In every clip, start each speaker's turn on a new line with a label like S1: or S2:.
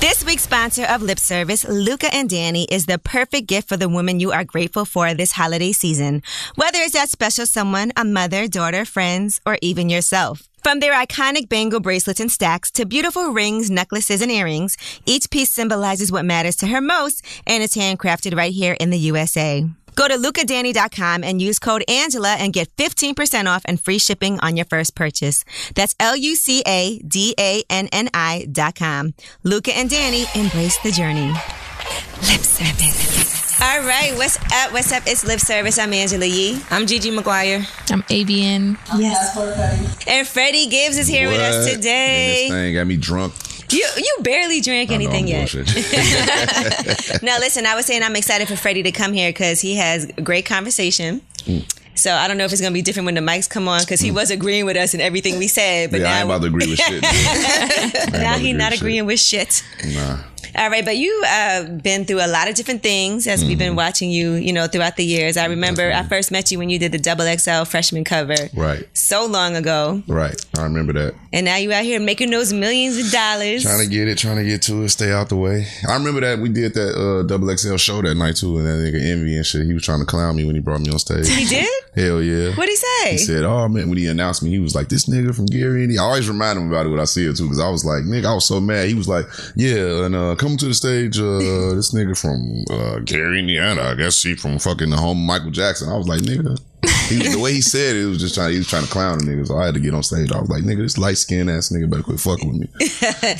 S1: This week's sponsor of lip service, Luca and Danny, is the perfect gift for the woman you are grateful for this holiday season. Whether it's that special someone, a mother, daughter, friends, or even yourself. From their iconic bangle bracelets and stacks to beautiful rings, necklaces, and earrings, each piece symbolizes what matters to her most and is handcrafted right here in the USA. Go to lucadanny.com and use code Angela and get 15% off and free shipping on your first purchase. That's L U C A D A N N I dot com. Luca and Danny embrace the journey. Lip service. All right, what's up? What's up? It's Lip Service. I'm Angela Yee.
S2: I'm Gigi McGuire.
S3: I'm ABN.
S1: And Freddie Gibbs is here with us
S4: What?
S1: today.
S4: Man, This thing got me drunk.
S1: You you barely drank
S4: I know
S1: anything
S4: I'm
S1: yet.
S4: bullshitting.
S1: No, listen, I was saying I'm excited for Freddie to come here because he has great conversation. So I don't know if it's gonna be different when the mics come on because he was agreeing with us and everything we said, but
S4: yeah, I ain't
S1: now
S4: about to agree with shit.
S1: now
S4: agree
S1: he's not
S4: with shit.
S1: agreeing with shit.
S4: Nah.
S1: All right, but you uh, been through a lot of different things as we've
S4: Mm-hmm.
S1: been watching you, you know, throughout the years. I remember I first met you when you did the double XL freshman cover.
S4: Right.
S1: So long ago,
S4: Right. I remember that.
S1: and now you out here making those millions of dollars.
S4: Trying to get it, trying to get to it, stay out the way. I remember that we did that uh, double XL show that night too, and that nigga Envy and shit. He was trying to clown me when he brought me on stage.
S1: he did?
S4: Hell yeah.
S1: What'd he say?
S4: He said, "Oh man!" When he announced me, he was like, "This nigga from Gary." And he I always remind him about it when I see it too, because I was like, "Nigga, I was so mad." He was like, "Yeah," and uh, coming to the stage, uh, this nigga from uh, Gary, Indiana. I guess he from fucking the home of Michael Jackson. I was like, "Nigga." He was, the way he said it, it was just trying. He was trying to clown the niggas. So I had to get on stage. I was like, "Nigga, this light skinned ass nigga better quit fucking with me."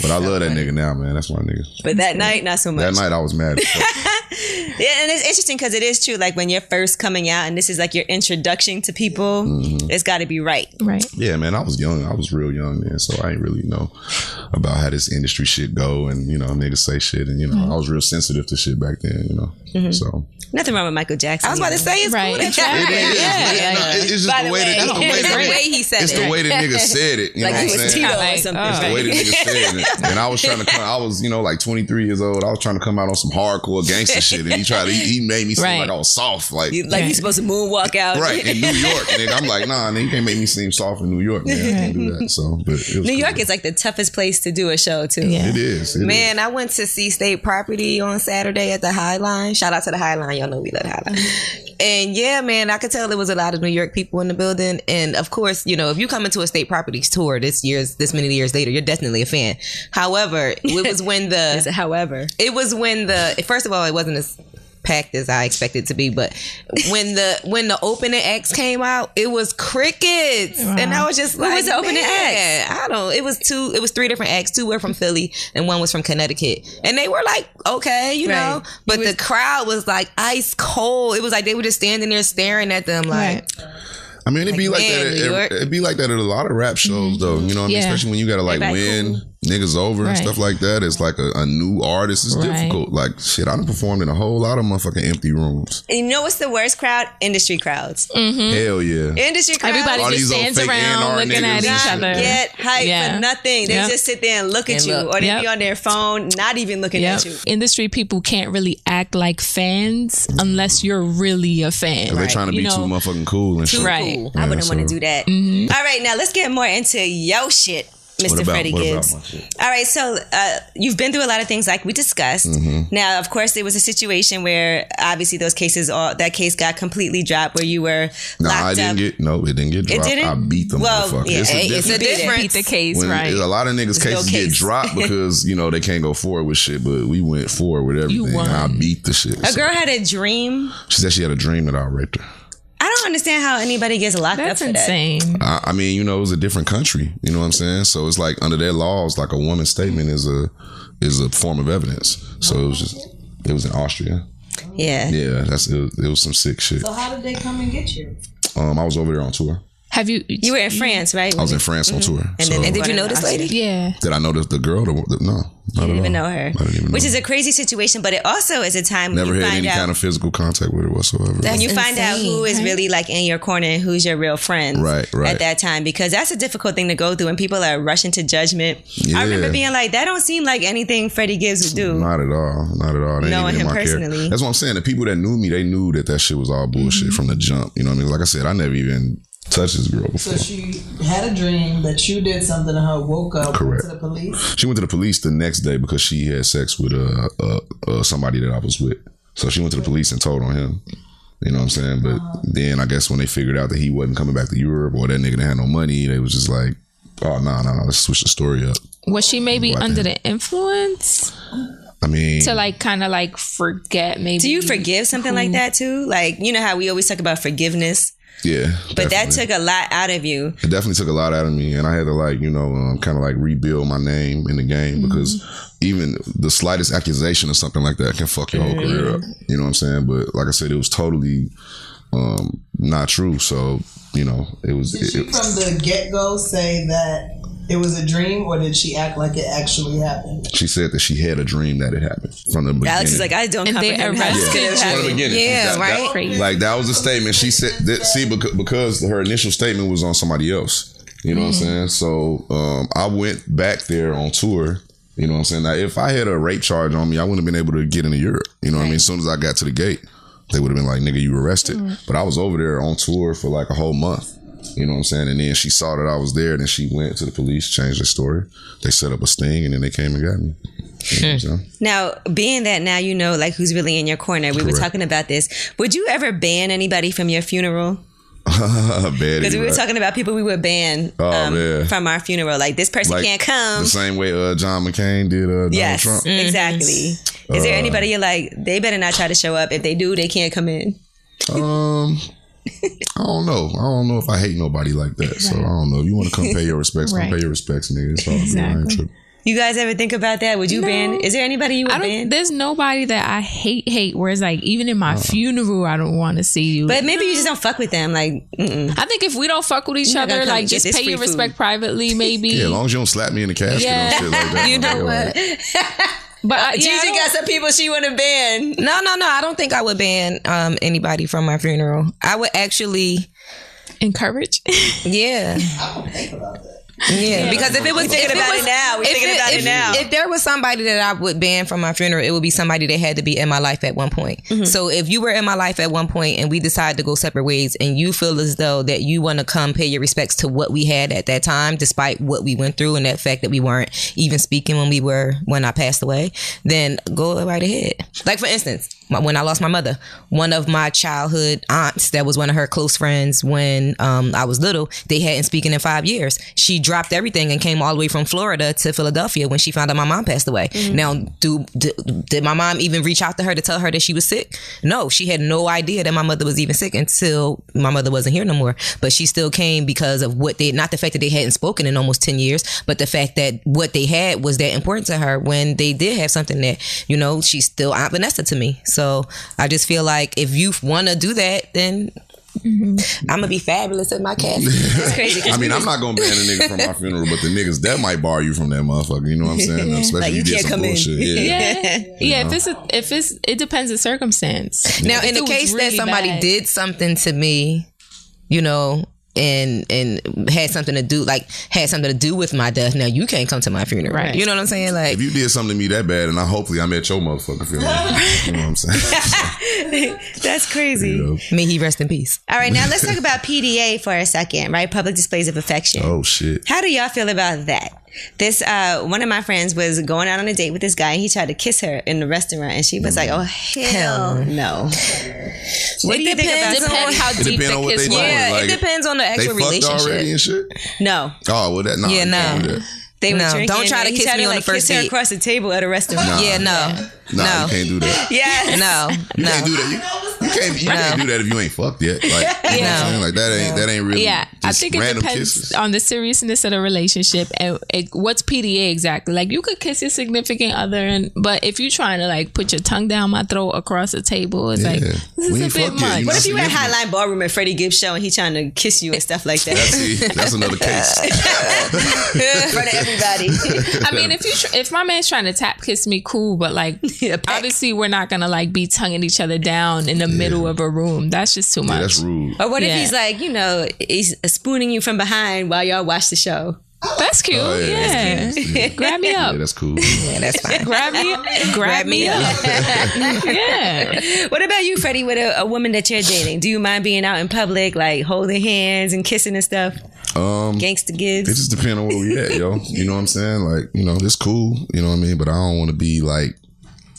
S4: But I love that nigga now, man. That's my nigga.
S1: but that night, not so much.
S4: That night I was mad. as fuck.
S1: Yeah, and it's interesting because it is true. Like when you're first coming out, and this is like your introduction to people,
S4: Mm-hmm.
S1: it's got to be right.
S3: Right.
S4: Yeah, man, I was young. I was real young then, so I ain't really know about how this industry shit go, and you know, niggas say shit, and you know, I was real sensitive to shit back then, you know. So
S1: Nothing wrong with Michael Jackson.
S2: I was about to
S1: either.
S2: say it's
S3: Right.
S2: cool that y'all-
S3: It is.
S2: Yeah.
S3: Yeah.
S4: No, it- it's just
S1: By
S4: the
S1: the
S4: way,
S1: way.
S4: that, it's the way,
S1: It's the
S4: that,
S1: way he said
S4: it's
S1: it.
S4: the way that nigga said it. You know
S1: like he
S4: what I'm
S1: was
S4: saying?
S1: Tito or
S3: Like,
S1: something.
S3: oh.
S4: It's the way the nigga said it. And I was trying to, come, I was, you know, like 23 years old. I was trying to come out on some hardcore gangster shit, and he tried to, he, he made me seem
S3: Right.
S4: like I was soft, like.
S1: You- like you're supposed to moonwalk out.
S4: Right in New York, nigga. I'm like, nah, nigga, you can't make me seem soft in New York, man. I can't do that. So, but it was
S1: New York
S4: cool.
S1: is like the toughest place to do a show too.
S3: Yeah.
S4: it is, it is.
S2: Man, I went to see State Property on Saturday at the High Line. Shout out to the High Line. Y'all know we love the High Line.
S1: Mm-hmm.
S2: And yeah, man, I could tell there was a lot of New York people in the building. And of course, you know, if you come into a State Properties tour this year's, this many years later, you're definitely a fan. However, it was when the
S1: Is it- However,
S2: it was when the first of all it wasn't as packed as i expected it to be but when the when the opening acts came out it was crickets and i was just like
S1: was the opening
S2: "Man, i don't it was two it was three different acts two were from philly and one was from connecticut and they were like okay you know
S1: Right.
S2: but the crowd was like ice cold it was like they were just standing there staring at them like
S3: Right.
S4: I mean, it'd be like
S2: man,
S4: that.
S2: New York.
S4: At, it'd be like that at a lot of rap shows, though. You know, what I mean?
S3: Yeah.
S4: especially when you gotta like
S1: Everybody
S4: win niggas over and
S3: Right.
S4: stuff like that. It's like a, a new artist. It's
S3: Right.
S4: difficult. Like shit, I done performed in a whole lot of motherfucking empty rooms.
S1: and you know what's the worst crowd? Industry crowds.
S2: Mm.
S4: Hell yeah.
S1: Industry crowds.
S3: Everybody
S4: All
S3: just
S4: these old
S3: stands
S4: fake
S3: around
S4: A&R
S3: looking at
S4: niggas and
S3: each
S4: shit.
S3: other.
S1: Get hype
S3: Yeah.
S1: for nothing. They
S3: Yep.
S1: just sit there and look at
S2: And
S1: you,
S2: look.
S1: or they
S3: Yep.
S1: be on their phone, not even looking
S3: Yep.
S1: at you.
S3: Industry people can't really act like fans unless you're really a fan.
S4: They're trying to be
S3: You know,
S4: too motherfucking cool and shit.
S3: Right.
S1: I
S4: Yeah,
S1: wouldn't want to
S4: so-
S1: do that. All right, now let's get more into your shit, Mr.
S4: What about-
S1: Freddie
S4: what about
S1: Gibbs.
S4: my shit?
S1: All right, so uh, you've been through a lot of things, like we discussed.
S4: Mm-hmm.
S1: Now, of course, there was a situation where obviously those cases, all that case got completely dropped, where you were
S4: No,
S1: locked
S4: I didn't
S1: up.
S4: get. No, it didn't get dropped.
S1: didn't?
S4: I beat them.
S1: Well,
S4: motherfucker.
S1: yeah,
S4: It's a
S1: hey, it's
S4: difference.
S1: a difference.
S2: Different.
S3: beat the case,
S4: When
S3: right?
S4: a lot of niggas
S1: no
S4: cases get
S1: case.
S4: dropped because you know they can't go forward with shit, but we went forward with everything.
S3: won.
S4: And I beat the shit.
S1: A
S4: So,
S1: girl had a dream.
S4: she said she had a dream that I raped her.
S1: I don't understand how anybody gets locked
S3: That's
S1: up for that.
S3: insane.
S4: I, I mean, you know, it was a different country. You know what I'm saying? So it's like under their laws, like a woman's statement is a is a form of evidence. So it was just it was in Austria.
S1: Yeah.
S4: Yeah, that's it. Was, it was some sick shit.
S5: So how did they come and get you?
S4: Um, I was over there on tour.
S3: Have you?
S1: You were in France, right?
S4: I was in France on
S1: Mm-hmm.
S4: tour. And, so,
S2: and did
S4: did,
S2: you know this lady
S3: Yeah.
S4: I know the, the girl? The, the, no, not
S1: didn't
S4: at
S1: even
S4: all.
S1: know her,
S4: I didn't even
S1: which
S4: know.
S1: is a crazy situation. But it also is a time
S4: Never
S1: when you
S4: had
S1: find
S4: any
S1: out
S4: kind of physical contact with her whatsoever.
S1: when you
S3: That's
S1: find out who is
S3: insane, right?
S1: really like in your corner and who's your real friend
S4: Right, right.
S1: at that time because that's a difficult thing to go through and people are rushing to judgment i
S4: Yeah.
S1: remember being like that don't seem like anything freddie gibbs would do
S4: Not at all. Not at all. They ain't
S1: Knowing
S4: even in
S1: him
S4: my character.
S1: personally. Mm-hmm.
S4: That's what I'm saying. The people that knew me, they knew that that shit was all bullshit from the jump. You know what I mean? Like I said, I never even touched this girl before.
S6: So she had a dream that you did something to her, woke up,
S4: Correct.
S6: went to the police.
S4: She went to the police the next day because she had sex with uh, uh, uh somebody that I was with. So she went to the police and told on him. You know what I'm saying? But
S1: Oh.
S4: then I guess when they figured out that he wasn't coming back to Europe or that nigga didn't have no money, they was just like, oh no no no, let's switch the story up.
S3: Was she maybe
S4: Why
S3: under the influence
S4: I mean,
S3: to like kind of like forget maybe?
S1: Do you forgive something
S2: Hmm.
S1: like that too? Like, you know how we always talk about forgiveness,
S4: yeah,
S1: but that
S4: definitely.
S1: took a lot out of you.
S4: it definitely took a lot out of me and i had to like you know um, kind of like rebuild my name in the game
S6: Mm-hmm.
S4: because even the slightest accusation or something like that can fuck your whole career up you know what i'm saying but like i said it was totally um not true so you know it was
S6: Did
S4: it,
S6: she
S4: it,
S6: from the get go say that it was a dream, or did she act like it actually happened?
S4: she said that she had a dream that it happened from the beginning
S1: Alex is like, I don't
S3: And they
S1: comprehend how this
S3: arrested
S1: could have
S3: you.
S4: From the
S1: happened.
S4: beginning.
S2: Yeah,
S4: That-
S2: right?
S4: that-
S3: Crazy.
S4: like that was a statement she said. That, see, becau- because her initial statement was on somebody else. You know what
S1: Mm-hmm.
S4: I'm saying? So um, I went back there on tour. You know what I'm saying? Now, if I had a rape charge on me, I wouldn't have been able to get into Europe. You know what I mean? As soon as I got to the gate, they would have been like, "Nigga, you arrested."
S1: Mm-hmm.
S4: But I was over there on tour for like a whole month. You know what I'm saying? And then she saw that I was there, and then she went to the police, changed the story. They set up a sting, and then they came and got me. You
S1: Hmm.
S4: know what I'm saying?
S1: Now, being that now you know like who's really in your corner, we were
S4: Correct.
S1: talking about this. Would you ever ban anybody from your funeral?
S4: Bad
S1: Because we were
S4: right?
S1: talking um, about people we would ban
S4: Oh, man.
S1: from our funeral. Like this person
S4: Like,
S1: can't come.
S4: The same way uh, John McCain did uh, Donald
S1: Um, Yes, Mm-hmm.
S4: Trump. Uh,
S1: exactly. Is there anybody you're like they better not try to show up? If they do, they can't come in.
S4: Um, I don't know. I don't know if I hate nobody like that. So I don't know. If you want to come pay your respects,
S3: Right.
S4: come pay your respects, nigga. It's all good. I ain't
S3: Exactly.
S4: tripping.
S1: You guys ever think about that? Would you ban? Is there anybody you would
S3: I
S1: ban?
S3: don't. There's nobody that I hate hate. Whereas like even in
S4: Uh-uh.
S3: my funeral, I don't want to see you.
S1: but maybe you just don't fuck with them. Like, mm-mm.
S3: I think if we don't fuck with each
S1: not gonna
S3: other,
S1: come
S3: like
S1: and get
S3: just
S1: this
S3: pay
S1: free
S3: your
S1: food.
S3: respect privately, maybe.
S4: Yeah, as long as you don't slap me in the casket
S3: Yeah.
S4: and shit like that.
S1: You know
S4: what?
S3: but I, yeah, I
S1: Gigi
S3: don't-
S1: got some people she want to ban.
S2: No, no, no. I don't think I would ban um, anybody from my funeral. I would actually,
S3: encourage.
S2: yeah,
S6: I don't think about that.
S2: yeah. Because if it was,
S1: Thinking
S2: if
S1: about
S2: was,
S1: it now. We're
S2: if
S1: thinking
S2: it-
S1: about
S2: if-
S1: it now.
S2: If there was somebody that I would ban from my funeral, it would be somebody that had to be in my life at one point.
S1: Mm-hmm.
S2: So if you were in my life at one point and we decide to go separate ways and you feel as though that you want to come pay your respects to what we had at that time, despite what we went through and that fact that we weren't even speaking when we were, when I passed away, then go right ahead. Like for instance, my- when I lost my mother, one of my childhood aunts that was one of her close friends when um, I was little, they hadn't speaking in five years. She dropped everything and came all the way from Florida to Philadelphia when she found out my mom passed away. Now, do, d did my mom even reach out to her to tell her that she was sick? No, she had no idea that my mother was even sick until my mother wasn't here no more. But she still came because of what they, not the fact that they hadn't spoken in almost 10 years, but the fact that what they had was that important to her when they did have something that, you know, she's still Aunt Vanessa to me. So I just feel like if you want to do that, then I'm going to be fabulous at my casket.
S1: crazy.
S4: I mean, I'm not gonna ban a nigga from my funeral, but the niggas that might bar you from that motherfucker. You know what I'm saying? Especially
S1: Like,
S4: if
S1: you
S4: you did
S1: can't
S4: some
S1: come in.
S4: bullshit. Yeah.
S3: yeah, yeah. If it's a, if it's it depends on circumstance.
S2: Now,
S3: If
S2: in
S3: it
S2: the
S3: was
S2: case that
S3: really
S2: somebody
S3: bad.
S2: did something to me, you know, and and had something to do, like had something to do with my death. Now you can't come to my funeral,
S3: Right.
S2: You know what I'm saying? Like,
S4: If you did something to me that bad, and I hopefully I'm at your motherfucker funeral. you know what I'm saying?
S1: That's crazy.
S4: You know?
S2: may he rest in peace.
S1: All right, now let's talk about PDA for a second, right? Public displays of affection.
S4: Oh shit.
S1: How do y'all feel about that? This uh, one of my friends was going out on a date with this guy, and he tried to kiss her in the restaurant, and she was like, "Oh hell, no!" What do you think about
S2: depends
S1: that?
S3: depend how deep
S4: depend
S3: the
S4: on what
S3: kiss
S4: they
S3: was.
S4: doing.
S2: Yeah,
S4: Like,
S2: it depends on the
S4: They
S2: actual
S4: fucked already
S2: relationship.
S4: and shit.
S1: No,
S4: Oh well, that nah.
S2: Yeah,
S4: you can't
S2: nah.
S4: do that.
S1: they were
S2: No,
S1: drinking.
S2: don't try
S1: and
S2: to
S1: he
S2: kiss
S1: tried
S2: me
S1: to,
S2: on
S1: like,
S2: the first
S1: kiss her
S2: date.
S1: across the table at a restaurant.
S4: Nah.
S2: Yeah, no,
S4: Nah,
S2: no,
S4: you can't do that.
S1: Yeah,
S2: no,
S4: You
S2: no.
S4: can't do that. You, you can't. You can't do that if you ain't fucked yet. Like, you know what I'm
S2: Yeah.
S4: saying? like that ain't that ain't really.
S3: Yeah, I
S4: just
S3: think it
S4: random
S3: depends
S4: kisses.
S3: on the seriousness of the relationship and it, what's PDA exactly. Like you could kiss your significant other, and but if you're trying to like put your tongue down my throat across the table, it's like
S4: Yeah.
S3: this is
S4: We ain't
S3: a bit
S4: fucked yet,
S3: much.
S4: you
S1: What if you at
S4: Significant.
S1: Highline Ballroom at Freddie Gibbs show and he trying to kiss you and stuff like that
S4: That's, it. That's another case.
S1: in front of everybody?
S3: I mean, if you tr- if my man's trying to tap kiss me, cool, but like
S1: Yeah, peck.
S3: obviously we're not gonna like be tonguing each other down in the middle of a room. That's just too much.
S4: That's rude.
S1: or what
S3: Yeah.
S1: if he's like, you know, he's spooning you from behind while y'all watch the show?
S3: That's cute.
S4: Oh, yeah,
S3: yeah.
S4: that's cute. Yeah.
S3: Grab me
S4: Yeah,
S3: up.
S4: that's cool.
S2: Yeah, that's fine.
S3: Grab me grab, me up. yeah.
S1: What about you, Freddie, with a, a woman that you're dating? Do you mind being out in public, like holding hands and kissing and stuff?
S4: Um,
S1: Gangsta
S4: It
S1: kids.
S4: just depends on where we at, yo. You know what I'm saying? Like, you know, it's cool. You know what I mean? But I don't want to be like,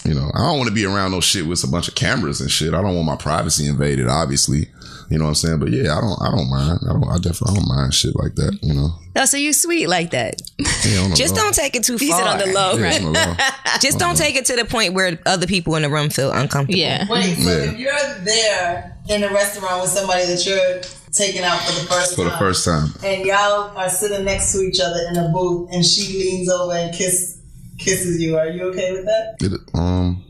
S4: you know, I don't want to be around no shit with a bunch of cameras and shit. I don't want my privacy invaded, obviously. You know what I'm saying? But yeah, I don't, I don't mind. I don't, I definitely I don't mind shit like that. You know,
S1: Oh, so you sweet like that.
S4: yeah, on the
S2: Just
S4: low.
S2: don't take it too far.
S1: These are on the low,
S4: Yeah,
S1: right?
S4: it's on the low.
S2: Just don't take it to the point where other people in the room feel uncomfortable.
S3: Yeah.
S7: Wait, so
S4: Yeah.
S7: if you're there in a restaurant with somebody that you're taking out for the first
S4: For the
S7: time,
S4: first time,
S7: and y'all are sitting next to each other in a booth, and she leans over and kiss kisses you, are you okay with that?
S4: it, um,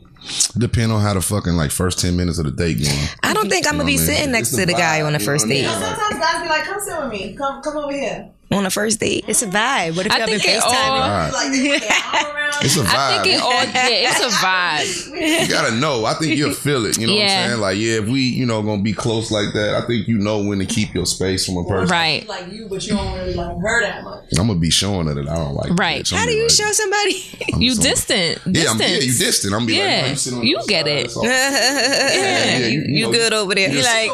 S4: depend on how the fucking like first ten minutes of the date going.
S2: I don't think I'm
S4: You know
S2: gonna be
S4: what I mean?
S2: sitting
S4: It's
S2: next
S4: the
S2: to the guy
S4: vibe,
S2: on the
S4: you
S2: first
S4: know what I
S2: date.
S4: mean?
S7: Sometimes guys be like, "Come sit with me. Come, come over here."
S2: On the first date,
S1: It's a vibe. What if
S3: I
S1: y'all been
S3: think
S1: FaceTiming?
S3: it all-
S4: All right.
S7: Like they put their arm around.
S4: It's a Uh, vibe.
S3: I think it all yeah, it's a vibe.
S4: you gotta know. I think you'll feel it. You know what
S3: Yeah.
S4: I'm saying? Like, yeah, if we, you know, gonna be close like that, I think you know when to keep your space from a person.
S3: Right.
S7: like you, but you don't really like her that much.
S4: I'm gonna be showing her that I don't like. that.
S3: Right.
S4: Bitch, I'm
S2: How do you
S4: like-
S2: show somebody?
S4: I'm
S3: You
S4: just gonna-
S3: distant.
S4: Yeah, I'm,
S3: Distance.
S4: yeah, you distant. I'm gonna be
S3: Yeah.
S4: like, no, sit on
S3: You
S4: the
S3: get
S4: side,
S3: it.
S4: that's all.
S2: yeah,
S4: yeah,
S2: you,
S4: you- you know,
S2: good over there.
S4: you just-
S2: like,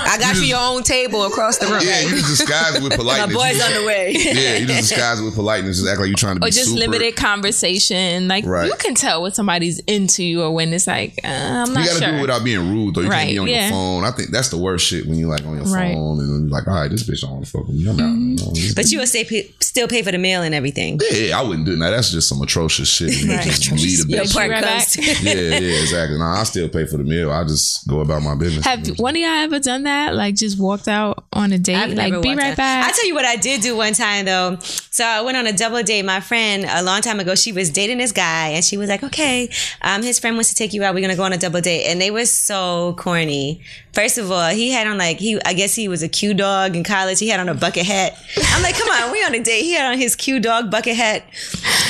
S2: I got you your own table across the room.
S4: Yeah, you just disguise it with politeness. You-
S1: on the way.
S4: yeah, you just disguise it with politeness. Just act like you're trying to be
S3: Or just
S4: super.
S3: limited conversation. Like
S4: Right.
S3: you can tell when somebody's into you or when it's like, uh, I'm
S4: You
S3: not
S4: gotta
S3: sure.
S4: do it without being rude though. You
S3: Right,
S4: can't be on
S3: yeah.
S4: your phone. I think that's the worst shit when you like on your
S3: Right. Mm-hmm.
S4: phone and you're like, all right, this bitch don't want to fuck with me. I'm out. No, this
S1: But you will stay, p- still pay for the meal and everything.
S4: Yeah, I wouldn't do it. Now that's just some atrocious shit. You just lead a
S3: Yeah,
S4: bitch.
S3: she
S1: Park
S3: right back.
S1: comes.
S4: Yeah, yeah, exactly. Nah, I still pay for the meal. I just go about my business.
S3: Have one of y'all ever done that? Like just walked out on a date,
S1: I've
S3: like
S1: never
S3: be
S1: walked
S3: right
S1: out. I
S3: back.
S1: tell you what I did do one time though. So I went on a double date. My friend a long time ago, she was dating this guy, and she was like, "Okay, um, his friend wants to take you out. We're gonna go on a double date." And they were so corny. First of all, he had on like he, I guess he was a Q dog in college. He had on a bucket hat. I'm like, come on, we on a date. He had on his Q dog bucket hat,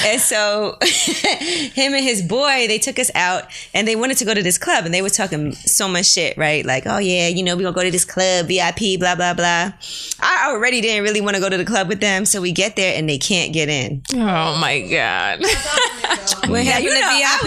S1: and so him and his boy they took us out, and they wanted to go to this club, and they were talking so much shit, right? Like, oh yeah, you know, we gonna go to this club, VIP, blah blah blah. I already didn't really want to go to the club with them, so we get there and they can't get in.
S3: oh my god!
S1: What happened
S2: you know, I
S1: to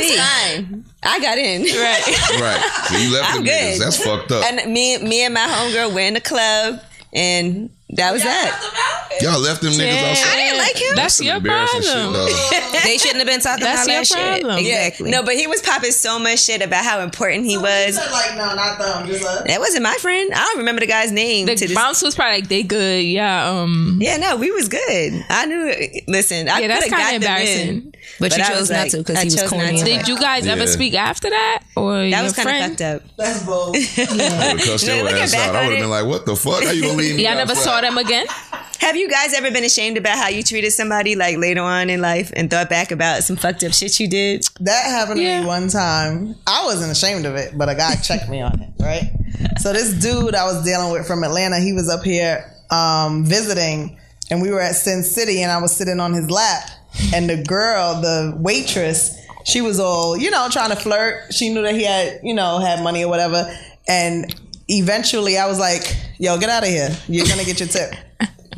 S2: was
S1: VIP? I got in.
S3: right.
S4: right. So you left
S1: I'm
S4: the niggas.
S1: good.
S4: That's fucked up.
S1: And me, me and my homegirl were in the club, and that was that.
S4: Y'all left them niggas outside.
S1: didn't like him.
S3: That's
S4: Some
S3: your
S4: embarrassing
S3: problem.
S4: Shit,
S2: They shouldn't have been talking
S3: That's
S2: about that
S3: your problem.
S2: shit.
S3: Yeah.
S2: Exactly.
S1: No, but he was popping so much shit about how important he was.
S7: Just like, no, not them. Just like,
S1: That wasn't my friend. I don't remember the guy's name.
S3: The
S1: to this.
S3: bounce was probably like they good. Yeah. Um.
S1: Yeah, no, we was good. I knew. Listen, I
S3: Yeah, that's
S1: coulda got
S3: kinda
S1: them in,
S3: embarrassing.
S2: But you
S1: I
S2: chose
S1: was
S2: not
S1: like-
S2: to 'cause
S1: I
S2: he was
S1: chose
S2: corny
S1: not
S2: and
S1: to.
S3: Did you guys ever
S4: Yeah.
S3: speak after that? Or
S1: That
S3: your
S1: was kind of
S3: friend?
S1: fucked up.
S7: that's bold.
S4: though. I would have cussed
S1: Yeah,
S4: your
S1: looking
S4: ass
S1: back
S4: out. I
S1: on
S4: would
S1: it-
S4: have been like, what the fuck? How you gonna leave me?
S3: Y'all never
S4: outside?
S3: saw them again.
S1: Have you guys ever been ashamed about how you treated somebody like later on in life and thought back about some fucked up shit you did?
S6: That happened to
S3: Yeah.
S6: me one time. I wasn't ashamed of it, but a guy checked me on it, right? So this dude I was dealing with from Atlanta, he was up here um, visiting, and we were at Sin City, and I was sitting on his lap, and the girl, the waitress, she was all you know trying to flirt. She knew that he had you know had money or whatever, and eventually I was like, "Yo, get out of here! You're gonna get your tip."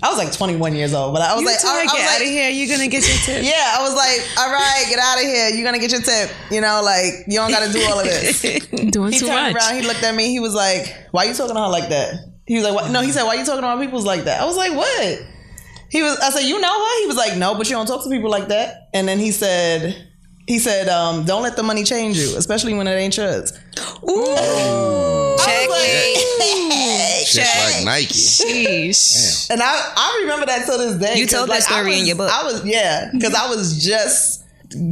S6: I was like 21 years old, but I was like, I, I was like,
S1: here. You're gonna get your tip.
S6: yeah, I was like, all right, get out of here. You're gonna get your tip. You know, like you don't gotta do all of this. He
S3: Doing too
S6: turned
S3: much.
S6: around, he looked at me, he was like, Why you talking to her like that? He was like, what? No, he said, Why you talking to my people's like that? I was like, What? He was I said, You know her? He was like, No, but you don't talk to people like that. And then he said he said, um, don't let the money change you, especially when it ain't yours. I was like,
S4: Shit like Nike.
S3: Sheesh.
S6: and I, I remember that till this day.
S2: You
S6: 'cause,
S2: told that
S6: I
S2: story in
S6: was-
S2: your book.
S6: I was yeah, because I was just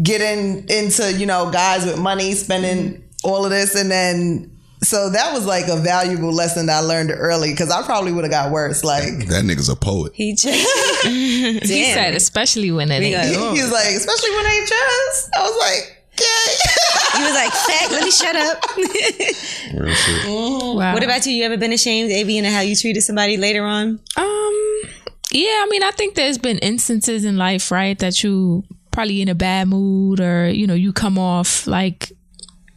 S6: getting into you know guys with money, spending all of this, and then so that was like a valuable lesson that I learned early because I probably would have got worse. Like
S4: That nigga's a poet.
S1: He just
S3: He said, especially when it ain't.
S1: got-
S6: he was like, especially when they just, I was like. Yeah.
S1: he was like, "Fact, let me shut up."
S4: Real shit.
S3: Wow.
S1: what about you? You ever been ashamed, Avian, of how you treated somebody later on?
S3: Um. Yeah, I mean, I think there's been instances in life, right, that you probably in a bad mood or you know you come off like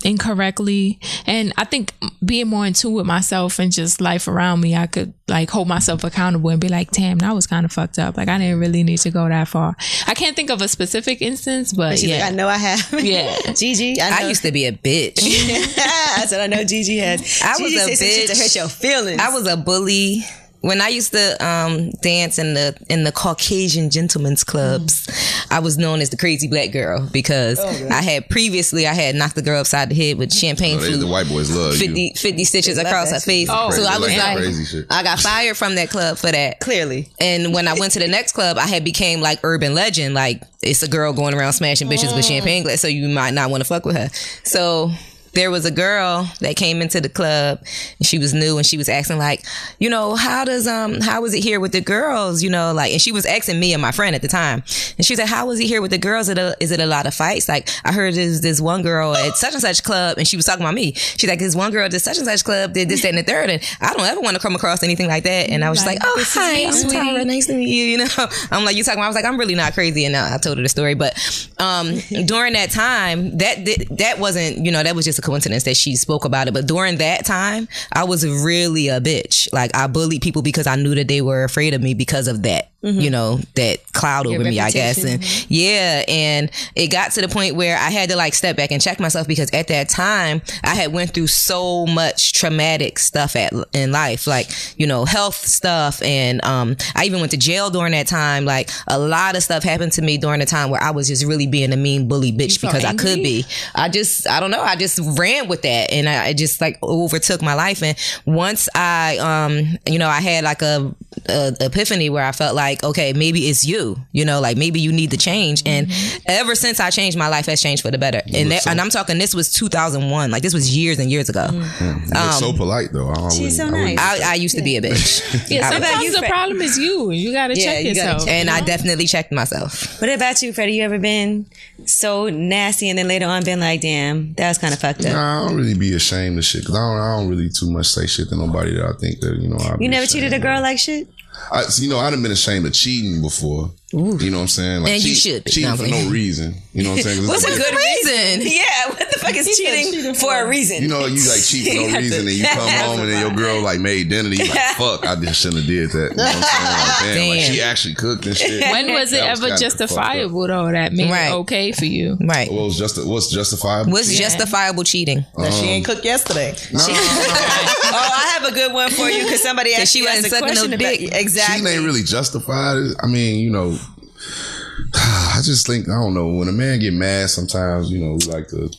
S3: incorrectly. And I think being more in tune with myself and just life around me, I could like hold myself accountable and be like, damn, that was kind of fucked up. Like I didn't really need to go that far. I can't think of a specific instance, but,
S1: She's
S3: yeah.
S1: like, I know I have.
S3: Yeah.
S1: Gigi, I, know.
S2: I used to be a bitch.
S1: I said, I know Gigi has.
S2: I was
S1: Gigi said
S2: a
S1: some shit to
S2: bitch.
S1: hurt your feelings.
S2: I was a bully. When I used to um, dance in the in the Caucasian gentlemen's clubs, I was known as the crazy black girl because
S4: Oh,
S2: I had previously I had knocked the girl upside the head with champagne
S4: No, Oh, they- the
S2: flute,
S4: white boys love
S2: 50,
S4: you.
S2: 50 stitches
S1: love
S2: across
S1: that
S2: her
S1: shit.
S2: face.
S3: Oh.
S4: Crazy.
S2: so I
S4: They
S2: was
S4: like that
S2: like,
S4: crazy shit.
S2: I got fired from that club for that.
S1: clearly.
S2: And when I went to the next club, I had became like urban legend. Like it's a girl going around smashing bitches
S1: Mm.
S2: with champagne glass, so you might not want to fuck with her. So there was a girl that came into the club and she was new and she was asking like, you know, how does um how is it here with the girls? You know, like and she was asking me and my friend at the time. And she was like, How is it here with the girls? Is it a, is it a lot of fights? Like I heard there's this one girl at such and such club and she was talking about me. She's like, This one girl at this such and such club did this, that, and the third, and I don't ever want to come across anything like that. And I was just like,
S3: Like,
S2: Oh
S3: this is
S2: hi,
S3: me,
S2: I'm
S3: sweetie."
S2: Tyra nice to meet you. You know, I'm like, you talking? About? I was like, I'm really not crazy, and uh, I told her the story. But um, during that time, that did- that wasn't, you know, that was just a coincidence that she spoke about it. But during that time, I was really a bitch. Like I bullied people because I knew that they were afraid of me because of that, you know, that cloud over me, I guess. And yeah, and it got to the point where I had to like step back and check myself because at that time I had went through so much traumatic stuff at in life, like you know health stuff, and um, I even went to jail during that time. Like a lot of stuff happened to me during the time where I was just really being a mean bully bitch because I could be. I just I don't know. I just ran with that, and I, I just like overtook my life. And once I um, you know, I had like a a epiphany where I felt like, okay, maybe it's you, you know, like maybe you need to change. And
S3: Mm-hmm.
S2: ever since I changed, my life has changed for the better. And that, and I'm talking, this was 2001, like this was years and years
S3: Mm.
S2: ago. Um,
S4: You
S1: Mm-hmm.
S4: look so polite though. I
S1: um, She's
S4: wouldn't-
S1: so
S4: I wouldn't-
S1: nice.
S2: I, I used to be a bitch,
S3: Yeah,
S2: I was-
S3: sometimes
S1: you,
S3: the
S1: Fred?
S3: problem is you. You gotta
S1: Yeah,
S3: check
S1: you gotta
S3: yourself.
S2: and I definitely checked myself.
S1: What about you, Freddie? You ever been so nasty and then later on been like, damn, that was kind of fucked up?
S4: Nah, I don't really be ashamed of shit because I don't, I don't really too much say shit to nobody that I think that you know. I
S1: you never cheated a girl like shit?
S4: I, so, you know, I'd have been ashamed of cheating before. You know what I'm saying? Like
S2: And you
S4: cheat-
S2: should be.
S4: cheating for no reason. You know what I'm saying? 'Cause it's like-
S2: reason?
S1: Yeah, what the fuck is cheating, for a reason?
S4: You know, you like cheat for no reason, and you come home, and then your girl like made dinner. And you like, fuck, I just shouldn't have did that. You know what I'm saying? Like, damn, like,
S2: Damn.
S4: she actually cooked and shit.
S3: when was it
S4: That was
S3: ever
S4: kinda
S3: justifiable though that made
S2: Right.
S3: it okay for you?
S2: Right.
S4: What was just what's justifiable?
S2: What's justifiable cheating?
S6: That she ain't cooked yesterday.
S4: No, no, no, no.
S1: oh, I have a good one for you because somebody asked
S2: she
S1: you guys
S2: wasn't
S1: a
S2: sucking
S1: question
S2: no
S1: about
S2: dick.
S1: Exactly.
S4: cheating ain't really justified. I mean, you know, I just think I don't know when a man get mad. Sometimes you know, we like to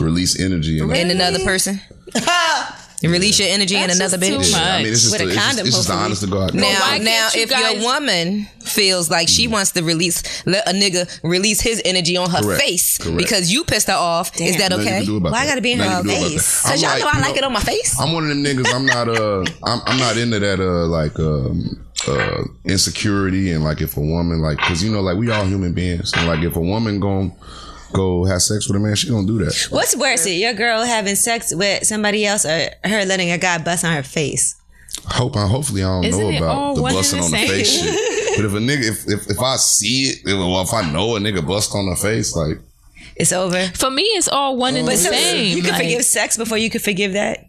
S4: release energy and
S2: In another person? You Release your energy in
S3: That's
S2: another
S3: just
S2: bitch?
S3: too much.
S4: I mean, it's just,
S1: With a
S4: the, it's just-
S1: condom,
S4: it's just the
S1: hopefully.
S4: honest to God.
S2: Now,
S3: why
S2: now,
S3: can't you
S2: if your
S3: guys-
S2: woman feels like she wants to release, let a nigga release his energy on her
S4: Correct.
S2: face
S4: Correct.
S2: because you pissed her off, is that
S4: Nothing you
S2: okay?
S4: can do about
S2: Why I
S4: that.
S2: gotta be in
S4: Nothing
S2: her
S4: you can do about
S2: face?
S4: that. I'm
S2: Cause y'all
S4: like,
S2: know I
S4: you
S2: like
S4: know-
S2: it on my face.
S4: I'm one of them niggas. I'm not uh, I'm, I'm not into that uh, like um, uh, insecurity and like if a woman like, cause you know, like we all human beings, and like if a woman gon' go have sex with a man, she gonna do that.
S1: What's worse, it your girl having sex with somebody else or her letting a guy bust on her face?
S4: hope I hopefully I don't
S3: Isn't
S4: know
S3: it
S4: about
S3: all
S4: the
S3: one and
S4: busting
S3: the
S4: on the
S3: same?
S4: face shit. But if a nigga, if if, if I see it, if, well, if I know a nigga bust on the face, like
S1: It's over.
S3: For me, it's all one and the
S1: So
S3: same.
S1: you can
S3: like,
S1: forgive sex before you could forgive that.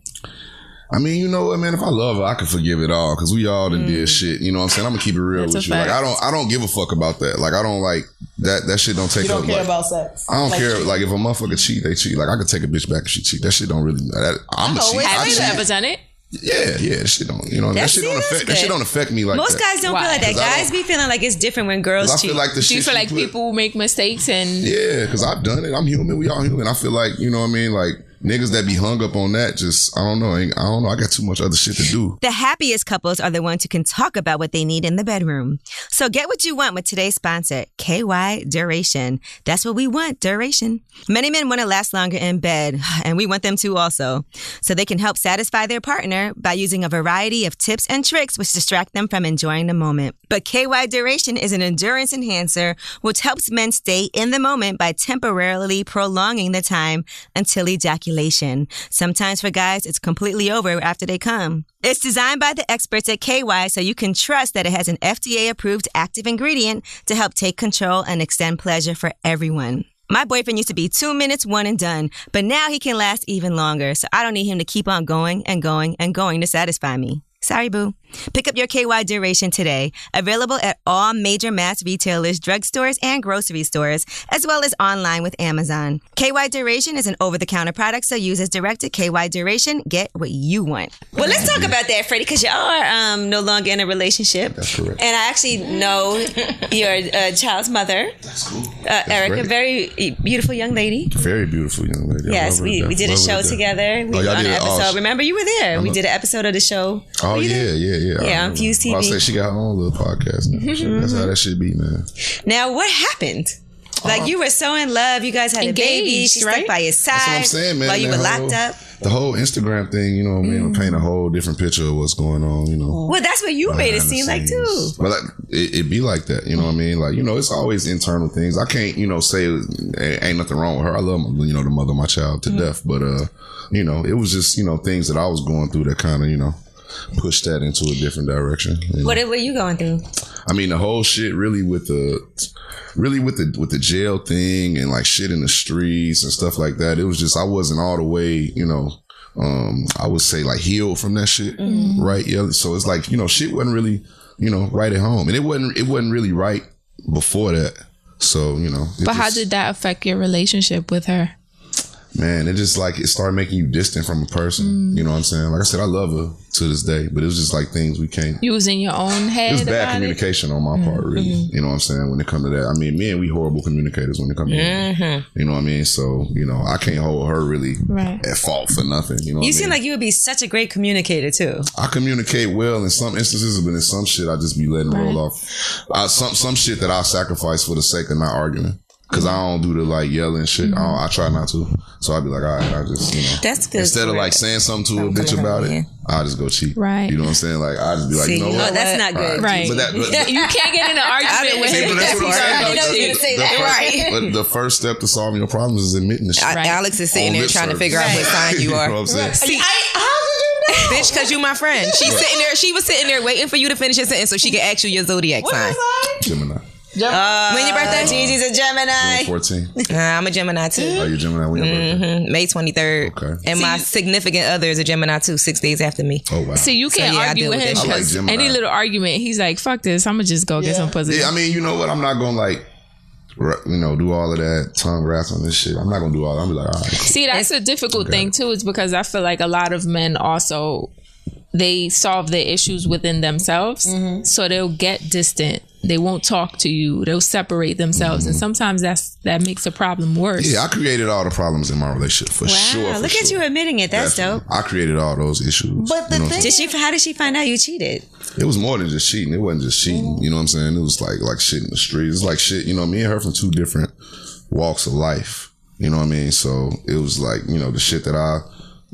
S4: I mean, you know what, man? If I love her, I can forgive it all because we all done did shit. You know what I'm saying? I'm gonna keep it real
S3: Mm. That's
S4: with
S3: a
S4: you. Like I
S3: fact.
S4: don't, I don't give a fuck about that. Like I don't like that. That shit don't take
S6: You don't
S4: up.
S6: care
S4: like,
S6: about sex.
S4: I don't care. Like if a motherfucker cheat, they cheat. Like I could take a bitch back if she cheat. That shit don't really. That, I'm
S1: Oh,
S4: a
S6: know,
S4: cheat.
S6: wait,
S4: I
S3: have you
S4: cheat.
S3: ever done it?
S4: Yeah, yeah. That shit don't. You know
S1: That's-
S4: that shit
S1: see,
S4: don't
S1: that's
S4: affect. That
S1: good.
S4: shit don't affect me like
S1: Most
S4: that.
S1: guys don't
S3: Why?
S1: feel like that.
S4: 'Cause I
S1: Guys be feeling like it's different when
S4: 'Cause
S1: girls
S4: I
S1: cheat.
S4: feel like the
S3: Do
S4: shit
S3: you feel
S4: she
S3: like
S4: put-
S3: people make mistakes and
S4: Yeah, because I've done it. I'm human. We all human. I feel like, you know what I mean? Like, niggas that be hung up on that, just, I don't know. Ain't- I don't know. I got too much other shit to do.
S8: The happiest couples are the ones who can talk about what they need in the bedroom. So get what you want with today's sponsor, KY Duration. That's what we want, duration. Many men want to last longer in bed, and we want them to also. So they can help satisfy their partner by using a variety of tips and tricks which distract them from enjoying the moment. But KY Duration is an endurance enhancer which helps men stay in the moment by temporarily prolonging the time until ejaculation. Sometimes for guys, it's completely over after they come. It's designed by the experts at KY so you can trust that it has an FDA approved active ingredient to help take control and extend pleasure for everyone. My boyfriend used to be two minutes, one and done, but now he can last even longer, so I don't need him to keep on going and going and going to satisfy me. Sorry, boo. Pick up your KY duration today. Available at all major mass retailers, drugstores, and grocery stores, as well as online with Amazon. KY duration is an over the counter product, so use as directed. KY duration, get what you want.
S1: Well, let's talk about that, Freddie, because y'all are um, no longer in a relationship. That's
S4: correct.
S1: And I actually know your uh, child's mother,
S4: That's cool.
S1: uh, Erica, very beautiful young lady.
S4: very beautiful young lady. I love
S1: Yes,
S4: her
S1: we,
S4: to
S1: we
S4: death.
S1: did a
S4: Love her
S1: show
S4: to death.
S1: together. We
S4: Oh,
S1: were
S4: y'all
S1: on
S4: did
S1: an
S4: it. Oh,
S1: episode.
S4: she-
S1: Remember, you were there. we
S4: know.
S1: did an episode of the show.
S4: Oh yeah, yeah, yeah. I
S1: Yeah, on
S4: remember.
S1: Fuse
S4: Well, I
S1: TV.
S4: say she got her own little podcast. Now. Shit, That's how that should be, man.
S1: Now, what happened? Like you were so in love, you guys had a baby.
S3: Engaged,
S1: She stuck
S3: right?
S1: by your side
S4: That's what I'm saying, man.
S1: while you
S4: That
S1: were
S4: whole-
S1: locked up.
S4: The whole Instagram thing, you know, what I mean, paint a whole different picture of what's going on, you know.
S1: Well, that's what Oh, you made it
S4: behind the
S1: seem like too.
S4: scenes. But like, it, it be like that, you know what I mean? Like you know, it's always internal things. I can't, you know, say it ain't nothing wrong with her. I love, my, you know, the mother of my child to
S1: Mm.
S4: death, but uh, you know, it was just you know things that I was going through that kind of you know pushed that into a different direction. you know?
S1: What were you going through?
S4: I mean, the whole shit really with the, really with the with the jail thing and like shit in the streets and stuff like that. It was just I wasn't all the way, you know. Um, I would say like healed from that shit,
S3: Mm-hmm.
S4: right? Yeah. So it's like you know, shit wasn't really, you know, right at home, and it wasn't it wasn't really right before that. So you know, it
S3: But how
S4: just-
S3: did that affect your relationship with her?
S4: man, it just like it started making you distant from a
S3: Mm.
S4: person. You know what I'm saying? Like I said, I love her to this day, but it was just like things we can't
S3: You was in your own head.
S4: it was bad
S3: about it?
S4: communication on my part, really. You know what I'm saying? When it comes to that, I mean, men, we horrible communicators when it comes to that. You know what I mean? So, you know, I can't hold her really
S3: Right.
S4: at fault for nothing. You know what
S1: You
S4: I
S1: seem
S4: mean?
S1: like you would be such a great communicator too.
S4: I communicate well in some instances, but in some shit, I just be letting roll off. I, some some shit that I sacrifice for the sake of not arguing. Cause I don't do the like yelling shit. I, don't, I try not to. So I'd be like, all right, I just you know.
S1: That's good.
S4: Instead of
S1: for
S4: like
S1: it.
S4: saying something to a
S1: I'm
S4: bitch
S1: coming
S4: about
S1: over here.
S4: it, I just go cheat.
S3: Right.
S4: You know what I'm saying? Like I just be like, you know
S1: oh,
S4: what?
S1: that's not good.
S3: Right.
S4: But that, but,
S3: you can't get in an argument with
S4: See,
S3: her.
S4: but that's what I'm saying.
S1: I didn't know
S4: Like,
S1: you were
S4: the-
S1: gonna say
S4: the
S1: that.
S4: first- But the first step to solving your problems is admitting the shit.
S2: I-
S3: Right.
S2: Alex is
S4: On
S2: sitting there
S4: lip
S2: trying to
S4: service.
S2: figure out what sign you
S4: know what
S2: are.
S4: I'm saying?
S2: See, Bitch, because you my friend. She's sitting there. She was sitting there waiting for you to finish your sentence so she could ask you your zodiac sign.
S4: Gemini.
S2: when your birthday?
S1: Jeezy's a Gemini.
S4: 14.
S2: Uh, I'm a Gemini too.
S4: Are you Gemini when your birthday?
S2: Mhm, May 23rd.
S4: Okay.
S2: And my significant other is a Gemini too, six days after me.
S4: Oh, wow.
S3: So you can't
S2: yeah, I
S3: argue
S2: deal
S3: with
S2: with
S3: him
S4: that shit. I like
S3: because
S4: Gemini.
S3: any little argument, he's like, "Fuck this! I'm gonna just go get some pussy."
S4: Yeah, I mean, you know what? I'm not going to like, ra- you know, do all of that tongue wrestling and shit. I'm not going to do all that. I'm gonna be like, all right.
S3: See, that's a difficult thing too. It's because I feel like a lot of men also they solve their issues within themselves,
S2: Mm-hmm.
S3: so they'll get distant. They won't talk to you. They'll separate themselves, and sometimes that's that makes the problem worse.
S4: Mm-hmm. Yeah, I created all the problems in my relationship for sure.
S1: Wow,
S4: for
S1: Ah, look at
S4: sure.
S1: you admitting it. That's dope.
S4: Definitely. I created all those issues.
S6: But the
S4: you know what I'm
S6: thing
S4: saying?
S1: Did she? How did she find out you cheated?
S4: It was more than just cheating. It wasn't just cheating. You know what I'm saying? It was like like shit in the streets. It's like shit. You know, me and her from two different walks of life. You know what I mean? So it was like you know the shit that I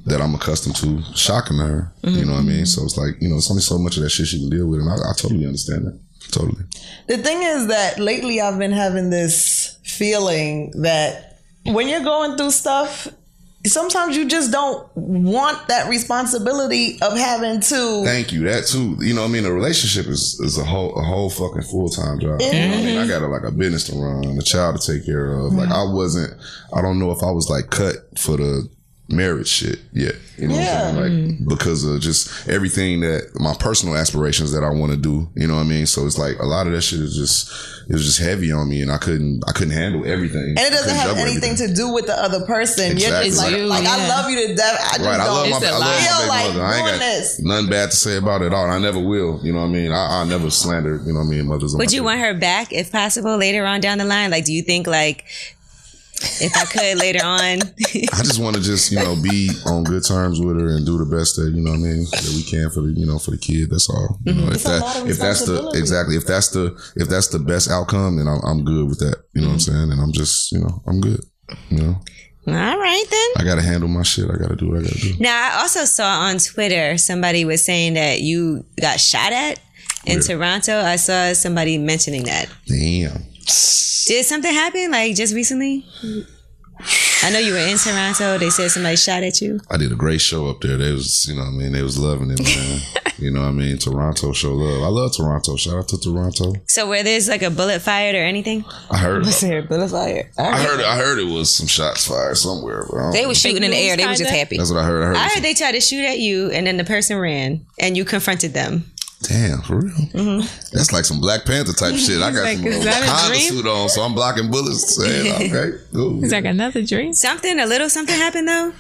S4: that I'm accustomed to shocking her. You know what I mean? So it's like you know, it's only so much of that shit she can deal with, and I, I totally understand that. Totally.
S6: The thing is that lately I've been having this feeling that when you're going through stuff, sometimes you just don't want that responsibility of having to.
S4: Thank you. That too. You know what I mean? A relationship is is a whole a whole fucking full time job. You know what I mean? I
S6: Mm-hmm.
S4: got a, like a business to run, a child to take care of. Like I wasn't. I don't know if I was like cut for the marriage shit yet. You know what I'm saying? Like because of just everything that my personal aspirations that I want to do. You know what I mean? So it's like a lot of that shit is just it was just heavy on me, and I couldn't I couldn't handle everything.
S6: And it doesn't have anything to do with the other person. You're
S4: Exactly.
S6: just like,
S4: It's you,
S6: like I
S3: yeah.
S6: love you to death. I just
S4: Right, I
S6: don't.
S4: love my,
S3: It's a
S4: I love
S3: lie.
S4: my
S6: Feel
S4: baby
S6: like
S4: mother. I ain't
S6: doing
S4: got
S6: this.
S4: nothing bad to say about it at all. And I never will. You know what I mean? I, I never slander. You know what I mean? Mothers.
S1: Would you want her back if possible later on down the line? Like, do you think like if I could later on?
S4: I just want to just you know be on good terms with her and do the best that you know what I mean that we can for the you know for the kid. That's all. You know, if
S6: Mm-hmm. lot
S4: that
S6: of
S4: if that's the
S6: responsibility.
S4: exactly if that's the if that's the best outcome, then I'm, I'm good with that. You know what I'm
S1: Mm-hmm.
S4: saying? And I'm just you know I'm good. You know,
S1: All right then.
S4: I gotta handle my shit. I gotta do what I gotta do.
S1: Now, I also saw on Twitter somebody was saying that you got shot at in
S4: Where?
S1: Toronto. I saw somebody mentioning that.
S4: Damn.
S1: Did something happen like just recently? I know you were in Toronto. They said somebody shot at you.
S4: I did a great show up there. They was, you know, what I mean, they was loving it, man. you know, what I mean, Toronto show love. I love Toronto. Shout out to Toronto.
S1: So where there's like a bullet fired or anything?
S4: I heard,
S2: Sarah Boulevard.
S4: I heard, I heard it was some shots fired somewhere, bro.
S2: They were shooting in the air. They were just happy.
S4: That's what I heard. I heard.
S1: I
S4: it
S1: heard they tried to shoot at you and then the person ran and you confronted them.
S4: Damn, for real. That's like some Black Panther type shit. I got
S3: like,
S4: some
S3: "Is
S4: old
S3: that a
S4: Honda
S3: dream?"
S4: suit on, so I'm blocking bullets. Saying, okay, cool.
S3: It's like another dream.
S1: Something, a little something happened though.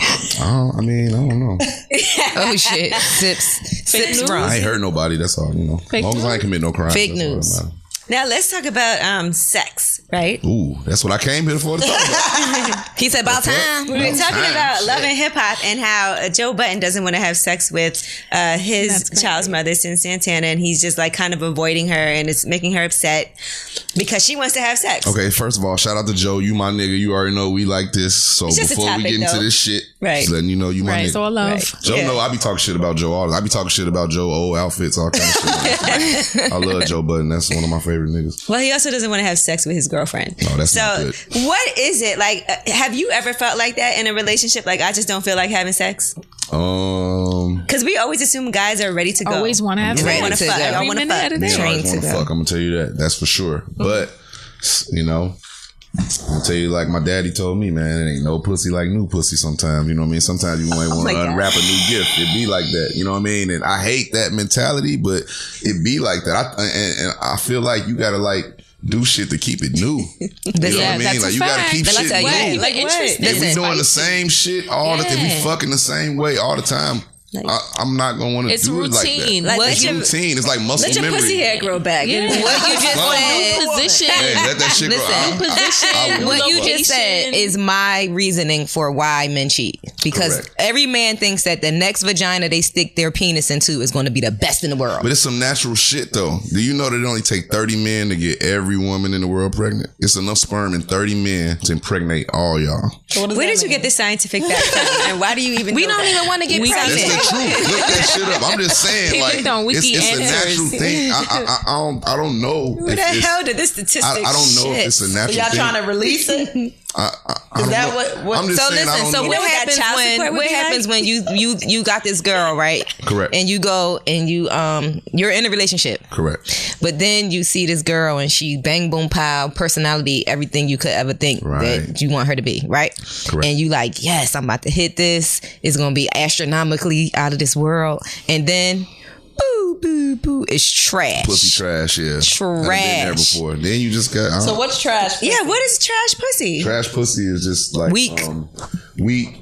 S4: I, don't, I mean, I don't know.
S2: Oh shit. Sips. Sips
S3: news?
S2: wrong.
S4: I ain't hurt nobody. That's all. You know,
S3: Fake
S4: as long as I ain't commit no crime.
S2: Fake
S4: that's all that
S2: news.
S4: matter.
S1: Now let's talk about um sex, right?
S4: Ooh, that's what I came here for. To talk about.
S2: He said about time.
S1: We were talking
S4: time,
S1: about
S4: shit.
S1: love and hip hop and how uh, Joe Button doesn't want to have sex with uh, his child's mother, Sin Santana, and he's just like kind of avoiding her and it's making her upset because she wants to have sex.
S4: Okay, first of all, shout out to Joe. You my nigga. You already know we like this. So
S1: just a
S4: before we
S1: topic,
S4: get into
S1: though.
S4: this shit,
S1: Right.
S4: just letting you know you my
S3: Right,
S4: nigga.
S3: it's all love.
S4: Joe,
S1: Yeah.
S4: know I be talking shit about Joe. All I be talking shit about Joe old outfits, all kind of shit. I love Joe Button. That's one of my favorite niggas.
S1: Well, he also doesn't want to have sex with his girlfriend.
S4: No, that's
S1: so.
S4: not good.
S1: What is it like? uh, Have you ever felt like that in a relationship? Like I just don't feel like having sex
S4: Um,
S1: because we always assume guys are ready to go.
S3: Always want to have
S1: I
S3: sex.
S1: want
S2: Ready
S1: to
S2: to
S1: fuck.
S2: go.
S1: I
S3: Every
S1: want to
S3: minute
S1: fuck.
S3: of the
S4: man,
S3: day.
S4: I
S2: Train
S4: always want
S2: to
S4: to
S2: go.
S4: fuck. I'm gonna tell you that. That's for sure. But you know. I'm gonna tell you like my daddy told me, man, it ain't no pussy like new pussy sometimes. You know what I mean? Sometimes you might want to unwrap a new gift. It be like that. You know what I mean? And I hate that mentality, but it be like that. I and, and I feel like you gotta like do shit to keep it new. You know
S2: Yeah,
S4: what I mean?
S2: that's
S4: Like
S2: a
S4: you gotta
S3: fact.
S4: keep
S2: But I
S4: shit
S2: tell you,
S4: new.
S2: Wait,
S3: like
S2: what?
S3: interesting.
S4: If we
S2: Listen.
S4: doing the same shit all the if we
S3: Yeah.
S4: fucking the same way all the time, I, am not gonna want to
S3: It's
S4: do
S3: routine.
S4: it like that.
S3: Like,
S4: it's
S1: let your-
S4: routine. It's like muscle
S1: Let your
S4: memory.
S1: pussy hair grow back.
S3: Yeah.
S2: What you just
S4: Wow.
S2: said.
S3: Position.
S4: Hey, let that shit go. I-
S2: Listen.
S4: I- I
S3: Position.
S4: would
S2: What
S4: love
S2: you
S4: that.
S2: just said is my reasoning for why men cheat. Because
S4: Correct.
S2: every man thinks that the next vagina they stick their penis into is going to be the best in the world.
S4: But it's some natural shit though. Do you know that it only take 30 men to get every woman in the world pregnant? It's enough sperm in 30 men to impregnate all y'all.
S1: Where did you get this scientific back from? and why do you even?
S2: we
S1: know
S2: don't
S1: that?
S2: even want to get
S3: We-
S4: That's
S2: pregnant.
S4: the truth. Look that shit up. I'm just saying,
S3: He
S4: like
S3: looked on
S4: it's,
S3: Wiki
S4: it's a
S3: answers.
S4: natural thing. I, I, I- I don't, I don't know.
S1: Who
S4: if
S1: the
S4: it's-
S1: hell did this statistic?
S4: I, I don't know if it's a natural
S6: Y'all
S4: thing.
S6: trying to release it?
S4: I, I, I don't
S6: that
S4: know.
S6: what- what-
S4: I'm just
S2: So
S4: saying, I
S2: listen.
S4: don't
S2: So
S4: know.
S2: what
S1: know what
S2: happens
S1: that child
S2: when
S1: support would
S2: what
S1: be like?
S2: happens when you you you got this girl right?
S4: Correct.
S2: And you go and you um you're in a relationship,
S4: Correct.
S2: but then you see this girl and she bang boom pow personality, everything you could ever think
S4: Right.
S2: that you want her to be, right?
S4: Correct.
S2: And you like, yes, I'm about to hit this. It's gonna be astronomically out of this world, and then boo boo boo, it's trash.
S4: Pussy trash, yeah. I've been there
S2: Trash.
S4: before. Then you just got. I
S6: So
S4: don't-
S6: what's trash?
S1: Yeah, what is trash pussy?
S4: Trash pussy is just like
S2: Weak.
S4: um, weak,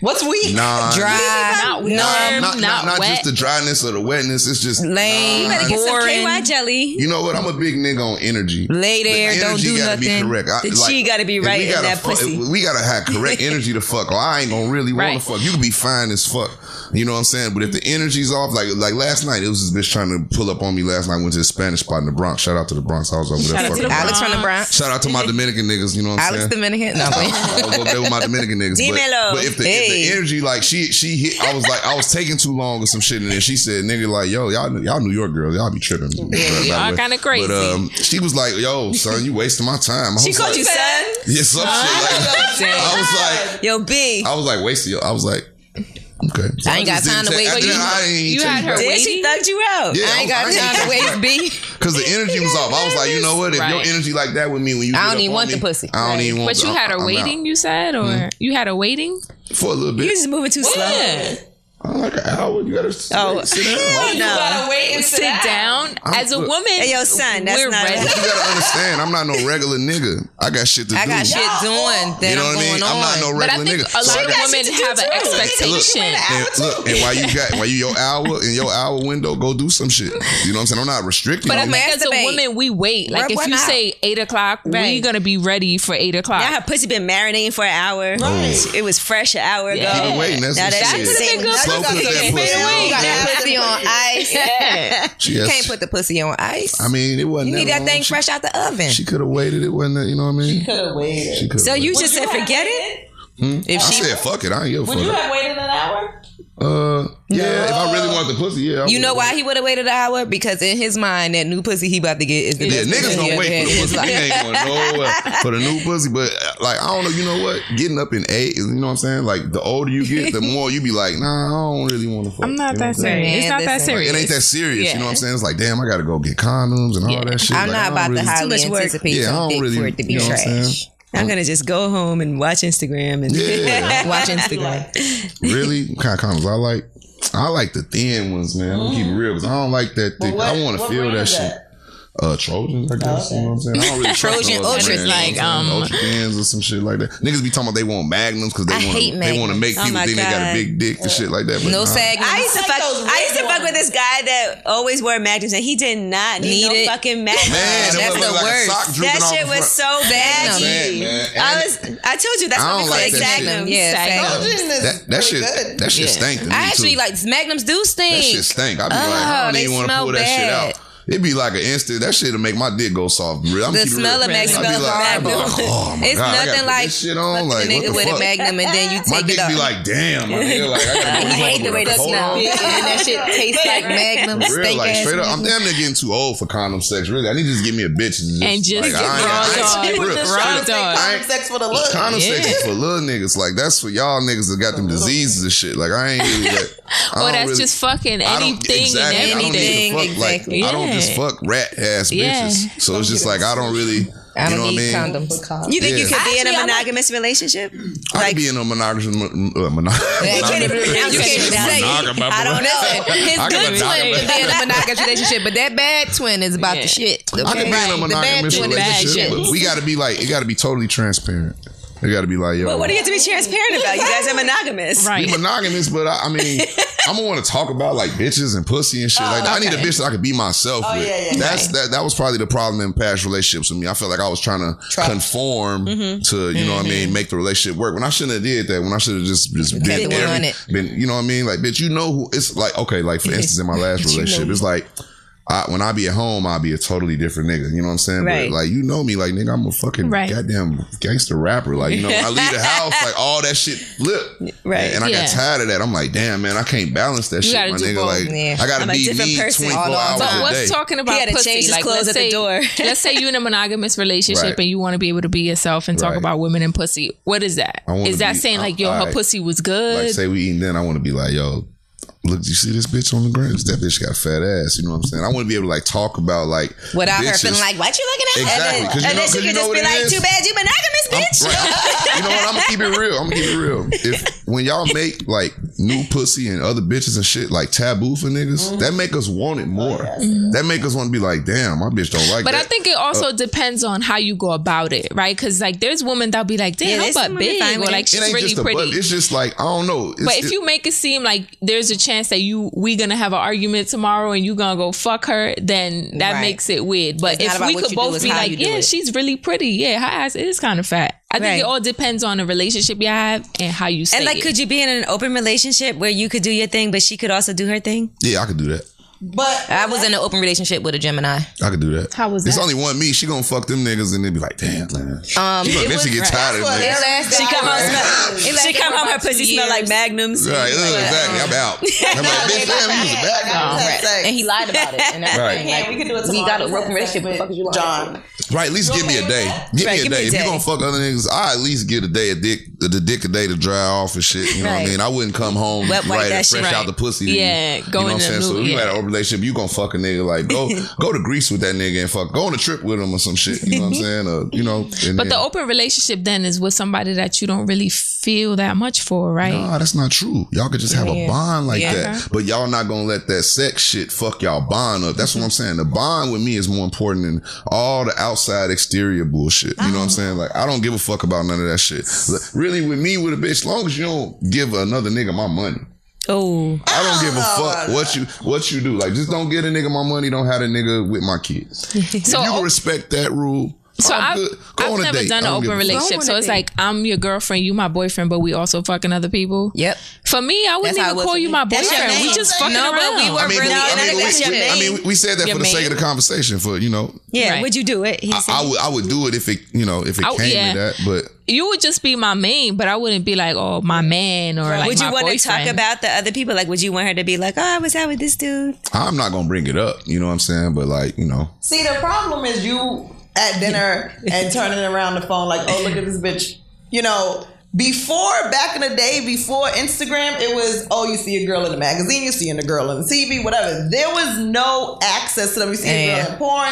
S6: What's weak?
S4: non,
S2: Dry,
S3: Not warm,
S4: not,
S3: not,
S4: not, not, not
S3: wet.
S4: just the dryness or the wetness. It's just
S2: lame,
S4: non-
S1: Get some
S2: boring.
S1: KY jelly.
S4: You know what? I'm a big nigga on energy.
S2: Lay there,
S4: The
S2: don't
S4: energy
S2: do
S4: gotta
S2: nothing.
S4: Be correct. I,
S1: The chi gotta be
S4: if
S1: right
S4: we
S1: in
S4: gotta
S1: that
S4: fuck-
S1: pussy.
S4: if We gotta have correct energy to fuck. Or I ain't gonna really
S3: Right.
S4: want to fuck. You can be fine as fuck. You know what I'm saying? But if the energy's off, like like last night, it was this bitch trying to pull up on me last night. Went to the Spanish spot in the Bronx. Shout out to the Bronx. I was over there.
S3: Shout out to
S4: fucking-
S3: the Bronx.
S2: Alex from the Bronx.
S4: Shout out to my Dominican niggas. You know what I'm
S2: Alex
S4: saying?
S2: Dominican. No, wait.
S4: I was over there with my Dominican niggas.
S1: Dímelo.
S4: But, but if, the, if the
S2: Hey.
S4: energy, like she she hit, I was like I was taking too long or some shit, and then she said, "Nigga, like yo, y'all y'all New York girls, y'all be tripping." By the
S3: y'all
S4: way.
S3: kinda crazy.
S4: But um, she was like, "Yo, son, you wasting my time." I
S1: She
S4: was
S1: called
S4: like,
S1: you son.
S4: Yeah, some shit. Like, I was like,
S1: Yo, B.
S4: I was like, wasting. Yo, I was like, okay. So
S2: I ain't got
S4: just didn't
S2: time to
S4: take-
S2: wait.
S4: I
S2: But
S4: didn't-
S2: you-
S4: I ain't
S3: you
S4: take-
S3: had her
S1: Then she
S3: waiting.
S1: thugged you out.
S4: Yeah,
S2: I ain't got
S4: was-
S2: time to wait, B.
S4: Cause the energy was off. I was like, you know what? If your
S3: Right.
S4: energy like that with me, when you
S2: I
S4: get
S2: don't
S4: up
S2: even
S4: on
S2: want
S4: me,
S2: the pussy.
S4: I don't even want.
S3: But you
S4: the-
S3: had
S4: I'm
S3: her
S4: out. Mm-hmm.
S3: waiting, you said, or you had her waiting?
S4: for a little bit.
S1: You're just moving too slow.
S4: I'm like an hour. You gotta sit,
S1: Oh.
S4: sit down.
S1: You gotta
S3: wait and sit down. As a
S4: look-
S3: woman,
S1: Hey, yo, son, that's
S3: we're
S1: not-
S3: ready.
S4: You gotta understand, I'm not no regular nigga. I got shit to
S2: I
S4: do.
S2: got shit doing that
S4: you know
S2: I'm going
S4: what I mean?
S2: on.
S4: I'm not no
S3: But I
S4: regular
S3: think
S4: nigga.
S3: a
S4: So
S3: lot
S4: I
S3: of
S4: got-
S3: women have an expectation.
S4: And look, and while you got while you your hour in your hour window, go do some shit. You know what I'm saying? I'm not restricting.
S3: But I
S4: you.
S3: think as a
S2: Masturbate.
S3: woman, we wait. Like
S2: Rub
S3: if
S2: one
S3: you
S2: out.
S3: say eight o'clock, we're
S1: Right.
S3: gonna be ready for eight o'clock.
S1: Now her pussy been marinating for an hour. It was fresh an hour ago.
S3: Yeah.
S4: Been waiting, that's
S1: now
S4: what
S1: that
S4: she
S1: shit
S4: is.
S1: sitting
S3: That's
S4: Slow
S3: what
S4: cook
S3: she
S4: that
S3: said.
S4: pussy.
S3: Fade away.
S2: Got
S4: You know what I'm
S2: that
S4: saying?
S2: pussy on ice.
S4: She
S2: You
S4: has-
S2: can't put the pussy on ice.
S4: I mean, it wasn't.
S2: you need that
S4: long.
S2: thing
S4: She-
S2: fresh out the oven.
S4: She could have waited. It wasn't. that- You know what I mean?
S6: Could have waited.
S4: She could.
S1: So you just said forget it?
S2: If
S4: I
S2: she,
S4: said, fuck it. I ain't give a fuck.
S6: have waited an hour?
S4: Uh, yeah, if I really want the pussy, yeah. I
S2: you know
S4: would've.
S2: why he would have waited an hour? Because in his mind, that new pussy he about to get is the
S4: Yeah,
S2: best
S4: niggas
S2: pussy he
S4: don't
S2: ever
S4: wait
S2: had
S4: for the
S2: in his
S4: pussy. We
S2: life.
S4: ain't going nowhere for the new pussy. But uh, like, I don't know. You know what? Getting up in eight, you know what I'm saying? Like, the older you get, the more you be like, nah, I don't really want to fuck.
S3: I'm
S4: You know
S3: not
S4: what
S3: that
S4: saying?
S3: serious. It's
S2: Man,
S3: not that
S2: listen.
S3: serious.
S4: It ain't that serious. You know what I'm saying? It's like, damn, I gotta go get condoms and all that shit.
S2: I'm
S4: Like, I
S2: not
S4: don't
S2: about
S4: really-
S2: to highly
S1: much work.
S2: anticipate
S4: Yeah, I don't
S2: something
S4: really-
S2: for it to be
S4: you know what I'm
S2: trash.
S4: saying?
S1: I'm gonna just go home and watch Instagram and
S4: Yeah,
S2: Watch Instagram.
S4: really. What kind of condoms I like? I like the thin ones, man. I'm gonna keep it real because I don't like that thick.
S6: what-
S4: I want to
S6: what
S4: feel
S6: brand
S4: that
S6: is
S4: shit.
S6: that?
S4: Uh, Trojans, I guess. You know what I'm saying? I don't really trust
S2: Trojan
S4: no other
S2: Ultras,
S4: brands, you know
S3: like,
S4: what I'm saying?
S3: um,
S4: Ultra Thins or some shit like that. Niggas be talking about they want Magnums because
S1: I
S4: they want
S1: hate
S4: to they want
S1: Magnums.
S4: to make
S1: Oh
S4: people
S1: my
S4: think they got a
S1: God.
S4: big dick and shit like that. But
S2: No
S4: nah.
S2: sag.
S1: I used to
S6: Like
S1: fuck.
S6: those
S1: I used to
S6: red
S1: fuck with this
S6: ones.
S1: guy that always wore magnums, and he did not need,
S2: Need it.
S1: no fucking magnums.
S4: Man, that
S2: That's
S4: motherfucker
S2: the
S4: like a
S2: worst.
S4: sock drooping
S1: that
S4: off
S1: shit
S4: the
S1: was
S4: front.
S1: so
S2: Magnum.
S4: Sad,
S1: baggy.
S4: man.
S1: I
S4: And-
S1: was. I told you that's
S4: I
S1: what we
S4: don't
S1: call it.
S4: like that shit.
S1: Magnums.
S2: Yeah,
S1: Magnums.
S2: Magnum.
S4: that, that shit that shit stank to me
S2: I
S4: too.
S2: actually like magnums do stink.
S4: That shit stink. I be like, I
S2: Oh,
S4: don't
S2: they
S4: even want to
S2: smell
S4: pull that shit
S2: bad.
S4: out. It'd be like an instant. That shit'll make my dick go soft. I'm
S2: The smell of Magnum
S4: I'd be
S2: smells
S4: like, I'd be
S2: horrible.
S4: like, oh my
S2: It's
S4: god, I gotta
S2: nothing
S4: put
S2: like
S4: this shit on. Like,
S2: nigga
S4: what
S2: with
S4: the
S2: a
S4: fuck?
S2: magnum and then you take
S4: My dick
S2: it off.
S4: be like, damn, my nigga. Like, I gotta
S2: I
S4: put this
S2: hate
S4: motherfucker
S2: the way
S4: with a
S2: that
S4: coat
S2: smells.
S4: on.
S2: Yeah, and that shit tastes like Magnum.
S4: For real,
S2: Stink
S4: like
S2: ass
S4: straight up, I'm damn near getting too old for condom sex. Really, I need to just give me a bitch and just,
S3: And just
S4: like, I
S3: raw
S4: ain't- I ain't-
S3: dog.
S4: real-
S3: Raw
S4: straight
S3: dog.
S4: up, I ain't-
S6: Sex for the look.
S4: Condom sex
S3: Yeah.
S4: is for little niggas. Like that's for y'all niggas that got them diseases and shit. Like I ain't really that. I
S3: or
S4: don't
S3: Oh, that's
S4: really-
S3: just fucking
S4: I don't-
S3: anything and
S4: exactly. I don't
S3: everything.
S4: need to fuck
S2: Exactly.
S4: like I don't just
S3: Yeah.
S4: fuck rat ass
S3: Yeah.
S4: bitches. So it's just like I don't really.
S2: I
S4: you
S2: don't
S4: know
S2: need
S4: what I mean?
S2: condoms.
S1: You think you
S4: Yeah.
S1: could be in a
S3: Actually, I'm not-
S1: monogamous relationship?
S4: I could be in a monogamous. Uh, monog-
S2: can't even pronounce it. You can't
S4: Monog-
S1: I don't know.
S2: His
S4: I
S2: good
S4: could
S2: twin
S4: monog-
S2: could be in a monogamous relationship, but that bad twin is about
S3: Yeah.
S2: the shit. Okay?
S4: I could be in a
S2: The bad
S4: monogamous
S2: twin is the
S4: relationship,
S2: shit.
S4: but we got to be like it got to be totally transparent. It got to be like yo.
S1: But what do you have to be transparent about? You guys are monogamous.
S3: Right.
S4: We monogamous, but I, I mean, I'm gonna want to talk about like bitches and pussy and shit. like, that. I need a bitch that I could be myself with.
S6: yeah, yeah,
S4: That's that. That was probably the problem in past relationships with me. I felt like I was trying to conform to you know what I mean, make the relationship work. When I shouldn't have did that. When I should have just just been
S2: the word on
S4: every,
S2: it.
S4: been you know what I mean. Like, bitch, you know who? It's like okay, like for instance, in my last relationship, it's like. I, when I be at home, I'll be a totally different nigga. You know what I'm saying?
S1: Right.
S4: But like, you know me, like nigga, I'm a fucking
S3: Right.
S4: goddamn gangster rapper. Like, you know, when I leave the house, like all that shit flip.
S1: Right.
S4: And, I
S3: Yeah.
S4: got tired of that. I'm like, damn, man, I can't balance that shit,
S3: gotta
S4: my
S3: do
S4: nigga.
S3: both.
S4: Like,
S2: Yeah.
S4: I gotta
S1: I'm a
S4: be
S1: different
S4: me
S1: person
S4: 24 hours
S3: But
S4: a
S3: what's
S4: day.
S3: talking about
S1: had to
S3: pussy?
S1: change his clothes
S3: let's
S1: at the
S3: say,
S1: door.
S3: let's say you're in a monogamous relationship
S4: Right.
S3: and you want to be able to be yourself and talk
S4: Right.
S3: about women and pussy. What is that?
S4: I wanna
S3: Is that
S4: be-
S3: saying like, yo, her
S4: I-
S3: pussy was good?
S4: Like, say we eating then, I want to be like, yo, look, you see this bitch on the ground? That bitch got a fat ass. You know what I'm saying? I want to be able to like talk about like
S2: Without her
S4: bitches.
S2: feeling like, what you looking at?
S4: Exactly, 'cause you
S1: and
S4: know-
S1: then
S4: 'cause
S1: she
S4: you
S1: could
S4: know
S1: just
S4: what
S1: be
S4: it
S1: like,
S4: is?
S1: "Too bad you monogamous,
S4: I'm-
S1: bitch."
S4: right. you know what? I'm gonna keep it real. I'm gonna keep it real. If when y'all make like new pussy and other bitches and shit like taboo for niggas,
S1: Mm-hmm.
S4: that make us want it more.
S1: Oh,
S4: That make us want to be like, damn, my bitch don't like
S3: But
S4: that. uh,
S3: I think it also depends on how you go about it, right? Because like, there's women that'll be like,
S1: Yeah,
S3: "Damn, her
S1: there's
S3: butt
S1: some women
S3: big,"
S1: fine
S3: or
S1: with
S3: like,
S1: it.
S4: it
S3: "She's
S4: ain't
S3: really
S4: just a
S3: pretty."
S4: butt. It's just like I don't know. It's,
S3: but if
S4: it-
S3: you make it seem like there's a chance that you we gonna have an argument tomorrow and you gonna go fuck her, then that
S2: Right.
S3: makes it weird. But
S2: not
S3: if
S2: about
S3: we
S2: what
S3: could
S2: you do,
S3: both
S2: it's
S3: be
S2: how
S3: like,
S2: you do
S3: yeah,
S2: it."
S3: she's really pretty, yeah, her ass is kind of fat. I think
S1: Right.
S3: it all depends on the relationship you have and how you say
S1: And like,
S3: it.
S1: could you be in an open relationship where you could do your thing, but she could also do her thing?
S4: yeah, I could do that.
S6: But
S2: I was in an open relationship with a Gemini.
S4: I could do that.
S3: How was
S4: It's
S3: that?
S4: only one me. She gonna fuck them niggas and they be like, damn, man. Um, she gonna eventually get tired of them niggas.
S2: She
S1: come home,
S2: It
S1: she
S2: lasted
S1: come
S2: for
S1: home, her
S2: about two
S1: pussy smell like
S2: years.
S1: magnums.
S4: Right, exactly. I'm out. I'm like, bitch, damn, you was a bad guy.
S2: And he lied about it. And that's the
S4: Right.
S2: thing,
S6: Yeah,
S2: like,
S6: we could do it
S2: We
S6: tomorrow.
S2: got a rope relationship. What the fuck is you lying
S6: John.
S4: Right, at least give me a day. Give
S1: Right,
S4: me a
S1: give me
S4: day.
S1: a
S4: If you
S1: day.
S4: gonna fuck other niggas, I at least get a day a dick the, the dick a day to dry off and shit. You know what I
S1: Right.
S4: mean? I wouldn't come home
S1: Wet wipe
S4: right
S1: that
S4: and
S1: shit.
S4: fresh out
S3: Right.
S4: the pussy. to
S3: Yeah,
S4: you.
S3: go
S4: you know
S3: in
S4: what I'm
S3: the
S4: saying? So
S3: new-
S4: if you
S3: yeah.
S4: had an open relationship, you gonna fuck a nigga like go go to Greece with that nigga and fuck go on a trip with him or some shit. You know what I'm saying? Uh, you know, and
S3: but the
S4: then-
S3: open relationship then is with somebody that you don't really feel that much for, right? Uh-huh.
S4: Nah, that's not true. Y'all could just have a bond like that, but y'all not gonna let that sex shit fuck y'all bond up. That's what I'm saying. The bond with me is more important than all the outside exterior bullshit. You know what I'm saying? Like I don't give a fuck about none of that shit. Like, Really, with me with a bitch, long as you don't give another nigga my money.
S1: Oh,
S4: I don't give a fuck what you what you do. Like, just don't get a nigga my money. Don't have a nigga with my kids. If
S3: So
S4: you respect that rule,
S3: So
S4: I'm
S3: I've,
S4: good. Go
S3: I've
S4: on a
S3: never
S4: date.
S3: done
S4: I
S3: an
S4: don't give
S3: open
S4: a fuck.
S3: relationship.
S2: on
S3: So
S2: a
S3: it's
S2: date.
S3: like I'm your girlfriend, you my boyfriend, but we also fucking other people.
S2: Yep.
S3: For me, I wouldn't
S2: That's how it
S3: even
S2: was
S3: call
S2: for
S3: you
S2: me.
S3: my
S2: That's your
S3: boyfriend. We
S2: name.
S3: just
S2: No,
S3: fucking
S2: but we
S3: around.
S2: were
S4: I mean,
S2: Really?
S4: we, I,
S2: No,
S4: mean, we,
S2: that's your
S4: we- I
S2: name.
S4: mean, we said that
S3: Your
S4: for the sake of
S3: name.
S4: the conversation. For you know,
S1: Yeah,
S3: Right.
S1: would you do it? He
S4: I,
S1: said.
S4: I would I would do it if it you know if it
S3: I would-
S4: came
S3: yeah.
S4: to that. But
S3: you would just be my main, but I wouldn't be like, oh, my man or like
S1: would you
S3: my
S1: want to talk
S3: boyfriend.
S1: about the other people? Like, would you want her to be like, "Oh, I was out with this dude"?
S4: I'm not gonna bring it up. You know what I'm saying? But like you know,
S6: See, the problem is you at dinner and turning around the phone like, oh, look at this bitch. You know, before, back in the day, before Instagram, it was, oh, you see a girl in the magazine, you see a girl on the TV, whatever. There was no access to them. You see a girl
S2: Yeah.
S6: in porn.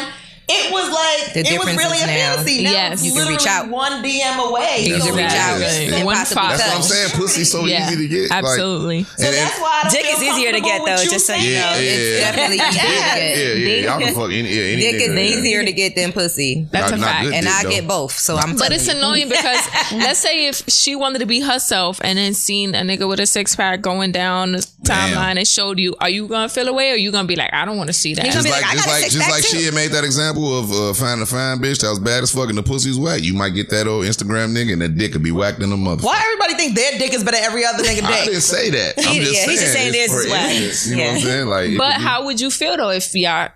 S6: It was like,
S2: The
S6: it was
S2: difference
S6: really
S2: is
S6: a
S2: now-
S6: fantasy. Now
S3: Yes.
S6: it's
S3: You
S1: can reach
S6: literally
S1: out.
S6: one DM away.
S4: You
S6: So
S4: can reach
S6: it's
S4: out.
S6: just
S4: One
S6: impossible
S1: five.
S6: to
S4: that's what I'm
S6: touch.
S4: saying. Pussy's so
S3: Uh, Yeah,
S4: easy to get. like-
S3: absolutely.
S6: So
S4: and-
S6: that's why I don't
S1: Dick
S6: feel
S1: is easier to
S6: comfortable
S1: get,
S6: with
S1: though,
S6: you
S1: just so you
S6: saying-
S1: know.
S4: yeah,
S2: It's
S4: yeah,
S2: definitely easier to
S4: yeah,
S2: get.
S4: yeah, yeah. Y'all can fuck any, yeah, any
S2: Dick
S4: nigga,
S2: is
S4: yeah.
S2: easier to get than pussy.
S3: That's
S4: Not-
S3: a
S4: not
S3: fact.
S4: good
S2: and
S4: dick,
S2: I
S4: though.
S2: get both, so I'm.
S3: But
S2: telling
S3: it's
S2: you.
S3: annoying because let's say if she wanted to be herself and then seen a nigga with a six pack going down the
S4: Damn.
S3: timeline and showed you, are you gonna feel away or you gonna be like, I don't want to see that?
S4: Just
S1: be
S4: like,
S1: like, I
S4: just
S1: got a
S4: like, just
S1: six-pack
S4: like she
S1: too.
S4: had made that example of uh, finding a fine bitch that was bad as fuck and the pussy's whack. You might get that old Instagram nigga and the dick could be whacked in the mother.
S6: Why everybody think their dick is better than every other nigga
S4: I
S6: dick?
S4: didn't say that. I'm just
S1: yeah,
S4: saying.
S1: he's just saying
S4: it's
S1: this is
S4: for
S1: whack.
S4: instance, You know
S1: Yeah.
S4: what I'm saying? Like, it
S3: But
S4: could be-
S3: how would you feel though if y'all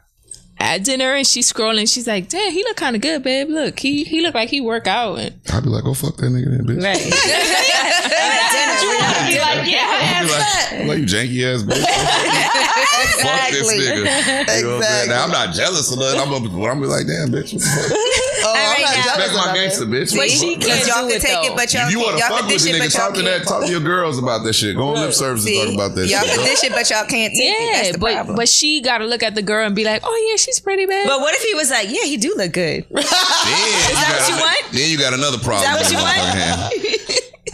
S3: at dinner and she's scrolling, she's like, "Damn, he look kind of good, babe. Look, he he look like he work out." And
S4: I'd be like, oh fuck that nigga, then, bitch.
S1: Right.
S3: I'd be like, "Yeah."
S4: Be like, like you janky ass bitch. Fuck this
S6: Exactly.
S4: nigga. You know what I'm saying?
S6: Exactly.
S4: Now I'm not jealous of nothing. I'm gonna, I'm gonna be like, damn bitch. what the fuck?
S6: Oh, I'm not
S1: now.
S6: jealous
S4: That's my
S6: about it.
S4: gangster bitch. What the
S3: she can't
S4: fuck?
S1: Because y'all can
S3: do it,
S1: take
S3: though.
S1: it, but y'all can't.
S4: You want to
S1: Y'all
S4: fuck
S1: can
S4: with
S1: dish
S4: the
S1: it,
S4: nigga?
S1: but y'all
S4: Talk to that.
S1: can't.
S4: Talk to your girls about that shit. Go on lip service and talk about that.
S2: Y'all
S4: shit.
S2: can dish it, but y'all can't take it. That's
S3: Yeah,
S2: the
S3: but
S2: problem.
S3: but she got to look at the girl and be like, "Oh yeah, she's pretty, babe."
S1: But what if he was like, "Yeah, he do look good,"
S4: Then you
S1: what
S4: got
S1: you
S4: ano-
S1: want?
S4: Then you got another problem.
S1: what you
S4: on
S1: want?
S4: your hand.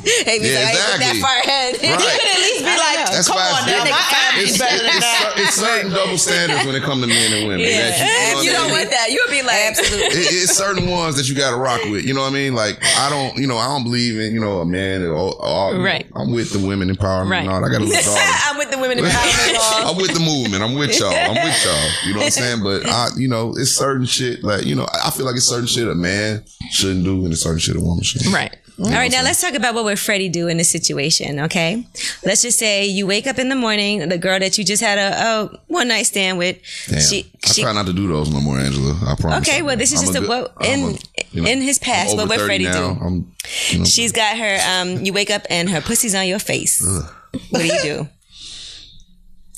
S1: Hey, he's
S4: Yeah,
S1: like, I ain't
S4: exactly.
S1: look that far ahead.
S4: Right.
S1: least be like,
S4: That's why I said- it's, it's, it's certain double standards when it comes to men and women. That
S1: You
S4: know what I
S1: don't
S4: mean?
S1: want that. You would be like, absolutely.
S4: it, it's certain ones that you got to rock with. You know what I mean? Like I don't, you know, I don't believe in you know a man. Or, or, or-
S3: Right.
S4: I'm with the women empowerment.
S3: Right.
S4: And all. that. I got to look all.
S1: I'm with the women in power.
S4: I'm with the movement. I'm with y'all. I'm with y'all. You know what I'm saying? But I, you know, it's certain shit. Like you know, I I feel like it's certain shit a man shouldn't do, and it's certain shit a woman shouldn't. do.
S3: right.
S1: All right, now let's talk about what would Freddie do in this situation, okay? Let's just say you wake up in the morning, the girl that you just had a, a one night stand with,
S4: Damn.
S1: she,
S4: I
S1: she
S4: try not to do those no more, Angela. I promise.
S1: Okay, well, this is
S4: I'm
S1: just a-
S4: good-
S1: well,
S4: I'm
S1: in- in his past,
S4: I'm
S1: but
S4: over
S1: what
S4: 30
S1: Freddie do?
S4: now. I'm, you know,
S1: she's got her, um, you wake up and her pussy's on your face. What do you do?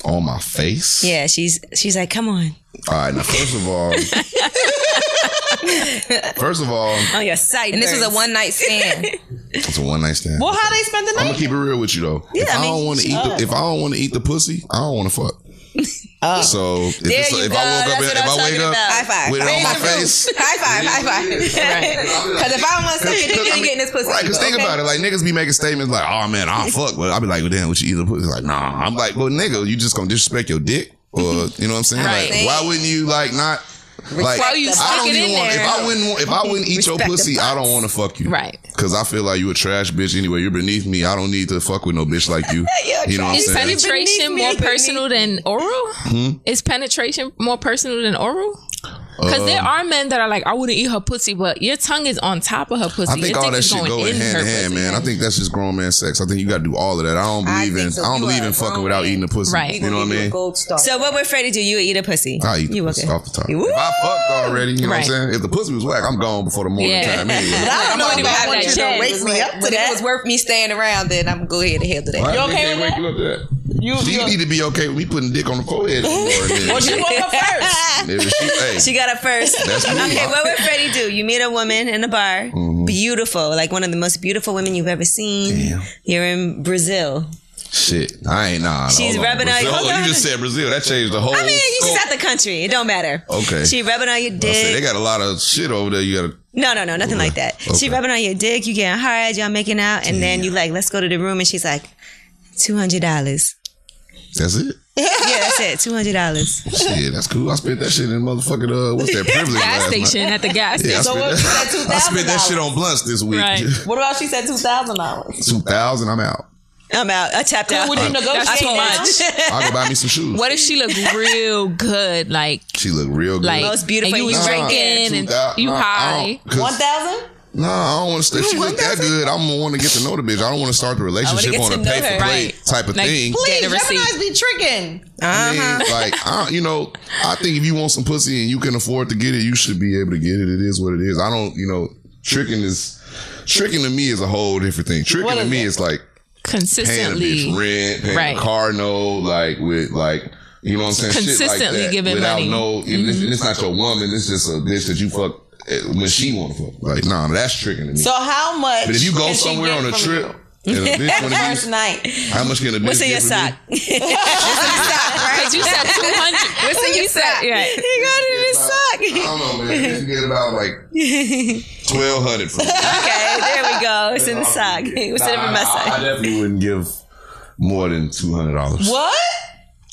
S4: on my face.
S1: Yeah, she's she's like, come on,
S4: All right. Now, first of all, first of all,
S1: on your side.
S2: and this was a one night stand.
S4: it's a one night stand.
S6: Well, how they spend the
S4: I'm
S6: night?
S4: gonna keep it real with you though. if
S1: I
S4: I,
S1: mean,
S4: don't want to eat, the, if I don't want to eat the pussy, I don't want to fuck. so if, it's-
S1: Oh. you
S4: if
S1: go.
S4: I woke
S1: That's
S4: up, in-
S1: what
S4: if
S1: I'm
S4: I wake
S1: talking about.
S4: up
S2: high five.
S4: with it on my
S2: High five.
S4: face,
S2: High five. High five. Because if I don't want to suck your dick, you ain't getting this pussy.
S4: Right, because think about it. Like, niggas be making statements like, oh, man, I'll fuck. But I'll be like, well, damn, what you either put? Like, nah. I'm like, well, nigga, you just going to disrespect your dick? Or, you know what I'm saying? Like,
S2: Right.
S4: why wouldn't you, like, not. Like,
S3: Why you
S4: I
S3: stick
S4: don't
S3: it
S4: even
S3: in
S4: want. If
S3: there?
S4: I wouldn't, want- if I wouldn't eat your
S1: Respect the
S4: pussy, I don't want to fuck you.
S3: Right.
S4: Because I feel like you a trash bitch anyway. You're beneath me. I don't need to fuck with no bitch like you. you know what I'm
S3: Is
S4: saying?
S3: penetration more personal than oral?
S4: Hmm?
S3: Is penetration more personal than oral? Because there
S4: Uh,
S3: are men that are like, I wouldn't eat her pussy, but your tongue is on top of her pussy.
S4: I think
S3: your
S4: all
S3: dick
S4: that
S3: is
S4: shit
S3: going
S4: go in hand
S3: her
S4: in hand,
S3: pussy.
S4: man. I think that's just grown man sex. I think you got to do all of that. I don't believe in.
S2: think so.
S4: I don't
S2: You
S4: believe
S2: are
S4: in
S2: a
S4: fucking
S2: grown
S4: without
S2: man.
S4: eating the pussy.
S3: Right.
S4: You know what I mean?
S2: Gold star.
S1: So what would Freddie do? You would eat a pussy.
S4: I eat the
S1: you
S4: pussy
S1: okay.
S4: off the top. If I fucked already, you know
S3: Right.
S4: what I'm saying? If the pussy was whack, I'm gone before the morning
S3: Yeah.
S4: time. Anyway.
S2: I don't know
S3: gonna
S2: if I
S3: have
S2: want
S3: that
S2: you to
S3: check.
S2: wake me up to that. It was worth me staying around. Then I'm gonna go ahead and handle that.
S4: you
S6: okay with
S4: wake you up to that?
S6: You,
S4: She
S6: you,
S4: need to be okay with me putting dick on the forehead tomorrow.
S6: well,
S4: Then.
S6: she woke up first.
S4: If she, hey,
S1: She got up first.
S4: That's me.
S1: Okay, what would Freddie do? You meet a woman in a bar, beautiful, like one of the most beautiful women you've ever seen.
S4: Mm-hmm. Damn. Oh,
S1: You're in Brazil.
S4: shit, I ain't nah. nah,
S1: She's
S4: hold on.
S1: rubbing out-
S4: Brazil,
S1: hold on.
S4: You just said Brazil. That changed the whole.
S1: I mean, you
S4: scope.
S1: just out the country. It don't matter.
S4: Okay.
S1: She rubbing on your
S4: I said, they
S1: dick.
S4: got a lot of shit over there. You gotta.
S1: No, no, no, nothing like that.
S4: Okay.
S1: She rubbing on your dick. You getting hard. Y'all making out, and then you like, let's go to the room, and she's like, two hundred dollars.
S4: That's it.
S1: Yeah, that's it. Two hundred dollars.
S4: Shit, that's cool. I spent that shit in motherfucking uh, what's that privilege
S3: Gas
S4: last
S3: station
S4: Night.
S3: at the gas
S4: Yeah, I
S3: station.
S4: spent,
S6: what
S4: that,
S6: was that
S4: I spent that
S6: $2,000?
S4: shit on blunts this week.
S3: Right.
S6: What about she said two thousand dollars?
S4: Two thousand, I'm out.
S1: I'm out. I tapped out.
S3: Would you
S1: That's
S3: negotiate
S1: too
S3: that?
S1: much.
S4: I'll go buy me some shoes.
S3: What if she look real good? Like
S4: She look real good.
S3: like
S1: Most beautiful
S3: And you
S1: you
S3: was
S1: drink
S3: drinking and you high.
S4: One
S5: thousand?
S4: No, I don't want to. If she look that good, I'm gonna want to get to know the bitch. I don't want to start the relationship
S1: get
S4: on
S1: to
S4: a
S1: know
S4: pay for
S1: her.
S4: play
S3: Right.
S4: type of
S3: Like,
S4: thing.
S3: please, Uh-huh.
S6: Please,
S3: get a receipt.
S6: Gemini's be tricking.
S4: I mean, like, I, you know, I think if you want some pussy and you can afford to get it, you should be able to get it. It is what it is. I don't, you know, tricking is tricking to me is a whole different thing. Tricking to me is like paying a
S3: consistently.
S4: bitch rent, paying
S3: Right.
S4: a car note, like with like. You know what I'm saying? Shit
S3: Consistently
S4: like that,
S3: giving
S4: without
S3: money.
S4: no, and
S1: Mm-hmm.
S4: it's, and it's not your woman. It's just a bitch that you fuck eh, when she want to fuck. Like, nah, that's tricking to me.
S6: So how much?
S4: But if you go
S6: can she
S4: somewhere
S6: get
S4: on a
S6: from
S4: trip
S6: you?
S4: and a bitch wanna
S6: first
S4: be-
S6: night,
S4: how much can a bitch
S1: What's in your
S4: get from
S1: sock?
S4: you?
S1: What's
S3: Cause you said two hundred. Listen, you said yeah.
S1: He got it in his sock.
S4: I don't know, man. You get about like twelve hundred for me.
S1: Okay, there we go. It's in the sock. What's in it in my sock?
S4: I definitely wouldn't give more than two hundred dollars.
S6: what?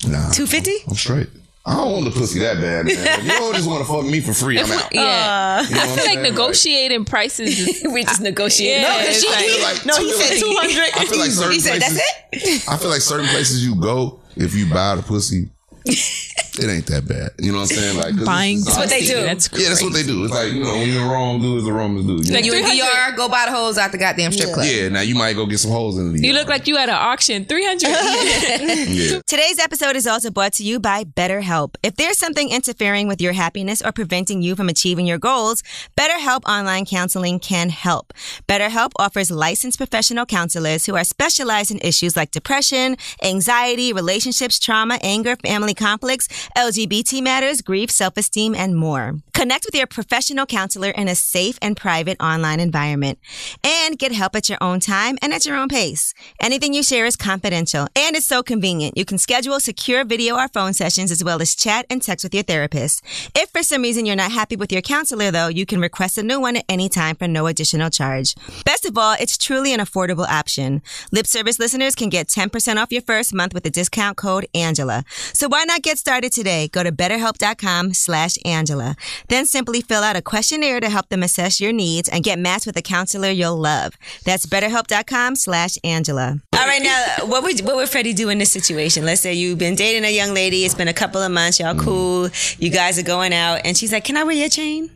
S4: Nah,
S1: Two fifty?
S4: I'm straight. I don't want the pussy that bad, man. If you don't just want to fuck me for free, I'm out.
S3: Yeah, I
S4: You know what
S3: feel
S4: I'm
S3: like
S4: saying?
S3: negotiating prices. Is,
S1: Uh, We just negotiated.
S3: yeah,
S1: No, 'cause
S3: it's
S1: she-
S3: like-
S4: I feel like
S1: No, he
S4: I feel
S1: said
S4: like-
S1: 200
S4: I feel like certain places,
S1: it?
S4: I feel like certain places you go, if you buy the pussy, it ain't that bad. You know what I'm saying? Like 'cause it's
S3: buying.
S4: just-
S3: That's
S1: what they do.
S3: That's crazy.
S4: Yeah, that's what they do. It's like you know, when you're wrong, do is the wrong to do. You
S3: Like
S4: know?
S2: You in
S3: 300.
S2: DR, go buy the hoes out the goddamn strip club.
S4: yeah, now you might go get some holes in the.
S3: You look like you at an auction. Three hundred.
S4: yeah.
S8: Today's episode is also brought to you by BetterHelp. If there's something interfering with your happiness or preventing you from achieving your goals, BetterHelp Online Counseling can help. BetterHelp offers licensed professional counselors who are specialized in issues like depression, anxiety, relationships, trauma, anger, family conflicts, LGBT matters, grief, self esteem, and more. Connect with your professional counselor in a safe and private online environment and get help at your own time and at your own pace. Anything you share is confidential and it's so convenient. You can schedule secure video or phone sessions as well as chat and text with your therapist. If for some reason you're not happy with your counselor though, you can request a new one at any time for no additional charge. Best of all, it's truly an affordable option. Lip service listeners can get 10% off your first month with the discount code Angela. So why not get started today? Go to betterhelp.com slash Angela. Then simply fill out a questionnaire to help them assess your needs and get matched with a counselor you'll love. That's betterhelp.com slash Angela.
S1: All right, now what would what would Freddie do in this situation? Let's say you've been dating a young lady. It's been a couple of months. Y'all cool. You guys are going out, and she's like, "Can I wear your chain?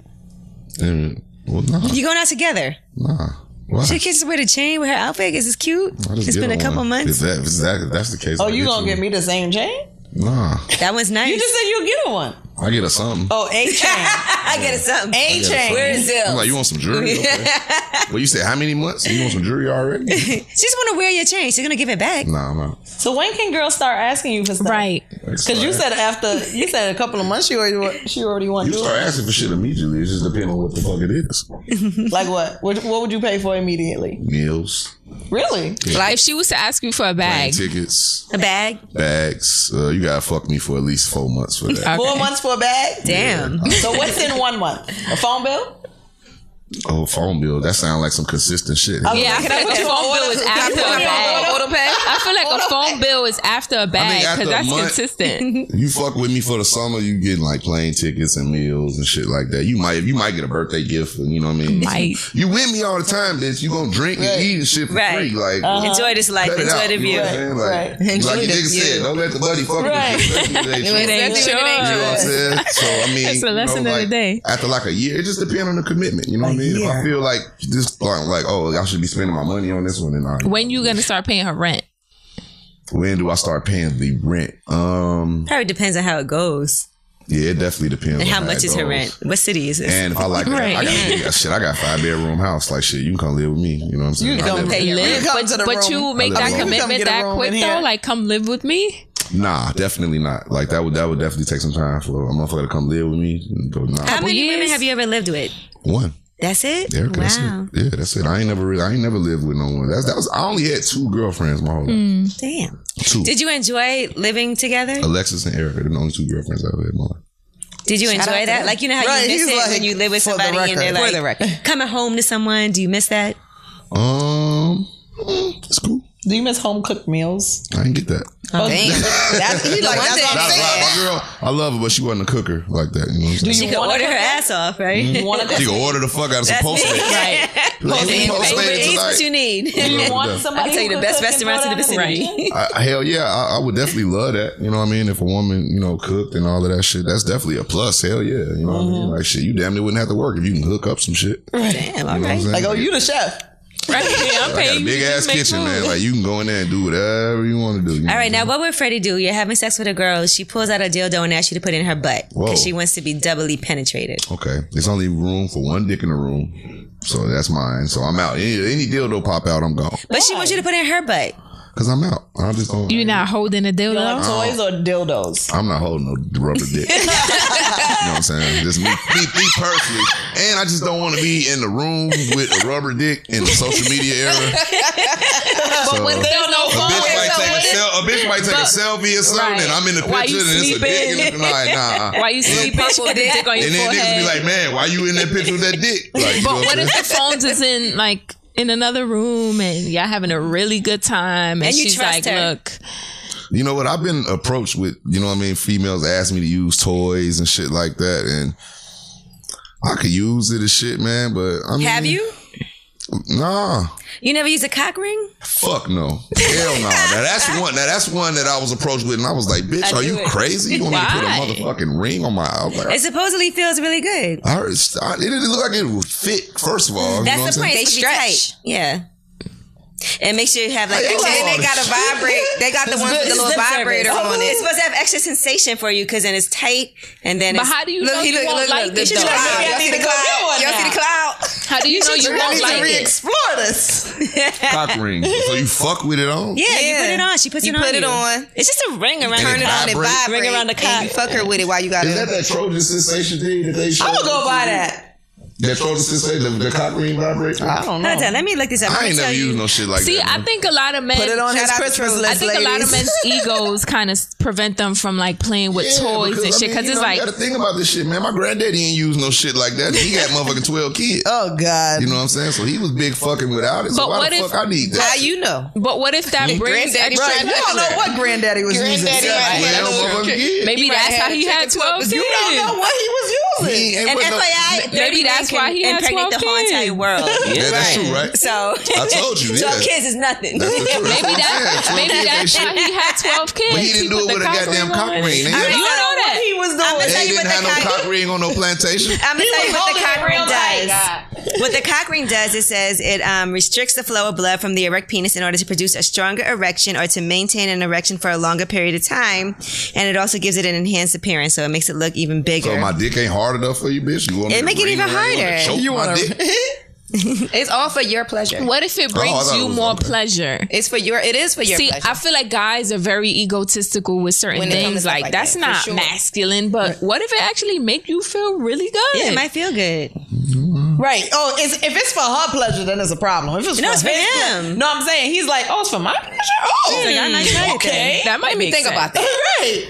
S4: Mm, Well, nah,
S1: You going out together?
S4: nah. Why?
S1: She can just wear the chain with her outfit. Is this cute?
S4: I just
S1: It's
S4: get
S1: been a
S4: her
S1: couple
S4: one.
S1: months.
S4: If, that, if that- if that's the case,
S6: Oh,
S4: I'll
S6: you gonna
S4: you
S6: give me the same chain?
S4: one. Nah,
S1: That one's nice.
S6: You just said you get one.
S4: I get a something.
S6: Oh, a chain.
S1: I get it something.
S6: A chain.
S1: Where is it?
S4: I'm like, you want some jewelry? Okay. well, you said how many months? You want some jewelry already?
S1: She just want to wear your chain. She's gonna give it back.
S4: nah, I'm out.
S6: So when can girls start asking you for stuff?
S3: Right.
S6: Because you said after you said a couple of months she already wa- she already want
S4: You
S6: to do
S4: start
S6: it.
S4: asking for shit immediately. It just depends on what the fuck it is.
S6: Like what? what? What would you pay for immediately?
S4: Meals,
S6: Really?
S3: Like if she was to ask you for a
S4: plane
S3: bag,
S4: tickets,
S1: A bag.
S4: bags. Uh, you gotta fuck me for at least four months for that.
S6: Four
S3: Okay.
S6: months for a bag?
S1: Damn.
S6: So what's in one month? A phone bill?
S4: Oh, phone bill. That sounds like some consistent shit.
S3: yeah, I feel like a phone bill is after a bag.
S6: Auto pay?
S3: I feel like a phone bill is after a bag
S4: after
S3: because
S4: a
S3: that's
S4: month-
S3: consistent.
S4: You fuck with me for the summer, you get like plane tickets and meals and shit like that. You might you might get a birthday gift, you know what I mean?
S3: Might.
S4: You with me all the time, bitch. You gonna drink and eat and shit for
S1: Right. Uh-huh.
S4: free. Like
S1: Enjoy this life.
S4: cut it
S1: Enjoy
S4: out,
S1: the
S4: you know
S1: view.
S4: what I'm saying? Like,
S6: Right.
S4: like you
S2: Enjoy the
S4: niggas said,
S2: view.
S4: don't let the buddy fuck
S6: Right.
S4: with you. Let you.
S1: ain't
S4: You
S1: true.
S4: know what
S3: Sure.
S4: I'm saying? So I mean,
S3: That's a
S4: you
S3: lesson of
S4: know,
S3: the
S4: like,
S3: day.
S4: After like a year, it just depends on the commitment. You know what I mean? If I feel like this, like, like oh, I should be spending my money on this one, and I,
S3: When you gonna start paying her rent?
S4: when do I start paying the rent? Um,
S1: Probably depends on how it goes
S4: yeah, it definitely depends.
S1: and
S4: on
S1: how much
S4: it
S1: is her
S4: goes.
S1: rent. What city is this?
S4: And if I like that, I
S3: Right.
S4: got, shit, I got five bedroom house. Like shit, you can come live with me. You know what I'm saying?
S6: You
S4: I
S6: don't
S4: live-
S6: pay your
S3: Live,
S6: rent. Come
S3: but,
S6: to the
S3: but
S6: room.
S3: you make that
S4: You come
S3: commitment
S6: get a
S3: that
S6: room
S3: quick
S6: in here.
S3: though. Like come live with me.
S4: Nah, definitely not. Like that would that would definitely take some time for a motherfucker to come live with me. But nah,
S1: how many
S3: years?
S1: women have you ever lived with?
S4: one.
S1: That's it.
S4: Erica, that's
S1: wow.
S4: it. Yeah, that's it. I ain't never really, I ain't never lived with no one. That's that was. I only had two girlfriends my whole life.
S6: Mm.
S1: Damn.
S4: Two.
S1: Did you enjoy living together?
S4: Alexis and Erica, they're the only two girlfriends I've had in my life.
S1: Did you enjoy that? Like you know how
S6: Right,
S1: you miss
S6: he's
S1: it
S6: like,
S1: when you live with
S6: for the
S1: somebody and they're
S6: record.
S1: like
S6: For the record.
S1: coming home to someone. Do you miss that?
S4: Um, mm, it's cool.
S6: Do you miss home cooked meals?
S4: I didn't get that.
S2: Oh, damn.
S6: That's, he like, that's what I'm
S4: That's
S6: saying.
S4: right. My girl, I love her, but she wasn't a cooker like that. You know what I'm
S6: Do
S4: saying?
S1: She
S6: you
S1: could
S6: want
S1: order
S6: to
S1: her ass off, right?
S4: She can order the fuck out of some Postmates.
S6: Mm-hmm. Right.
S4: Let me
S6: Postmates.
S4: Postmates
S1: Eat what you
S4: tonight.
S1: need.
S4: Yeah.
S1: I'll tell you the best restaurants in the vicinity.
S4: I, hell yeah, I, I would definitely love that. You know what I mean? If a woman, you know, cooked and all of that shit, that's definitely a plus. Hell yeah, you know what I
S6: Mm-hmm.
S4: mean? Like shit, you damn near wouldn't have to work if you can hook up some shit.
S1: Damn, all
S4: You know what I'm
S1: right.
S4: saying?
S6: Like, oh, you the chef.
S3: Right. Yeah, I'm
S4: I got
S3: paying
S4: a
S3: you
S4: big
S3: to
S4: ass
S3: make
S4: kitchen,
S3: food.
S4: man. Like you can go in there and do whatever you want to do.
S1: All right, now what would Freddie do? You're having sex with a girl. She pulls out a dildo and asks you to put it in her butt
S4: Whoa.
S1: because she wants to be doubly penetrated.
S4: Okay, there's only room for one dick in the room, so that's mine. So I'm out. Any, any dildo pop out, I'm gone.
S1: But she wants you to put it in her butt.
S4: Cause I'm out. I'm just going.
S6: Mm-hmm.
S3: You're not holding a dildo.
S1: Oh.
S6: Toys or dildos?
S4: I'm not holding no rubber dick. you know what I'm saying? Just me, me, me personally. And I just don't want to be in the room with a rubber dick in the social media era. So,
S6: There's no
S4: a
S6: phone.
S4: bitch might
S6: there's no
S4: take a,
S6: internet.
S4: sel- a bitch might take a selfie or something,
S3: Right.
S4: and I'm in the
S3: Why
S4: picture,
S3: you
S4: and it's a dick
S3: sleeping?
S4: looking like nah.
S3: Why you sleeping with a dick on your
S4: and then niggas
S3: forehead?
S4: be like, man, why you in that picture with that dick? Like, you know
S3: but
S4: what
S3: what
S4: I'm
S3: if
S4: saying?
S3: the phones is in like in another room and y'all having a really good time and,
S1: And you
S3: she's
S1: trust
S3: like,
S1: her.
S3: look,
S4: You know what? I've been approached with, you know what I mean? Females ask me to use toys and shit like that, and I could use it as shit, man, but I mean.
S1: Have you?
S4: Nah.
S1: You never use a cock ring?
S4: Fuck no. Hell no. Now that's one. Now that's one that I was approached with, and I was like, "Bitch, are you crazy? You want me to put a
S3: Why?
S4: motherfucking ring on my?" I was like,
S1: It supposedly feels really good.
S4: I heard, I- it didn't look like it would fit. First of all,
S1: That's
S4: you know
S1: the
S4: what I'm
S1: point.
S4: saying?
S1: It's supposed to be
S2: stretch.
S1: tight. Yeah. And make sure you have like
S4: Hey,
S1: extra.
S4: you
S2: And
S4: like-
S2: they got a vibrate. They got the one with the
S1: It's
S2: little
S1: lip
S2: vibrator
S1: service. Oh,
S2: on
S1: It's
S2: it.
S1: supposed to have extra sensation for you because then it's tight and then
S3: but
S1: it's,
S3: how do you know
S2: he
S3: you
S2: look-
S3: won't
S2: look-
S3: like
S2: look,
S3: it?
S2: this
S3: though?
S2: dog.
S3: How-
S2: Y'all
S6: Y'all
S2: see
S6: see
S2: the
S6: the cloud?
S2: Y'all see the cloud?
S3: How do you know you won't
S6: need to
S3: like it?
S6: re-explore this.
S4: cock ring. So you fuck with it on?
S1: yeah, you
S2: Yeah.
S1: put it on. She puts
S2: You
S1: it on.
S2: put it
S1: you.
S2: on.
S1: It's just a ring around.
S4: Turn
S1: your
S4: it
S1: cock.
S2: On it
S4: Ring
S2: vibrate.
S1: around the cock.
S2: And you fuck her with it while you got
S4: Is that
S2: it.
S4: that Trojan sensation thing that they show?
S2: I'm gonna go buy that.
S4: That Trojan sensation, the, the cock ring vibrator. I,
S6: I don't
S1: Hold
S6: know.
S1: on, uh, let me look this up.
S4: ain't never
S1: used
S4: used no shit like
S3: See,
S4: that.
S3: I
S4: man.
S3: think a lot of men
S6: Put it on his
S2: Shout out to
S6: Christmas
S2: Truth.
S6: list,
S3: I think a lot of
S6: ladies.
S3: men's egos kind of prevent them from like playing with
S4: Yeah,
S3: toys and
S4: because, I
S3: shit
S4: mean,
S3: because
S4: you
S3: it's
S4: know,
S3: like
S4: you gotta think about this shit, man. My granddaddy ain't use no shit like that. He got motherfucking twelve kids.
S6: Oh God!
S4: You know what I'm saying? So he was big fucking without it. So
S3: But
S4: why
S3: what
S4: the
S3: if-
S4: fuck I need that?
S2: How you know?
S3: But what if that brings
S2: granddaddy
S3: extra?
S2: tried
S6: you don't know what granddaddy was
S2: Granddaddy
S6: using.
S2: might
S4: Well,
S2: have
S4: that
S2: a
S4: motherfucker kid.
S3: Maybe that's how he had twelve kids.
S6: You don't know what he was using.
S4: He ain't
S1: And
S4: put no-
S1: FYI,
S3: Maybe
S1: 30
S3: that's
S1: men
S3: why
S1: can
S3: he had
S1: impregnate
S3: 12
S1: the whole
S3: kids.
S1: entire world.
S4: Yeah, that's true, right?
S1: So
S4: I told you, yeah.
S1: 12 kids is nothing.
S4: That's the truth. That's
S3: Maybe
S4: what I'm
S3: that's
S4: saying. 12
S3: maybe
S4: kids ain't
S3: that's
S4: shit.
S3: why he had twelve kids.
S4: But he didn't do
S3: put
S4: it
S3: the
S4: with a goddamn cock
S3: on it.
S4: ring. They
S3: You
S4: didn't-
S3: don't know
S2: What
S3: that.
S2: he was
S1: I'ma
S2: doing.
S1: tell
S4: They
S1: you what
S4: didn't have
S1: the
S4: no
S1: cock-
S4: cock ring on no plantation.
S1: I'm gonna tell you what the cock ring does.
S3: God.
S1: What the cock ring does, it says it um, restricts the flow of blood from the erect penis in order to produce a stronger erection or to maintain an erection for a longer period of time, and it also gives it an enhanced appearance, so it makes it look even bigger.
S4: So my dick ain't hard enough for you, bitch. You want me
S1: It
S4: to
S1: make it
S4: ring
S1: even
S4: around? You
S1: harder.
S4: want to choke
S1: You
S4: my dick?
S2: It's all for your pleasure.
S3: What if it
S4: Oh, I
S3: brings
S4: thought it
S3: you
S4: was
S3: more
S4: okay.
S3: pleasure?
S2: It's for your. It is for your
S3: See,
S2: pleasure.
S3: I feel like guys are very egotistical with certain
S2: When it comes to
S3: things.
S2: stuff
S3: Like,
S2: like
S3: that's
S2: that, for
S3: not
S2: sure.
S3: masculine, but what if it actually make you feel really good?
S1: yeah, it might feel good.
S6: Right. Oh, it's, if it's for her pleasure, then it's a problem. If it's
S1: No,
S6: for
S1: it's for
S6: his
S1: him.
S6: pleasure- no, I'm saying he's like, oh, it's for my pleasure. Oh,
S1: Like, I'm not trying to
S6: okay.
S3: Hmm, that might make
S2: Think
S3: sense.
S2: about that.
S6: right.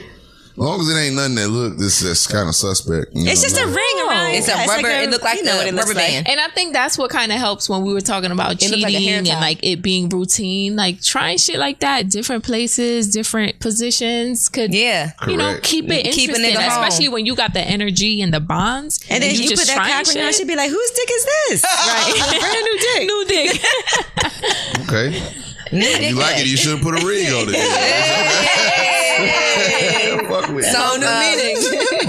S4: As long as it ain't nothing that look, this is kind of suspect. you know
S1: It's just
S4: what I
S1: a
S4: mean?
S1: ring around.
S2: It's a rubber. it looked like
S1: you know
S2: the
S1: what it looks
S2: rubber
S1: like.
S2: band.
S3: And I think that's what kind of helps when we were talking about
S2: looked
S3: cheating
S2: like a hair
S3: and
S2: tie.
S3: like it being routine, like trying shit like that, different places, different positions could
S2: Yeah.
S3: you know
S4: Correct.
S3: keep it
S2: Keep a
S3: interesting,
S2: nigga home.
S3: especially when you got the energy and the bonds.
S1: And then you,
S3: just
S1: put that
S3: trying
S1: cock ring on,
S3: shit.
S1: she'd be like, "Whose dick is this?" Right, brand new dick.
S3: New dick.
S4: Okay. If you like it, you should put a ring on it. Fuck with it.
S2: So new meaning.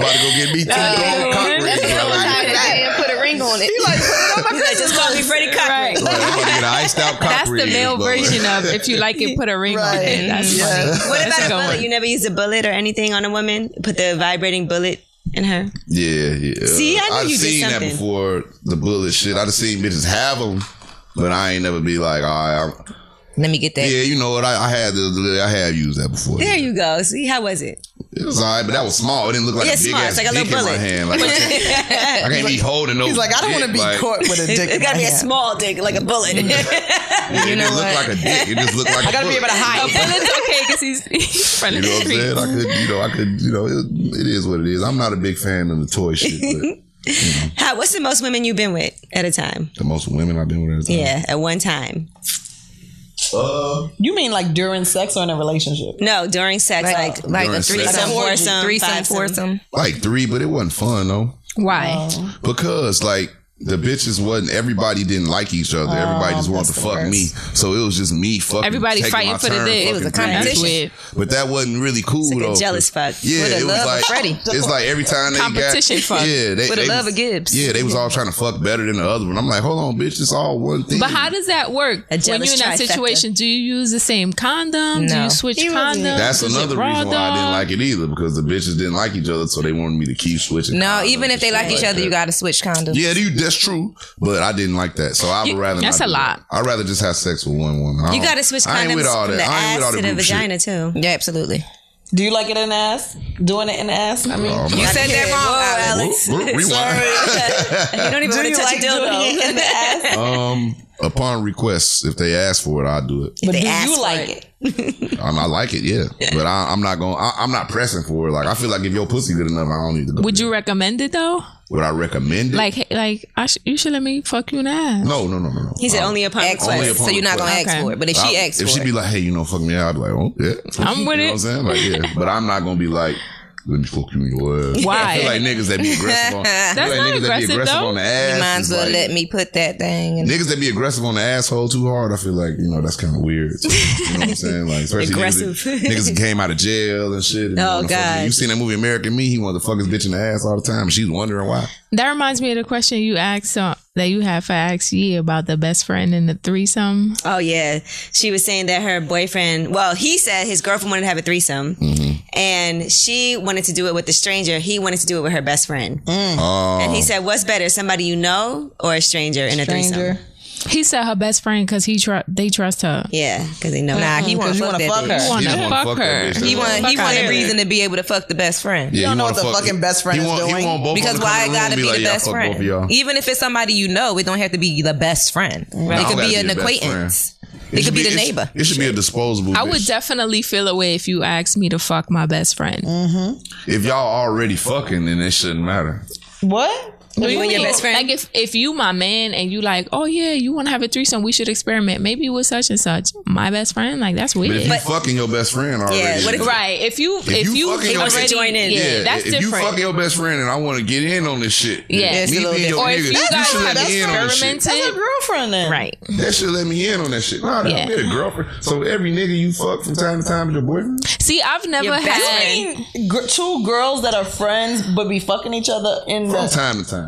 S4: About to go get me two gold cock rings. Right.
S2: Put a ring on it.
S1: He's like, just call me Freddie Cock ring.
S4: I'm about to get an iced out cock
S3: That's the
S4: ring,
S3: male
S4: but-
S3: version of if you like it, put a ring on it. That's funny.
S1: What
S3: That's
S1: about a
S3: good
S1: bullet?
S3: one.
S1: You never used a bullet or anything on a woman? Put the vibrating bullet in her.
S4: Yeah, yeah.
S1: See, I knew
S4: have
S1: you did
S4: seen
S1: something.
S4: that before. The bullet shit. I've seen bitches have them, but I ain't never be like, all right, I'm,
S2: Let me get that.
S4: yeah, you know what? I, I had the, I have used that before.
S1: There you go. See, how was it?
S4: It was all right, but that was small. It didn't look like
S1: Yeah,
S4: a big
S1: small.
S4: ass
S1: It's like a
S4: dick
S1: little
S4: in my
S1: bullet.
S4: hand. Like, I can't, I can't be holding no.
S6: He's like, I don't
S4: dick,
S6: want to be
S4: like,
S6: caught with a dick.
S1: It's
S6: in
S1: got to
S6: my
S1: be a
S6: hand.
S1: small dick, like a bullet.
S4: Mm. It didn't
S2: know
S4: look
S2: what?
S4: like a dick. It just looked like. I
S6: gotta be able to hide it.
S3: Bullet's okay because he's in front
S4: You
S3: of
S4: know
S3: the
S4: what I'm
S3: street.
S4: saying? I could, you know, I could, you know, it, it is what it is. I'm not a big fan of the toy shit, but
S1: how, what's the most women you've been with at a time?
S4: the most women I've been with. at the time.
S1: Yeah, at one time.
S4: Uh,
S6: You mean like during sex or in a relationship?
S1: No, during sex, like,
S2: Like, like
S4: During
S2: a
S4: sex.
S2: threesome,
S1: Some orgy,
S2: foursome,
S1: threesome,
S2: fivesome.
S1: foursome.
S4: like three, but it wasn't fun though.
S3: Why?
S4: Because like the bitches wasn't everybody didn't like each other.
S2: Oh,
S4: everybody just wanted to
S6: that's
S4: fuck
S6: the
S4: me. So it was just me fucking.
S3: Everybody
S4: taking
S3: fighting
S4: my
S3: for the
S4: turn
S3: dick. It was
S4: fucking
S3: a
S4: three
S3: competition.
S4: bitches. But that wasn't really cool
S1: Like
S4: though.
S1: a jealous fuck.
S4: Yeah,
S2: With a
S4: it
S2: love
S4: was
S2: of
S4: like
S2: Freddie.
S4: it's like every time they
S3: Competition
S4: got
S3: fuck.
S4: yeah, they,
S2: With a
S4: they
S2: love
S4: was-
S2: of Gibbs.
S4: Yeah, they was all trying to fuck better than the other one. I'm like, hold on, bitch, it's all one thing.
S3: But how does that work? When you're in
S1: jealous
S3: that
S1: trifecta.
S3: situation, do you use the same condom? Do you switch condoms?
S4: That's
S3: Is it
S4: another
S3: raw
S4: reason why I didn't
S3: dog?
S4: like it either because the bitches didn't like each other, so they wanted me to keep switching.
S2: No,
S4: condoms
S2: even if
S4: and
S2: they
S4: shit
S2: like each other,
S4: that.
S2: you gotta switch condoms.
S4: Yeah, you, that's true, but I didn't like that, so I would
S3: You-
S4: rather.
S3: that's
S4: not
S3: a
S4: do
S3: lot.
S4: that. I'd rather just have sex with one woman. I
S1: You
S4: don't-
S1: got to switch
S4: I ain't
S1: condoms
S4: with all
S1: from the
S4: that. I ain't with all
S1: ass
S4: that
S1: to the
S4: group shit.
S1: vagina too.
S2: Yeah, absolutely.
S6: Do you like it in the ass? Doing it in the ass? I mean,
S4: Oh, my
S2: You
S4: God.
S2: said that
S1: Whoa,
S2: wrong,
S1: Alex.
S2: Alex.
S4: Whoop, whoop,
S1: You don't even want to
S6: you
S1: touch
S6: like
S1: a dildo.
S6: doing it in the ass?
S4: Rewind. um, upon request, if they ask for it, I do it.
S6: But
S1: They
S6: do
S1: ask
S6: you
S1: for
S6: like
S1: it.
S6: it?
S4: Um, I like it, yeah, but I, I'm not going. to I'm not pressing for it. Like I feel like if your pussy good enough, I don't need to go.
S3: Would you recommend it though?
S4: Would I recommend it?
S3: Like, hey, like I sh- you should let me fuck you in the ass.
S4: no, no, no, no, no.
S1: He said only upon
S2: Ask for
S4: Only
S2: it.
S1: request.
S4: upon
S2: So you're not gonna
S3: request.
S2: ask for it. But if she
S4: I-
S2: asks
S4: if she
S2: for
S4: be
S2: it,
S4: like, "Hey, you know, fuck me," I'd be like, "Oh, yeah,
S3: I'm with
S4: you
S3: it.
S4: Know what I'm saying, like, yeah, but I'm not gonna be like, "Let me fuck you in your ass."
S3: Why?
S4: I feel like niggas that be aggressive on. That's like
S3: not
S4: niggas that
S3: aggressive,
S4: be aggressive
S3: though.
S4: on the ass.
S2: you might
S4: is
S2: as well
S4: like-
S2: let me put that thing. In.
S4: Niggas that be aggressive on the asshole too hard, I feel like you know that's kind of weird. You know what I'm saying? Like especially
S1: Aggressive.
S4: niggas, that- niggas that came out of jail and shit. and
S1: Oh,
S4: wanna fuck
S1: God.
S4: me. you seen that movie American Me? He wanted to fuck his bitch in the ass all the time. She's wondering why.
S3: That reminds me of the question you asked uh, that you had for Ax Ye about the best friend in the threesome.
S1: Oh yeah, she was saying that her boyfriend. Well, he said his girlfriend wanted to have a threesome,
S4: Mm-hmm.
S1: and she wanted to do it with a stranger. He wanted to do it with her best friend.
S2: Mm.
S4: Oh,
S1: And he said, "What's better, somebody you know or a stranger in a threesome?"
S6: Stranger.
S3: He said her best friend because he tru- they trust her.
S1: Yeah, because they know.
S2: Nah, he want
S6: Because
S2: to fuck
S6: you want to
S2: that
S6: fuck
S2: bitch.
S6: her.
S3: Wanna
S4: just wanna
S3: fuck her.
S4: that bitch.
S2: He
S4: That's all.
S2: want
S1: Fuck
S2: he want
S1: outta
S2: a
S1: here.
S2: reason to be able to fuck the best friend.
S4: Yeah,
S6: don't
S4: he
S6: know
S4: wanna
S6: what the
S4: fuck-
S6: fucking best friend
S4: he
S6: is
S4: want,
S6: doing.
S4: He want both
S2: Because
S4: of them to
S2: why it
S4: come in the room
S2: gotta
S4: and
S2: be the
S4: "Yeah, I
S2: best
S4: fuck
S2: friend?
S4: Both of y'all.
S2: Even if it's somebody you know, it don't have to be the best friend. It
S4: don't
S2: could
S4: gotta
S2: be
S4: be
S2: an
S4: the best
S2: acquaintance.
S4: It
S2: It
S4: should
S2: could be the
S4: it should-
S2: neighbor.
S4: It should be a disposable.
S3: I would
S4: bitch.
S3: definitely feel away if you asked me to fuck my best friend.
S1: Mm.
S4: if y'all already fucking, then it shouldn't matter.
S6: What?
S3: Do you
S1: and your
S3: mean-
S1: best friend?
S3: Like if if you my man and you like, oh yeah, you want to have a threesome, we should experiment. Maybe with such and such. My best friend, like that's
S4: But if
S3: weird.
S4: you fucking your best friend already,
S1: Yeah, what if-
S3: right? If you if,
S4: you
S3: you,
S4: fucking your
S3: already
S4: best-
S1: Join in.
S3: yeah,
S4: Yeah,
S3: that's
S4: if you
S3: different.
S4: fucking your best friend and I want to get in on this shit,
S3: Yeah. Yeah, it's
S4: me
S2: a little
S4: being your
S3: or
S4: nigga,
S3: if you guys
S4: should
S3: have
S4: let me in on this shit.
S3: experimented,
S6: That's a girlfriend then.
S3: right?
S4: That should let me in on that shit. Nah,
S3: Yeah.
S4: that be a girlfriend. So every nigga you fuck from time to time is your boyfriend.
S3: See, I've never
S1: best
S3: had.
S1: friend.
S6: Gr- two girls that are friends but be fucking each other in
S4: From
S6: the.
S4: time to time,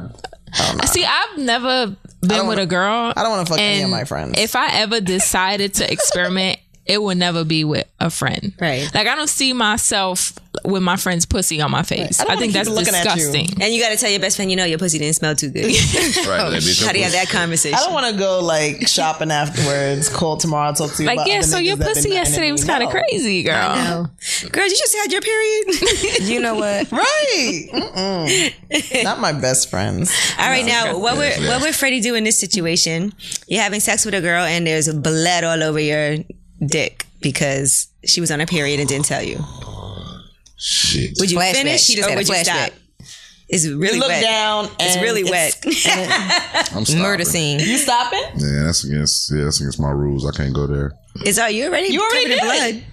S3: See, I've never been with
S6: wanna-
S3: a girl.
S6: I don't wanna fuck any of
S3: and
S6: my friends.
S3: If I ever decided to experiment, it would never be with a friend.
S1: Right.
S3: Like I don't see myself with my friend's pussy on my face.
S6: I don't
S3: I, think
S6: wanna
S3: that's
S6: keep looking at you.
S3: disgusting.
S1: And you got to tell your best friend, you know, your pussy didn't smell too good.
S4: right? that bitch,
S1: How do you have that
S6: I
S1: conversation?
S6: don't want to go like shopping afterwards. Call tomorrow. I'll talk to you.
S3: Like
S6: about
S3: yeah,
S6: other
S3: so your
S6: niggas that been
S3: pussy
S6: nothing to
S3: yesterday
S6: me.
S3: was kind of
S6: No.
S3: crazy, girl.
S1: Girl, you just had your period.
S2: You know what?
S6: Right. Mm-mm. Not my best friends.
S1: All right, now what would
S4: Yeah.
S1: what would Freddie do in this situation? You're having sex with a girl and there's blood all over your dick because she was on her period and didn't tell you.
S4: shit.
S1: Would you
S2: Flashback.
S1: finish
S2: She just
S1: or
S2: had a
S1: would you
S2: flashback.
S1: stop? It's really
S6: Look
S1: wet.
S6: down. And
S1: It's really wet.
S4: I'm stopping.
S2: Murder scene.
S6: You stopping?
S4: Yeah, that's against. Yeah, that's against my rules. I can't go there.
S1: It's all you already.
S6: You already
S1: covered in
S6: did.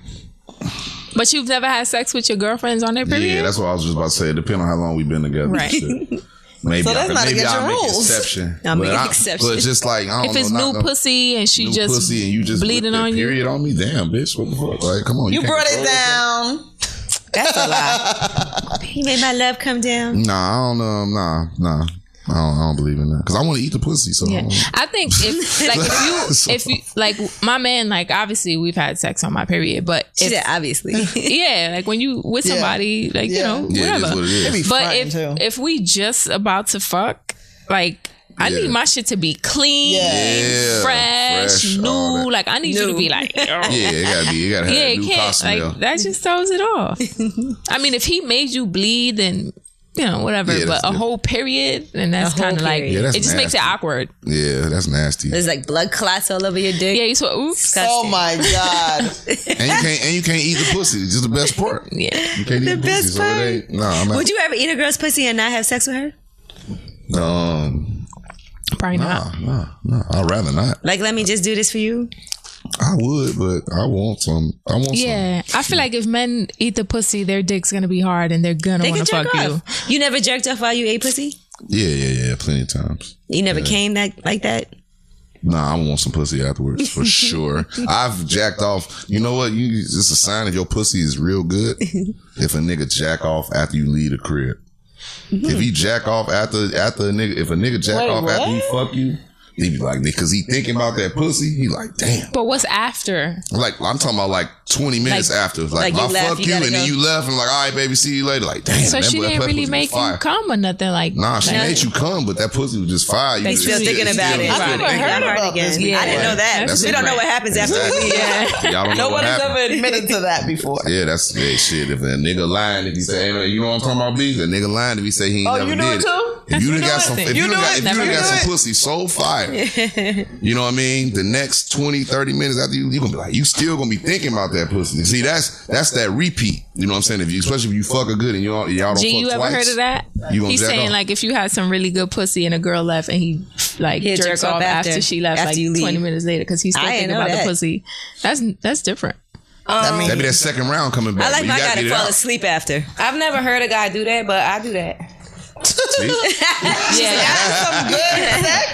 S1: blood.
S3: But you've never had sex with your girlfriends on their period?
S4: Yeah, that's what I was just about to say. Depending on how long we've been together,
S3: Right.
S4: right? Maybe
S6: So
S4: I,
S6: that's
S4: could-
S6: not
S4: maybe
S6: against
S4: I'll
S6: your
S4: make an
S6: rules.
S4: exception.
S1: I'll make
S4: But
S1: an
S4: I-
S1: exception.
S4: But just like I don't
S3: if it's
S4: know, not
S3: new
S4: no-
S3: pussy and she
S4: new
S3: just
S4: pussy, and you just
S3: bleeding
S4: with that
S3: on you.
S4: Period on me, damn bitch. What the fuck? Like, come on,
S6: You
S4: can't
S6: brought it
S4: control this.
S6: down.
S1: That's a lie. He made my love come down.
S4: Nah, I don't know. Nah, nah. I don't, I don't believe in that because I want to eat the pussy. So I
S3: Yeah.
S4: don't-
S3: I think if like if you if you like my man like obviously we've had sex on my period but
S1: She
S3: if,
S1: said, obviously.
S3: yeah like when you with somebody like you
S6: Yeah.
S3: know
S4: yeah, it is
S3: whatever
S4: what it is.
S6: Be
S3: but
S6: fronting,
S3: if
S6: too.
S3: if we just about to fuck like I
S4: Yeah.
S3: need my shit to be clean
S4: Yeah.
S3: fresh,
S4: Fresh, all
S3: new
S4: that.
S3: like I need you to be like yeah
S4: yeah, it gotta be. It gotta have
S3: yeah
S4: a
S3: it
S4: new
S3: can't
S4: costume.
S3: like that just throws it off I mean if he made you bleed then you know whatever
S4: Yeah,
S3: but
S4: that's
S3: a
S4: good.
S3: whole period and that's
S1: whole
S3: kind of like
S1: period.
S4: Yeah,
S3: it
S4: that's
S3: just makes it
S4: nasty.
S3: awkward
S4: yeah, that's nasty.
S1: There's like blood clots all over your dick.
S3: yeah you saw oops
S6: Oh my god.
S4: and you can't and you can't eat the pussy. It's just the best part.
S3: Yeah.
S4: You can't eat the
S1: best
S4: pussy. So it ain't, nah, I'm
S1: Would you ever eat a girl's pussy and not have sex with her?
S4: not. Um,
S3: Probably not.
S4: nah, nah, nah. I'd rather not.
S1: Like, let me just do this for you.
S4: I would, but I want some. I want some.
S3: Yeah, I feel like if men eat the pussy, their dick's gonna be hard and they're gonna
S1: They
S3: want
S1: can
S3: to fuck
S1: jerk
S3: you.
S1: off. You. never jerked off while you ate pussy?
S4: Yeah, yeah, yeah. Plenty of times.
S1: You never came that like that?
S4: Nah, I want some pussy afterwards for sure. I've jacked off. You know what? You it's a sign if your pussy is real good. if a nigga jack off after you leave the crib. If he jack off after after a nigga, if a nigga jack
S6: Wait,
S4: off after he
S6: what?
S4: fuck you, he be like because he thinking about that pussy. He like damn.
S3: But what's after?
S4: Like I'm talking about like 20 minutes
S3: Like-
S4: after. Like,
S1: like you
S4: I
S1: left,
S4: fuck
S1: you
S4: you,
S1: gotta
S4: and then
S1: go.
S4: you left and like all right, baby, see you later. Like damn.
S3: So
S4: that
S3: she
S4: boy- that
S3: didn't
S4: pussy
S3: really
S4: was
S3: make
S4: fire.
S3: you come or nothing like.
S4: Nah, she
S3: like-
S4: made you come, but that pussy was just fire. You
S1: They
S4: was
S1: still
S4: just-
S1: thinking
S4: it's
S1: about it.
S4: still
S6: I've
S4: good.
S6: never heard
S1: Hard
S6: about
S1: again.
S6: this.
S3: Yeah.
S1: I didn't know that.
S4: That's
S1: we don't know
S4: right.
S1: what happens after we
S4: Exactly.
S1: leave.
S4: Y'all don't know
S1: No one
S4: what
S1: has
S4: happened.
S1: ever.
S6: Admitted to that before.
S4: Yeah, that's yeah, shit. If a nigga lying, if he say, hey, you know what I'm talking about, B? A nigga lying if he say he ain't
S6: Oh,
S4: never
S6: you knew
S4: did
S6: it too?
S4: If you done
S3: another
S4: got some,
S3: thing.
S4: if you,
S3: You knew
S4: done got,
S3: it,
S4: if you
S3: never
S4: done got
S3: knew
S4: some pussy so fire, you know what I mean? The next 20, 30 minutes after you, you gonna be like, you still gonna be thinking about that pussy. See, that's that's that repeat. You know what I'm saying? If you, especially if you fuck a good and y'all y'all don't
S3: Gene,
S4: fuck
S3: you ever
S4: twice.
S3: heard of that?
S4: You gonna
S3: He's
S4: jack
S3: saying
S4: off.
S3: like if you had some really good pussy and a girl left and he like
S1: Yeah,
S3: jerks
S1: jerk off
S3: off after,
S1: after-
S3: she left
S1: after
S3: like
S1: you leave.
S3: twenty minutes later because he's still
S1: I ain't
S3: thinking
S1: know
S3: about
S1: that.
S3: the pussy. That's that's different.
S6: I mean,
S4: That'd be that second round coming back.
S1: I like
S4: but you
S1: my
S4: gotta
S1: guy
S4: get
S1: to
S4: it
S1: fall
S4: out.
S1: asleep after.
S2: I've never heard a guy do that, but I do that.
S4: See?
S3: Yeah,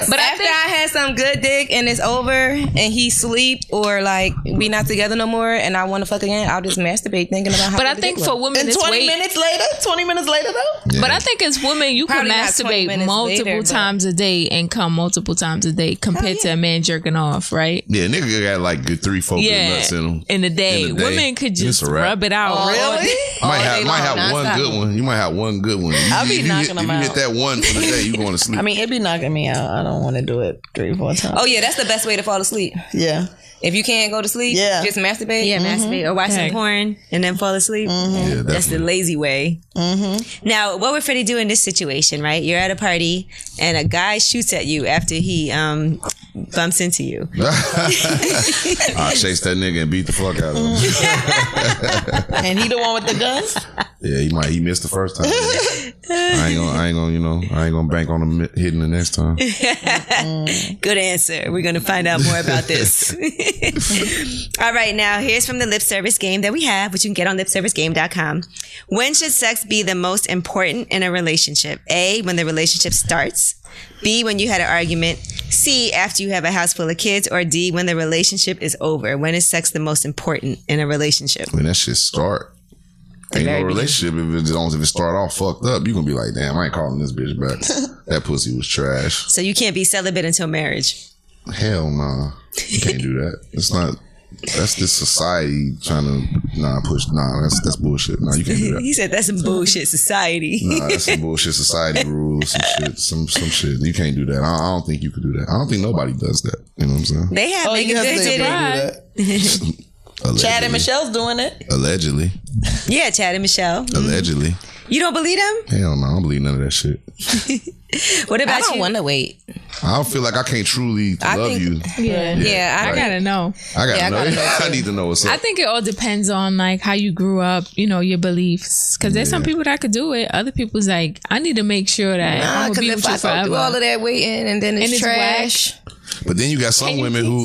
S2: But after I had some good dick and it's over and he sleep or like we not together no more and I want to fuck again, I'll just masturbate thinking about how.
S3: but I
S2: good the
S3: think
S2: dick
S3: for
S2: was.
S3: women,
S6: and
S3: it's
S6: 20
S3: way.
S6: minutes later, 20 minutes later though?
S3: But I think as women, you
S2: Probably
S3: can
S2: not 20
S3: masturbate
S2: minutes
S3: multiple
S2: later, but-
S3: times a day and come multiple times a day compared to a man jerking off, right?
S4: Yeah, nigga got like good three, four good
S3: Yeah,
S4: nuts in him.
S3: the day,
S4: In the day.
S3: women could
S4: It's
S3: just
S4: a wrap.
S3: rub Oh, it out. all
S6: Oh, Really?
S3: day.
S4: might have
S2: day
S4: might
S2: long,
S4: have one
S2: nonstop.
S4: good one. You might have one good one. I'll
S6: be
S4: if
S6: knocking
S4: you hit,
S6: them
S4: If you
S6: out.
S4: hit that one for the day, you going to sleep.
S6: I mean, it'd be knocking me out. I don't want to do it three, four times.
S2: Oh yeah, that's the best way to fall asleep.
S6: Oh. yeah.
S2: If you can't go to sleep,
S6: Yeah.
S2: just masturbate. Mm-hmm.
S1: Yeah, masturbate or watch
S3: Okay.
S1: some porn and then fall asleep.
S6: Mm-hmm.
S4: yeah,
S1: That's the
S4: definitely.
S1: lazy way. Mm-hmm. Now, what would Freddie do in this situation, right? You're at a party and a guy shoots at you after he um, bumps into you.
S4: I chase that nigga and beat the fuck out of him.
S6: And he the one with the guns?
S4: yeah, he might he missed the first time. I ain't gonna, I ain't gonna, you know, I ain't gonna bank on him hitting the next time.
S1: Good answer. We're going to find out more about this. All right, now here's from the lip service game that we have, which you can get on lipservicegame.com. When should sex be the most important in a relationship? A, when the relationship starts. B, when you had an argument. C, after you have a house full of kids. Or D, when the relationship is over. When is sex the most important in a relationship?
S4: When that shit start, ain't no relationship if it, as long as if it start off fucked up, you gonna be like, damn, I ain't calling this bitch back. that pussy was trash.
S1: So you can't be celibate until marriage.
S4: Hell nah. You can't do that. It's not that's this society trying to nah push nah, that's that's bullshit. Nah, you can't do that.
S1: He said that's some bullshit society.
S4: Nah, that's some bullshit society rules, some shit, some some shit. You can't do that. I, I don't think you could do that. I don't think nobody does that. You know what I'm saying?
S1: They have
S6: Oh,
S1: they
S6: you
S1: can-
S6: have
S1: they
S6: to
S1: did
S6: agree
S1: it.
S6: to that.
S4: Allegedly.
S6: Chad and Michelle's doing it.
S4: Allegedly.
S1: Yeah, Chad and Michelle.
S4: Allegedly.
S1: You don't believe them?
S4: Hell no, I don't believe none of that shit.
S1: What about you?
S2: to wait.
S4: I don't feel like I can't truly love
S2: think-
S4: you.
S3: Yeah.
S2: Yeah, I
S3: I gotta know.
S4: I gotta
S2: yeah, I
S4: know.
S2: gotta know,
S4: I need to know what's
S3: I
S4: up.
S3: think it all depends on like how you grew up, you know, your beliefs. Because there's some people that could do it. Other people's like, I need to make sure that I'm gonna
S2: Because
S3: be
S2: if
S3: with you
S2: I go through all
S3: forever.
S2: of that waiting and then it's,
S3: And it's
S2: trash,
S4: But then you got some women who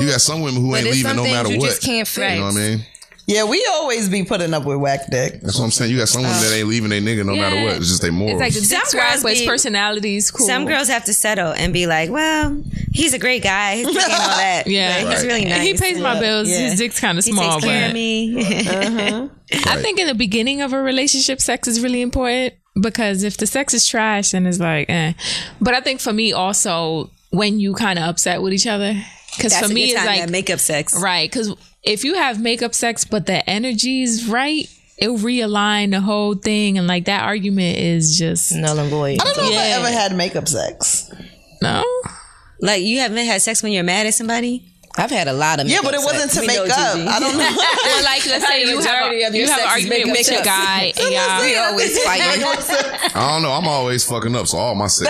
S4: you got some women who
S2: but
S4: ain't
S2: it's
S4: leaving
S2: some
S4: no
S2: things
S4: matter
S2: you
S4: what.
S2: just can't fix.
S4: You know what I mean?
S6: Yeah, we always be putting up with whack dick.
S4: That's what I'm saying. You got someone that ain't leaving their nigga no matter
S3: Yeah.
S4: what. It's just they
S3: It's
S4: morals.
S3: like the
S1: Some
S3: dick
S1: girls
S3: swag, but his
S1: be-
S3: personality is cool.
S1: Some girls have to settle and be like, "Well, he's a great guy. He's taking all that.
S3: Yeah.
S1: but he's really nice.
S3: He pays my bills.
S1: Yeah.
S3: His dick's kind of
S1: He
S3: small,
S1: takes care
S3: but
S1: of me.
S3: I think in the beginning of a relationship, sex is really important because if the sex is trash, then it's like, eh. But I think for me also, when you kind of upset with each other, because
S1: That's
S3: for me, it's like,
S1: that makeup sex.
S3: right, because if you have makeup sex, but the energy is right, it'll realign the whole thing. And like that argument is just,
S2: Null and void.
S6: I don't know
S3: Yeah.
S6: if I ever had makeup sex.
S3: no.
S1: Like you haven't had sex when you're mad at somebody.
S2: I've had a lot of
S6: Yeah,
S2: makeup
S6: but it wasn't to
S1: We
S6: make
S1: know,
S6: up.
S1: Gigi.
S6: I don't know.
S3: Or like, let's say you have,
S2: majority
S3: a,
S2: of your
S3: you have an
S2: sex is
S3: argument
S2: makeup
S3: with your
S2: sex.
S3: guy, and y'all,
S2: We always fighting.
S4: I don't know. I'm always fucking up, so all my sex.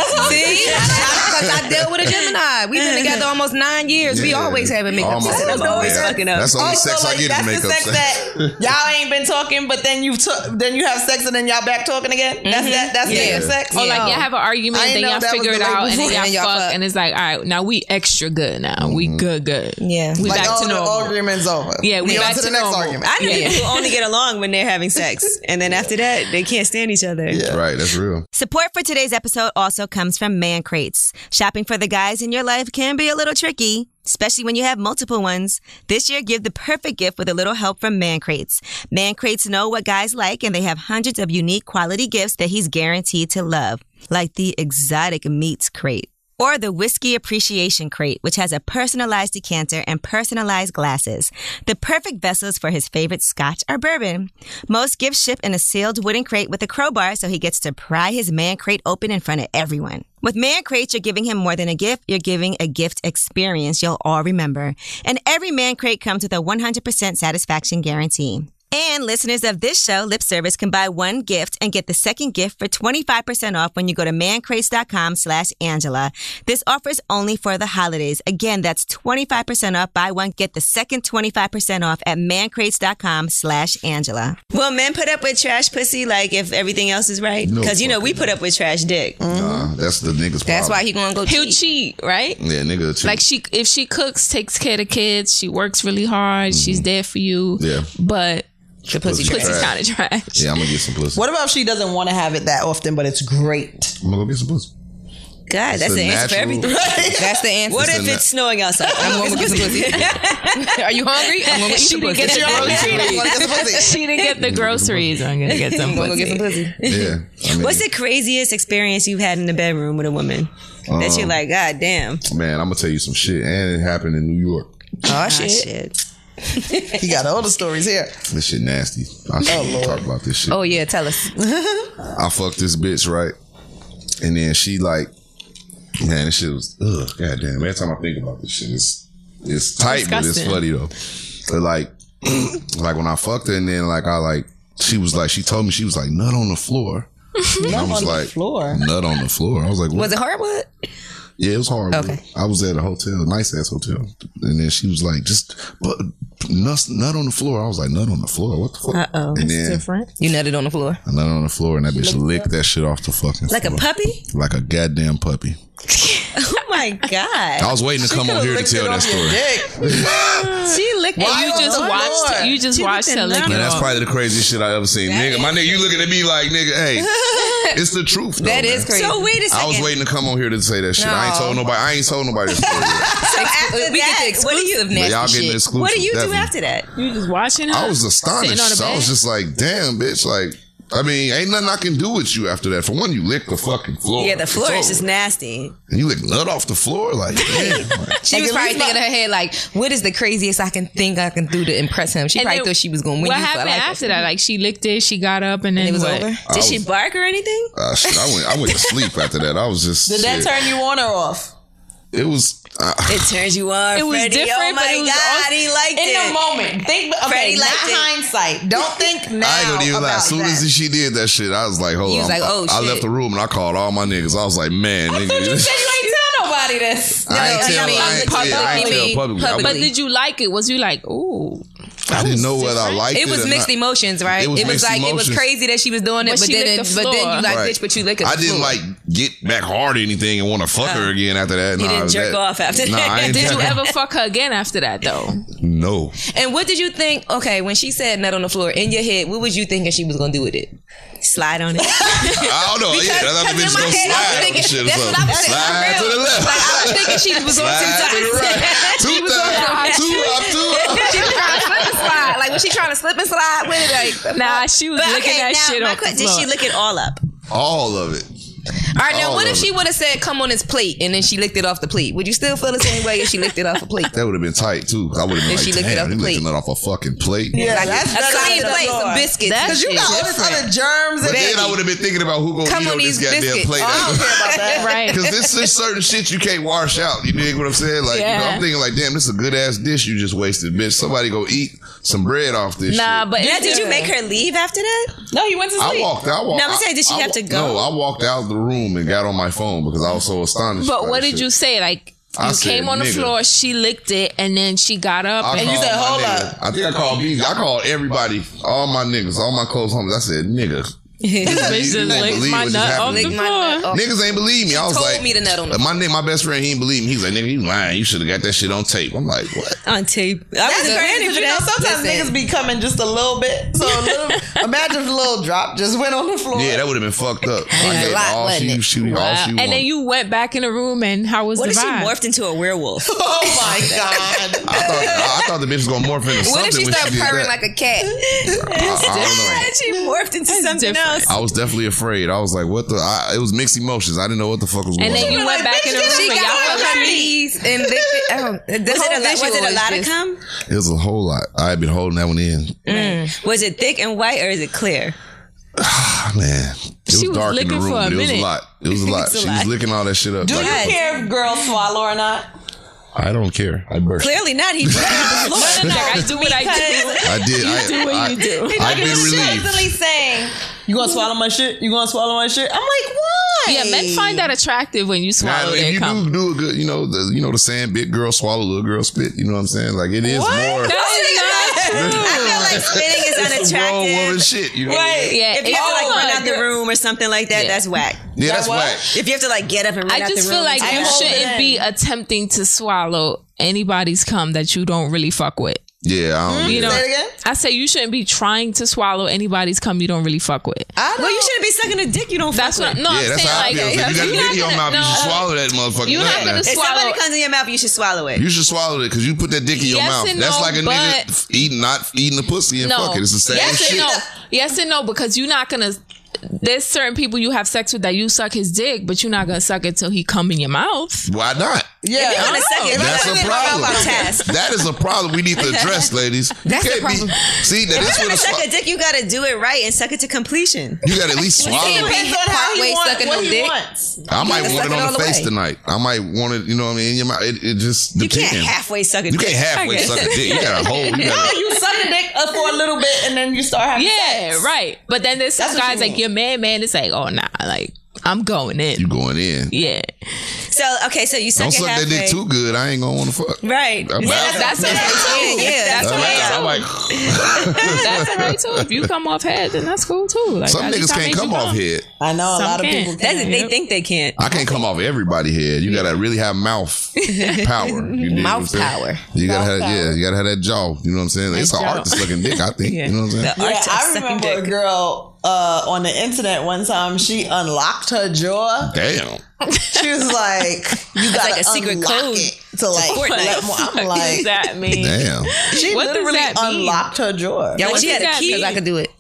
S2: Because I dealt with a Gemini. We've been together almost nine years. We
S4: Yeah.
S2: always having
S4: All
S2: makeup
S4: my
S2: sex.
S4: sex.
S2: I'm always
S4: Yeah.
S2: fucking up.
S4: That's the only
S6: Also,
S4: sex I
S6: like,
S4: get
S6: that's
S4: is
S6: the
S4: makeup
S6: sex
S4: sex.
S6: that y'all ain't been talking, but then you took, then you have sex and then y'all back talking again. That's that. That's
S4: Yeah.
S6: makeup sex.
S3: Or Oh, like y'all have an argument,
S6: I
S3: then
S6: didn't know
S3: y'all
S6: that was
S3: figure
S6: the
S3: it
S6: label
S3: out, and
S6: for
S3: then
S6: it.
S3: y'all,
S6: And y'all
S3: fuck,
S6: fuck.
S3: and it's like, all right, now we extra good now. We good, good.
S9: Yeah.
S3: We
S6: Like
S3: back
S6: all
S3: to
S6: the
S3: normal.
S6: arguments over.
S3: Yeah, we
S6: on
S3: back
S6: to the
S3: to
S6: next
S3: normal.
S6: argument.
S9: I know
S3: Yeah.
S9: people who only get along when they're having sex, and then after that, they can't stand each other.
S4: That's right. That's real.
S1: Support for today's episode also comes from Man Crates. Shopping for the guys in your life can be a little tricky, especially when you have multiple ones. This year, give the perfect gift with a little help from Man Crates. Man Crates know what guys like, and they have hundreds of unique quality gifts that he's guaranteed to love, like the exotic meats crate. Or the Whiskey Appreciation Crate, which has a personalized decanter and personalized glasses, the perfect vessels for his favorite scotch or bourbon. Most gifts ship in a sealed wooden crate with a crowbar so he gets to pry his man crate open in front of everyone. With Man Crate, you're giving him more than a gift, you're giving a gift experience you'll all remember. And every Man Crate comes with a 100% satisfaction guarantee. And listeners of this show, Lip Service, can buy one gift and get the second gift for 25% off when you go to mancrates.com slash Angela. This offer is only for the holidays. Again, that's 25% off. Buy one, get the second 25% off at mancrates.com slash Angela.
S9: Will men put up with trash pussy like if everything else is right?
S4: No Mm.
S9: Because you know we
S4: fucking
S9: put up with trash dick.
S4: Nah, that's the niggas.
S2: Mm-hmm. That's why
S4: problem.
S2: he gonna go
S3: He'll
S2: cheat.
S3: cheat, right?
S4: Yeah, nigga. chick-
S3: Like she, if she cooks, takes care of the kids, she works really hard, she's there for you.
S4: Yeah.
S3: but
S2: The pussy
S4: Pussy
S2: trash.
S3: pussy's
S4: trash.
S3: kind of trash.
S4: yeah, I'm gonna get some pussy.
S6: What about if she doesn't want to have it that often, but it's great?
S4: I'm gonna go get some pussy.
S9: God, that's
S4: a
S9: the answer for
S4: natural-
S9: everything.
S2: That's the answer.
S9: What
S4: It's
S9: if
S4: a
S9: it's snowing outside? I'm going with
S2: Are you hungry? I'm gonna go eat some pussy.
S3: Get your own treat.
S6: You wanna get some pussy?
S3: she didn't get the groceries. I'm gonna get some.
S2: I'm gonna go get some
S3: pussy.
S2: pussy.
S4: Yeah. I mean,
S9: What's the craziest experience you've had in the bedroom with a woman that you're
S4: Um,
S9: like, God damn,
S4: Man, I'm gonna tell you some shit, and it happened in New York.
S9: oh shit.
S6: He got all the stories here.
S4: This shit nasty. I shouldn't talk about this shit.
S2: Oh yeah, tell us.
S4: I fucked this bitch right, and then she like, man, this shit was ugh, goddamn. Every time I think about this shit, it's it's tight,
S3: Disgusting.
S4: but it's funny though. But like, like when I fucked her, and then like I like, she was like, she told me she was like nut on the floor. Nut I was
S6: on the
S4: like,
S6: floor?
S4: Nut on the floor. I was like, what?
S2: Was it hardwood?
S4: Yeah, it was hard.
S2: Okay.
S4: I was at a hotel, nice ass hotel, and then she was like, just but nut nut on the floor. I was like, nut on the floor. What the fuck? Uh oh. And then
S3: Different.
S2: You nutted on the floor.
S4: I nut on the floor, and that bitch licked that shit off the fucking
S9: Like a
S4: floor.
S9: puppy?
S4: like a goddamn puppy.
S9: Oh my God.
S4: I was waiting to come on here to tell that story.
S6: Dick.
S9: She licked
S3: And you just
S6: Lord.
S3: watched. You just
S9: She
S3: watched
S9: looked
S3: her lick
S9: enough.
S3: it
S4: Man, that's
S3: off.
S4: probably the craziest shit I ever seen, nigga. My nigga, you looking at me like, nigga, hey, it's the truth. Though,
S2: That is
S4: Oh, man.
S2: crazy.
S9: So wait a
S4: I
S9: second.
S4: was waiting to come on here to say that shit. I ain't
S2: No.
S4: told nobody. I ain't told nobody this story. yet.
S2: Ex-
S9: After
S2: we
S9: that,
S2: get the
S9: what do you-
S2: exclusive
S4: But y'all
S2: nasty
S4: getting
S2: shit.
S4: exclusive.
S9: What do you do
S4: definitely.
S9: after that?
S3: You just watching her.
S4: I was astonished.
S3: Sitting on the
S4: I
S3: bed.
S4: was just like, damn, bitch. Like, I mean, ain't nothing I can do with you after that. For one, you lick the fucking floor.
S9: Yeah, the
S4: It's
S9: floor is
S4: over.
S9: just nasty.
S4: And you lick nut off the floor, like, damn. Like,
S2: She was probably thinking in her head like, "What is the craziest I can think I can do to impress him?" She
S3: And
S2: probably
S3: then
S2: thought she was gonna win.
S3: What
S2: you for
S3: happened
S2: life.
S3: after that? Like she licked it. She got up and then
S2: It was
S3: what?
S2: over.
S4: I
S9: Did
S4: was,
S9: she bark or anything?
S4: uh, shit, I went. I went to sleep after that. I was just.
S6: Did that
S4: shit.
S6: turn you on or off?
S4: It was. I,
S9: It turns you on.
S3: It was
S9: Freddie. Oh
S3: different,
S9: my
S3: but it was
S9: God,
S3: also-
S9: he liked
S6: In
S9: it.
S6: the moment, think okay,
S9: Freddie
S6: not
S9: liked it.
S6: hindsight. Don't think now
S4: I ain't gonna even lie.
S6: about
S4: As soon
S6: that.
S4: as she did that shit, I was like, hold
S2: You
S4: on.
S2: was like, oh,
S4: I
S2: shit.
S4: left the room and I called all my niggas. I was like, man, nigga.
S6: Said you ain't tell nobody this.
S4: I ain't
S2: No,
S4: tell.
S2: I mean,
S4: I ain't tell- I ain't
S2: publicly,
S4: tell publicly. I
S3: But
S2: publicly.
S4: wouldn't-
S3: did you like it? Was you like, ooh?
S4: I didn't know whether I liked it.
S2: It was
S4: or
S2: mixed
S4: not.
S2: emotions, right?
S4: It
S2: It
S4: was
S2: was,
S4: mixed
S2: like it was
S4: emotions.
S2: crazy that she was doing it,
S3: But
S2: but,
S3: she
S2: then,
S3: licked
S2: it,
S3: the
S2: but then you like,
S4: Right.
S2: bitch, but you lick.
S4: I didn't like get back hard or anything and want to fuck her again after that. He nah,
S9: didn't jerk
S4: that-
S9: off after
S4: nah,
S9: that.
S4: I ain't
S3: Did
S4: jerk-
S3: you ever fuck her again after that though?
S4: No.
S2: And what did you think? Okay, when she said nut on the floor in your head, what was you thinking she was gonna do with it?
S9: Slide on it.
S4: I don't know. yeah, that other bitch gonna slide on the shit or
S2: that's what I
S4: something.
S2: was thinking.
S4: Slide to
S2: for
S4: the
S2: real.
S4: left.
S2: Like, I was thinking she was going to
S4: Slide to the right. Two thumbs. Two up, two up.
S2: She was trying to slip and slide. Like was she trying to slip and slide with it? Like,
S3: Nah, she was
S9: But
S3: licking
S9: okay,
S3: that
S9: now
S3: shit
S9: my
S3: off
S9: que-
S3: the
S9: Did
S3: floor.
S9: she lick it all up?
S4: All of it.
S2: all right. Now,
S4: All
S2: what if
S4: of
S2: she
S4: it.
S2: would have said, "Come on, this plate," and then she licked it off the plate? Would you still feel the same way if she licked it off a plate?
S4: That would have been tight too. 'cause I would have
S2: And
S4: been like,
S2: she licked it off
S4: damn,
S2: the
S4: you
S2: plate.
S4: licking it off a fucking plate. Yeah.
S6: Yeah, that's
S2: a clean
S6: that's-
S2: plate, some biscuits.
S3: That
S6: Cause you got all this other germs
S4: But
S6: and
S4: then I would have been thinking about who gonna
S2: Come on
S4: eat on this
S2: these
S4: goddamn
S2: biscuits. Oh,
S4: plate.
S3: right.
S4: Because this is certain shit you can't wash out. You dig what I'm saying? Like, you know,
S3: Yeah.
S4: I'm thinking like, damn, this is a good ass dish you just wasted, bitch. Somebody go eat some bread off this.
S3: Nah,
S4: shit.
S3: but
S9: Now,
S3: it's
S9: did you
S3: different.
S9: make her leave after that?
S6: No, he went to
S4: I walked. I walked.
S9: No, I'm
S4: I-
S9: saying, did she
S4: I
S9: have to
S4: wa-
S9: go?
S4: No, I walked out the room and got on my phone because I was so astonished.
S3: But
S4: by
S3: what
S4: that
S3: did
S4: shit.
S3: you say? Like
S4: I
S3: you
S4: said,
S3: came on the
S4: "Nigga."
S3: floor, she licked it, and then she got up.
S4: I
S3: and
S4: called
S6: said,
S4: my
S6: "Hold
S4: nigga." I think I called me. I called everybody, all my niggas, all my close homies. I said, nigga,
S3: Bitch just licked
S4: believe
S3: my
S4: what just
S3: nut off
S4: happened.
S3: the
S2: Lick my nut
S9: oh,
S3: floor.
S2: off.
S4: Niggas ain't believe me. I was
S2: told
S4: like,
S2: me to nut on the-
S4: my nigga, my best friend, he ain't believe me. He's like, nigga, you lying. You should have got that shit on tape. I'm like, what?
S1: on tape. I
S2: That's
S1: was
S2: good.
S1: granted
S2: Because
S1: for
S2: you know,
S1: that.
S6: Sometimes
S2: Listen.
S6: niggas be coming just a little bit. So a little, imagine if a little drop just went on the floor.
S4: Yeah, that would have been fucked up. I
S2: a
S4: gave
S2: lot,
S4: all
S2: wasn't
S4: she,
S2: it?
S4: she, all
S3: Wow.
S4: she
S3: And then
S4: wanted.
S3: you went back in the room, and how was
S1: What
S3: the
S1: if she
S3: vibe?
S1: morphed into a werewolf?
S6: Oh my
S4: I
S6: god.
S4: thought, I, I thought the bitch was gonna morph into something
S2: What if she
S4: when
S2: started
S4: she did
S2: purring
S4: that.
S2: like a cat?
S4: I, I don't know.
S1: she morphed into
S3: That's
S1: something
S3: different.
S1: else.
S4: I was definitely afraid. I was like, what the? I, it was mixed emotions. I didn't know what the fuck was
S3: and
S4: going
S3: then
S4: on.
S3: you went back in the room,
S2: She
S3: and y'all
S2: got on
S3: fucked
S2: her
S3: me.
S2: knees and licked it. Oh, the
S1: Was
S2: whole
S1: it, a lot, was
S2: visual
S1: it a lot of
S2: just-
S1: cum?
S4: it was a whole lot. I had been holding that one in.
S1: Was it thick and white or is it clear?
S4: Ah, man. It
S3: She
S4: was,
S3: was
S4: dark in the
S3: licking
S4: room.
S3: for a
S4: but it was a
S3: minute.
S4: lot. It was a lot.
S1: It's a
S4: she
S1: lot.
S4: was licking all that shit up.
S6: Do you
S4: Like,
S6: care if girls swallow or not?
S4: I don't care. I burst.
S1: Clearly not. He dropped it on the floor.
S3: Like, I do what I do.
S4: I did. I,
S3: do what
S4: I,
S3: you do.
S4: I've been relieved.
S6: Constantly saying, "You gonna swallow my shit? You gonna swallow my shit?" I'm like, "Why?"
S3: Yeah, men find that attractive when you
S4: Now,
S3: swallow
S4: if
S3: their
S4: you
S3: cum.
S4: do do a good, you know, the, you know the saying, big girl swallow, little girl spit. You know what I'm saying? Like it is more.
S9: Oh
S3: That is not true.
S1: I feel like spitting is
S4: It's some grown woman
S1: unattractive.
S4: shit. You know?
S3: Yeah,
S1: If you
S3: it's
S1: have to like
S3: not.
S1: run out the room or something like that,
S3: Yeah.
S1: that's whack.
S4: Yeah, that's
S6: what?
S4: whack.
S1: If you have to like get up and run
S3: I
S1: out
S3: just
S1: the room,
S3: feel like
S1: it's
S3: you
S1: whack.
S3: shouldn't be attempting to swallow anybody's cum that you don't really fuck with.
S4: Yeah, I don't.
S3: Hmm? You know,
S6: Say it again.
S3: I say you shouldn't be trying to swallow anybody's cum you don't really fuck with.
S6: I don't.
S1: Well, you shouldn't be sucking a dick you don't
S3: That's
S1: fuck
S3: what
S1: with.
S3: no, I'm
S4: yeah, that's
S3: saying
S4: how I
S3: like
S4: feel. If you
S3: you're
S4: got the
S3: not
S4: dick in your
S3: gonna-
S4: mouth, you should
S3: no.
S4: swallow that motherfucker.
S3: You're not gonna
S1: If somebody
S3: swallow-
S1: comes in your mouth, you should swallow it.
S4: You should swallow it because you put that dick in your
S3: Yes
S4: mouth.
S3: and
S4: That's
S3: no,
S4: like a nigga
S3: but-
S4: f- eating not eating the pussy and fucking. It's the same
S3: yes
S4: shit.
S3: and no. Yes and no, because you're not gonna. There's certain people you have sex with that you suck his dick, but you're not gonna suck it till he come in your mouth.
S4: Why not?
S6: yeah,
S1: If you're gonna suck it, let
S4: That's a
S1: it run out
S4: problem.
S1: by the task.
S4: That is a problem we need to address, ladies.
S3: That's
S4: you
S3: the
S4: can't
S3: problem.
S4: be see that
S1: If
S4: this
S1: you're gonna
S4: would
S1: suck a
S4: have
S1: dick, you gotta do it right and suck it to completion.
S4: you got to at least swallow it.
S6: depends on how
S2: Partway
S6: he wants
S2: sucking
S6: what
S2: on
S6: he
S2: dick.
S6: wants.
S4: I
S2: gotta
S4: might want it
S2: suck it
S4: on
S2: all
S4: the
S2: the
S4: face
S2: way.
S4: tonight. I might want it. You know what I mean? In your mouth, it, it just
S1: You
S4: depends.
S1: can't halfway suck a
S4: You
S1: dick.
S4: can't halfway
S1: Okay.
S4: suck a dick. You got a whole. You got
S6: You suck a dick up for a little bit, and then you start having
S3: Yeah,
S6: sex.
S3: right. But then there's some
S6: That's what
S3: guys
S6: you
S3: like
S6: mean.
S3: your man, man. It's like, oh nah, like I'm going in.
S4: you going in.
S3: Yeah,
S1: So okay, so you suck
S4: Don't
S1: it
S4: suck
S1: halfway.
S4: that dick too good. I ain't gonna want to fuck.
S1: Right.
S4: I'm
S1: Yeah,
S4: out.
S3: that's all right too.
S1: Yeah, yeah,
S3: that's
S1: that's
S3: all
S1: what
S3: right
S4: I'm
S3: too.
S4: like,
S3: That's all right too. If you come off head, then that's cool too. Like
S4: some
S3: at least
S4: niggas
S3: I
S4: can't
S3: made
S4: come
S3: you
S4: off
S3: come.
S4: head.
S6: I know a
S3: Some
S6: lot of
S3: can't.
S6: people. Can.
S1: That's they think they can't.
S4: I can't come off everybody head. You gotta really have mouth power. You know
S2: Mouth
S4: what I'm saying?
S2: power.
S4: You gotta have yeah. You gotta have that jaw. You know what I'm saying? it's
S3: That
S4: an
S3: jaw.
S4: art to sucking dick. I think. You know what I'm saying?
S6: Yeah,
S1: Art of
S6: I
S1: sucking
S6: remember a
S1: dick.
S6: girl uh, on the internet one time. She unlocked her jaw.
S4: Damn.
S6: She was like, "You got
S1: like a secret
S6: unlock
S1: code
S6: it to like."
S1: Fortnite.
S6: let more- I'm
S3: What does
S6: like,
S3: that mean?
S4: Damn.
S6: she
S3: What does
S6: literally
S3: that mean?
S6: unlocked her jaw.
S2: I
S1: Like
S2: want
S1: she
S2: you
S1: had
S2: to
S1: a
S3: got
S1: key.
S2: because I could do it.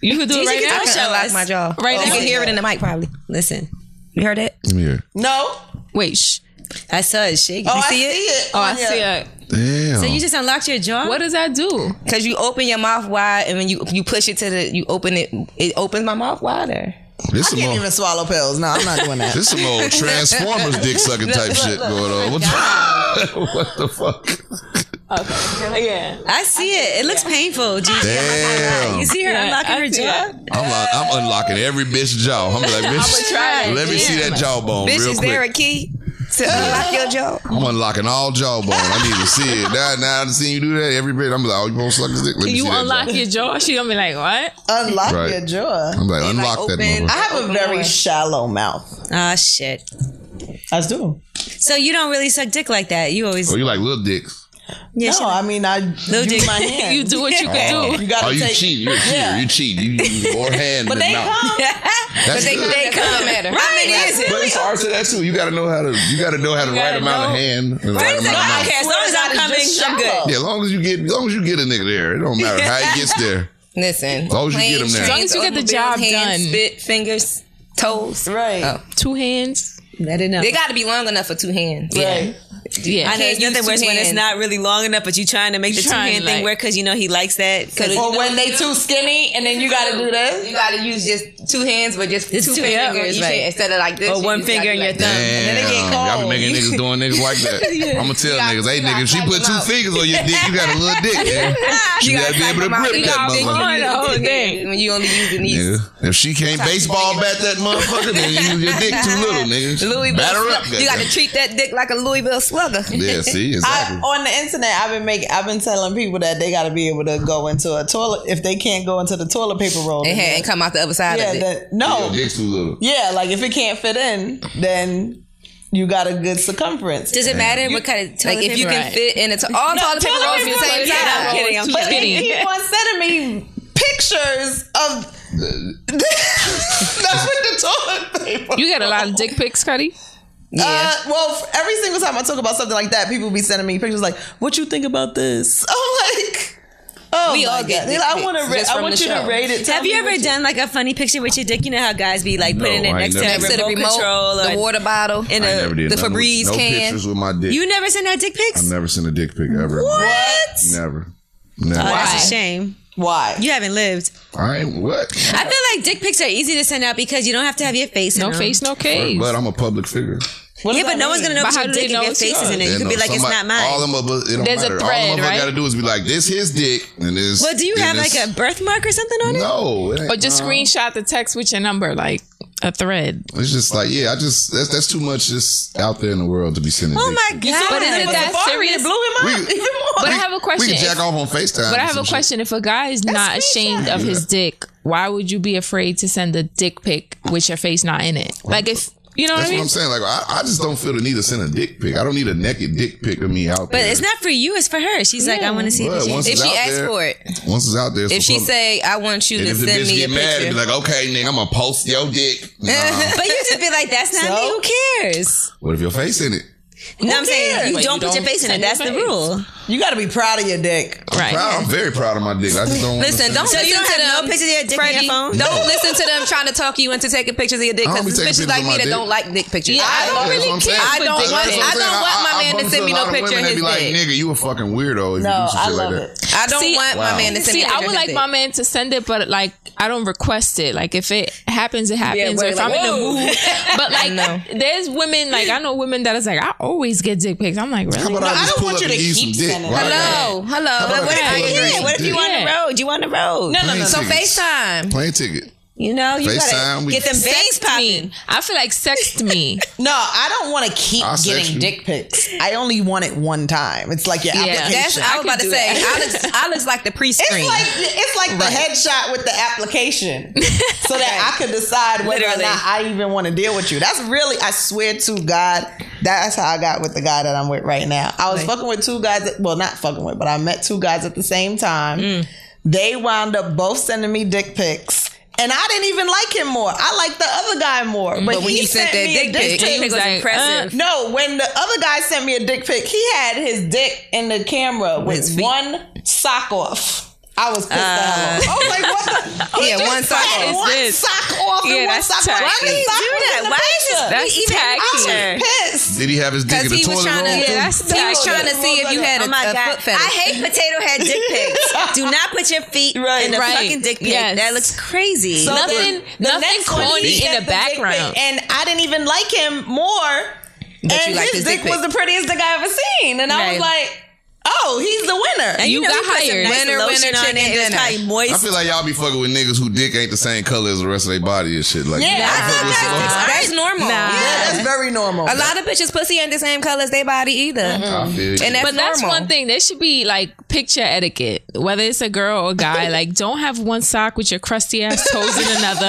S3: You could do
S1: Gigi
S3: it right
S1: could
S3: now.
S1: do it. Show
S2: Unlock
S1: us.
S2: my jaw.
S3: Right
S2: You
S3: now.
S2: can hear it in the mic probably.
S1: Listen,
S2: You heard it?
S4: Come here.
S6: No.
S3: Wait, shh.
S1: I saw it shaking.
S6: Oh,
S1: you
S6: I
S1: see
S6: see
S1: it?
S6: it.
S3: Oh, I
S6: on your-
S3: see it.
S4: Damn.
S1: So you just unlocked your jaw.
S3: What does that do?
S2: Because you open your mouth wide and when you you push it to the you open it it opens my mouth wider.
S4: this
S6: I
S4: some
S6: can't
S4: old,
S6: even swallow pills. No, I'm not doing that.
S4: this some old Transformers dick sucking type shit going on. What the, what the fuck?
S3: Okay. Yeah.
S1: I see it. It looks painful. Gigi.
S4: Damn.
S1: You see her
S3: Yeah,
S1: unlocking
S3: I
S1: her
S3: see
S1: jaw.
S4: I'm, like, I'm unlocking every bitch jaw. I'm like, bitch,
S3: try it.
S4: let me see that jawbone
S2: Bitch,
S4: real
S2: is there a
S4: quick.
S2: key to unlock your jaw?
S4: I'm unlocking all jawbone. I need to see it. Now, now I've seen you do that every bit. I'm like, oh, you gonna suck his dick? Let me
S3: You
S4: see that
S3: unlock
S4: jaw.
S3: your jaw, she gonna be like, what?
S6: Unlock
S4: Right.
S6: your jaw.
S4: I'm like,
S2: like,
S4: unlock that
S2: open-
S4: motherfucker.
S6: I have a very shallow mouth.
S1: Ah, shit.
S6: I do.
S1: So you don't really suck dick like that. You always.
S4: Oh, you like little dicks?
S1: Yeah, she-
S6: No, I mean I use
S1: dick.
S6: my hand.
S3: You do what you
S4: Oh.
S3: can do.
S6: You gotta
S4: oh, you
S6: take-
S4: cheat. You're a cheater.
S6: Yeah.
S4: You cheat. You use more hand
S6: But
S4: than
S6: they
S4: mouth.
S6: come.
S4: That's
S2: They,
S4: good.
S2: they come matter. How many is it?
S4: But it's art to that too. You gotta know how to. You gotta know how to right
S3: gotta
S4: amount
S3: know.
S4: of hand and the right amount of
S1: I
S4: mouth.
S1: don't care. As long as I'm coming, I'm good.
S4: Yeah, as long as you get, as long as you get a nigga there, it don't matter how he gets there.
S2: Listen. As
S4: long as you get 'em there. As
S3: long as you get the job
S2: hands,
S3: done.
S2: Spit, fingers, toes.
S6: Right.
S3: Two hands.
S1: That enough.
S2: They got to be long enough for two hands.
S6: Right.
S3: Yeah.
S1: I know it's
S2: Can't
S1: nothing
S2: use two
S1: worse when it's
S2: hands.
S1: not really long enough, but you trying to make the
S3: You
S1: two
S3: trying
S1: hand
S3: to,
S1: thing
S3: like-
S1: work because you know he likes that. Because
S6: Or when they too skinny, and then you gotta do this.
S2: You got to use just two hands, but just two,
S1: two
S2: fingers
S1: fingers,
S2: each
S1: right.
S2: hand instead of like this.
S1: Or
S2: you
S1: one
S2: just
S1: finger
S2: gotta
S1: and
S2: be
S1: your
S2: like
S1: thumb.
S4: Damn,
S2: then it get
S4: y'all be
S2: cold.
S4: making niggas doing niggas like that. I'm gonna tell
S2: You gotta-
S4: niggas, hey
S2: you gotta
S4: nigga, if she
S2: type
S4: put
S2: them
S4: two
S2: out.
S4: fingers on your dick, you got a little dick. Man. You,
S2: gotta
S4: gotta be
S2: type
S4: able to
S2: them out.
S4: grip
S2: You
S4: that
S2: gotta
S4: motherfucker.
S3: on the whole thing.
S2: When you only use the knees.
S4: Yeah. If she can't
S2: Type
S4: baseball
S2: them
S4: bat that motherfucker, then you, your dick too little, nigga.
S2: Louisville.
S4: Batter
S2: slugger.
S4: up,
S2: you got
S4: goddamn.
S2: to treat that dick like a Louisville slugger.
S4: Yeah, see,
S6: I,
S4: exactly.
S6: on the internet, I've been making, I've been telling people that they got to be able to go into a toilet if they can't go into the toilet paper roll.
S2: It had and come out the other side
S6: yeah,
S2: of it.
S6: that, no,
S4: Your dick's too little.
S6: yeah, like if it can't fit in, then you got a good circumference.
S2: Does it matter what kind of like if you can
S3: right.
S2: fit in a to- all toilet paper rolls at the same
S3: Yeah,
S2: time?
S3: I'm kidding, I'm
S6: but
S3: kidding.
S6: they keep on sending me pictures of. That's with the toilet paper.
S3: You get a lot of dick pics, Cuddy.
S6: Uh, well, f- every single time I talk about something like that, people be sending me pictures like, "What you think about this?" I'm like, "Oh,
S2: We
S6: my
S2: all
S6: God.
S2: get
S6: They're
S2: dick
S6: like, I
S2: pics
S6: want to.
S2: just
S6: I
S2: from
S6: want
S2: the
S6: you
S2: show.
S6: to rate it. Tell
S1: Have
S6: me
S1: you
S6: what
S1: ever done like a funny picture with your dick? You know how guys be like putting
S4: No,
S1: it
S4: I
S1: next
S4: ain't
S1: to,
S4: never-
S2: Next to the remote,
S1: control or
S2: the water bottle,
S1: in
S4: I ain't
S1: a.
S4: never did
S2: the
S4: nothing with-
S2: Febreze
S4: no
S2: can.
S4: pictures with my dick.
S1: You never sent out dick
S4: I
S1: pics?
S4: never sent a dick pic ever. What? Never. Never.
S1: That's a shame.
S6: Why?
S1: You haven't lived.
S4: I ain't what?
S1: I feel like dick pics are easy to send out because you don't have to have your face.
S3: No
S1: in 'em.
S3: face, no case.
S4: Mm. But I'm a public figure.
S6: What
S1: Yeah,
S6: does
S1: but
S6: that
S1: no one's
S6: mean?
S1: gonna know
S3: But
S1: if
S3: how
S1: your
S3: do
S1: dick
S3: they
S1: and
S3: know
S1: your
S3: it's
S1: face is in it.
S3: yours?
S1: You could
S4: And,
S1: be
S4: uh,
S1: like, it's
S4: somebody-
S1: not mine.
S4: All them up, it don't
S3: There's a
S4: matter. all
S3: thread,
S4: them
S3: right?
S4: got to do is be like, this his dick, and it's.
S1: Well, do you
S4: and
S1: have like
S4: it's-
S1: a birthmark or something on it?
S4: No, it ain't,
S3: or just
S4: nah.
S3: screenshot the text with your number, like a thread.
S4: It's just like, yeah, I just that's that's too much just out there in the world to be sending.
S1: Oh
S4: dick
S1: my
S4: pics.
S1: god!
S3: But is it that serious?
S4: We-
S3: But I
S4: we-
S3: have a
S4: We
S3: question.
S4: can jack off on Facetime.
S3: But I
S4: or
S3: have a
S4: some shit.
S3: question. If a guy is not ashamed of his dick, why would you be afraid to send a dick pic with your face not in it? Like if you know what I
S4: That's what
S3: mean?
S4: I'm saying. Like, I, I just don't feel the need to send a dick pic. I don't need a naked dick pic of me
S1: But
S4: out there.
S1: it's not for you. It's for her. She's like, I want to see
S4: But
S1: the
S4: once
S2: If
S4: it's
S2: she
S4: out
S2: asks
S4: there,
S2: for it,
S4: once it's out there, it's
S2: if she
S4: public.
S2: say, "I want you
S4: and
S2: to
S4: if the
S2: send
S4: bitch
S2: me a
S4: get mad,
S2: picture,"
S4: it'd be like, okay, nigga, I'm gonna post your dick. Nah.
S1: But you just be like, that's not me. Who cares?
S4: what if your face in it?
S1: You know what I'm saying? You
S3: But
S1: don't
S3: you
S1: put your
S3: don't
S1: face in it.
S3: send your
S1: That's the
S3: face.
S1: rule.
S6: You got to be proud of your dick.
S3: Right.
S4: Proud, I'm very proud of my dick. I just don't. wanna
S2: Listen,
S4: send
S2: don't
S4: it.
S1: So
S2: listen
S1: you don't
S2: to
S1: have no
S2: them.
S1: pictures of your dick in
S2: Freddie,
S1: your phone?
S2: Don't listen to them trying to talk you into taking pictures of your dick
S4: I
S2: because
S4: don't be
S2: it's bitches
S4: taking pictures
S2: like
S4: of
S2: me
S4: my
S2: that
S4: dick.
S2: don't like dick pictures.
S3: Yeah, I
S2: I
S3: don't
S2: don't
S4: That's
S3: really
S4: what I'm
S3: care
S4: saying.
S2: I don't want-
S4: That's what I'm
S2: I don't
S4: saying.
S2: want my man to
S4: bump
S2: send
S4: a
S2: me no
S4: lot of
S2: picture
S4: women
S2: of his
S4: that be like,
S2: dick.
S4: nigga, you a fucking weirdo. If you
S6: No,
S4: do some
S6: I
S4: shit
S6: love
S4: like
S6: it.
S4: that.
S2: I don't
S3: See,
S2: want my
S4: wow.
S2: man to send
S3: See,
S2: me a
S3: I would
S2: picture of his
S3: like
S2: dick.
S3: my man to send it, but like I don't request it. Like if it happens, it happens. or
S2: we're
S3: if
S2: like,
S3: I'm in the
S2: "Whoa."
S3: mood, but
S2: know.
S3: like there's women like I know women that is like I always get dick pics. I'm like
S4: How
S3: really?
S4: about I just
S6: don't
S4: pull
S6: want
S4: up
S6: you
S4: and
S6: to
S4: give you some
S6: keep
S4: dick?
S6: sending
S4: Why
S6: it.
S4: not?
S2: Hello, hello.
S4: How about
S2: What are
S4: I just pull up and
S2: you?
S4: give
S1: What if
S4: some
S1: you
S4: dick?
S1: on the road? You on the road?
S3: no, no, no.
S2: So
S4: Plane tickets.
S2: FaceTime.
S4: Plane ticket.
S1: You know, you
S4: FaceTime,
S1: gotta
S4: we-
S1: get them bangs
S3: Sext
S1: popping.
S3: me. I feel like sext me.
S6: No, I don't want to keep
S4: I said
S6: getting
S4: you.
S6: dick pics. I only want it one time. It's like your
S3: Yeah.
S2: That's
S6: application.
S2: I
S3: I
S2: was
S3: could
S2: about to
S3: do
S2: say.
S3: that.
S2: I looks, I looks like the pre-screen.
S6: it's like it's like the headshot with the application, so that I could decide whether
S1: Literally.
S6: or not I even want to deal with you. That's really, I swear to God, that's how I got with the guy that I'm with right now. I was fucking with two guys. That, well, not fucking with, but I met two guys at the same time. They wound up both sending me dick pics. And I didn't even like him more. I liked the other guy more. But,
S2: when
S6: he
S2: you
S6: sent, that dick,
S2: pic,
S6: pic,
S2: you was
S3: like,
S2: impressive.
S6: no, when the other guy sent me a dick pic, he had his dick in the camera
S2: His
S6: with
S2: feet. Uh,
S6: one sock off. I was pissed the hell off. I was like, what the?
S2: He had
S6: just
S2: one sock off.
S6: had One
S3: Is this-
S6: sock off
S3: Yeah,
S6: and one
S3: that's
S6: sock on.
S3: tacky.
S6: Why did he do that?
S1: Why is this
S6: Why
S3: That's
S1: even
S3: tacky.
S1: out?
S6: pissed?
S4: Did he have his dick in
S2: Because
S4: the
S2: he was
S4: toilet
S2: trying to,
S4: roll?
S3: Yeah,
S4: too?
S3: that's
S2: he was
S3: tacky.
S2: trying to see if you had a,
S1: Oh my
S2: a
S1: god!
S2: foot fetish.
S1: I hate potato head dick pics. Do not put your feet in the
S3: right.
S1: fucking dick pic.
S3: Yes.
S1: That looks crazy.
S6: So
S3: Nothing-
S6: the
S3: nothing
S6: next one,
S3: corny in
S6: he sent
S3: the
S6: dick pic,
S3: background.
S6: and I didn't even like him more.
S2: But
S6: and
S2: you liked
S6: his
S2: his dick
S6: dick was
S2: pic.
S6: the prettiest dick I ever seen, and I was
S2: Right.
S6: like, oh, he's the winner.
S1: And
S3: you
S1: know,
S3: got
S1: put some
S3: hired.
S1: nice
S2: Winner,
S1: lotion
S2: winner,
S1: on
S2: chicken
S1: it. It was
S2: dinner.
S1: probably moist.
S4: I feel like y'all be fucking with niggas who dick ain't the same color as the rest of their body and shit. Like,
S6: Yeah,
S4: y'all
S6: I
S4: fuck
S6: thought
S4: with some-
S2: That's, that's normal.
S6: yeah, that's very normal.
S2: A lot of bitches pussy ain't the same color as their body either.
S6: Mm-hmm.
S4: I feel you.
S2: And that's
S3: but that's
S2: normal.
S3: one thing. There should be like picture etiquette, whether it's a girl or a guy. Like, don't have one sock with your crusty ass toes in another.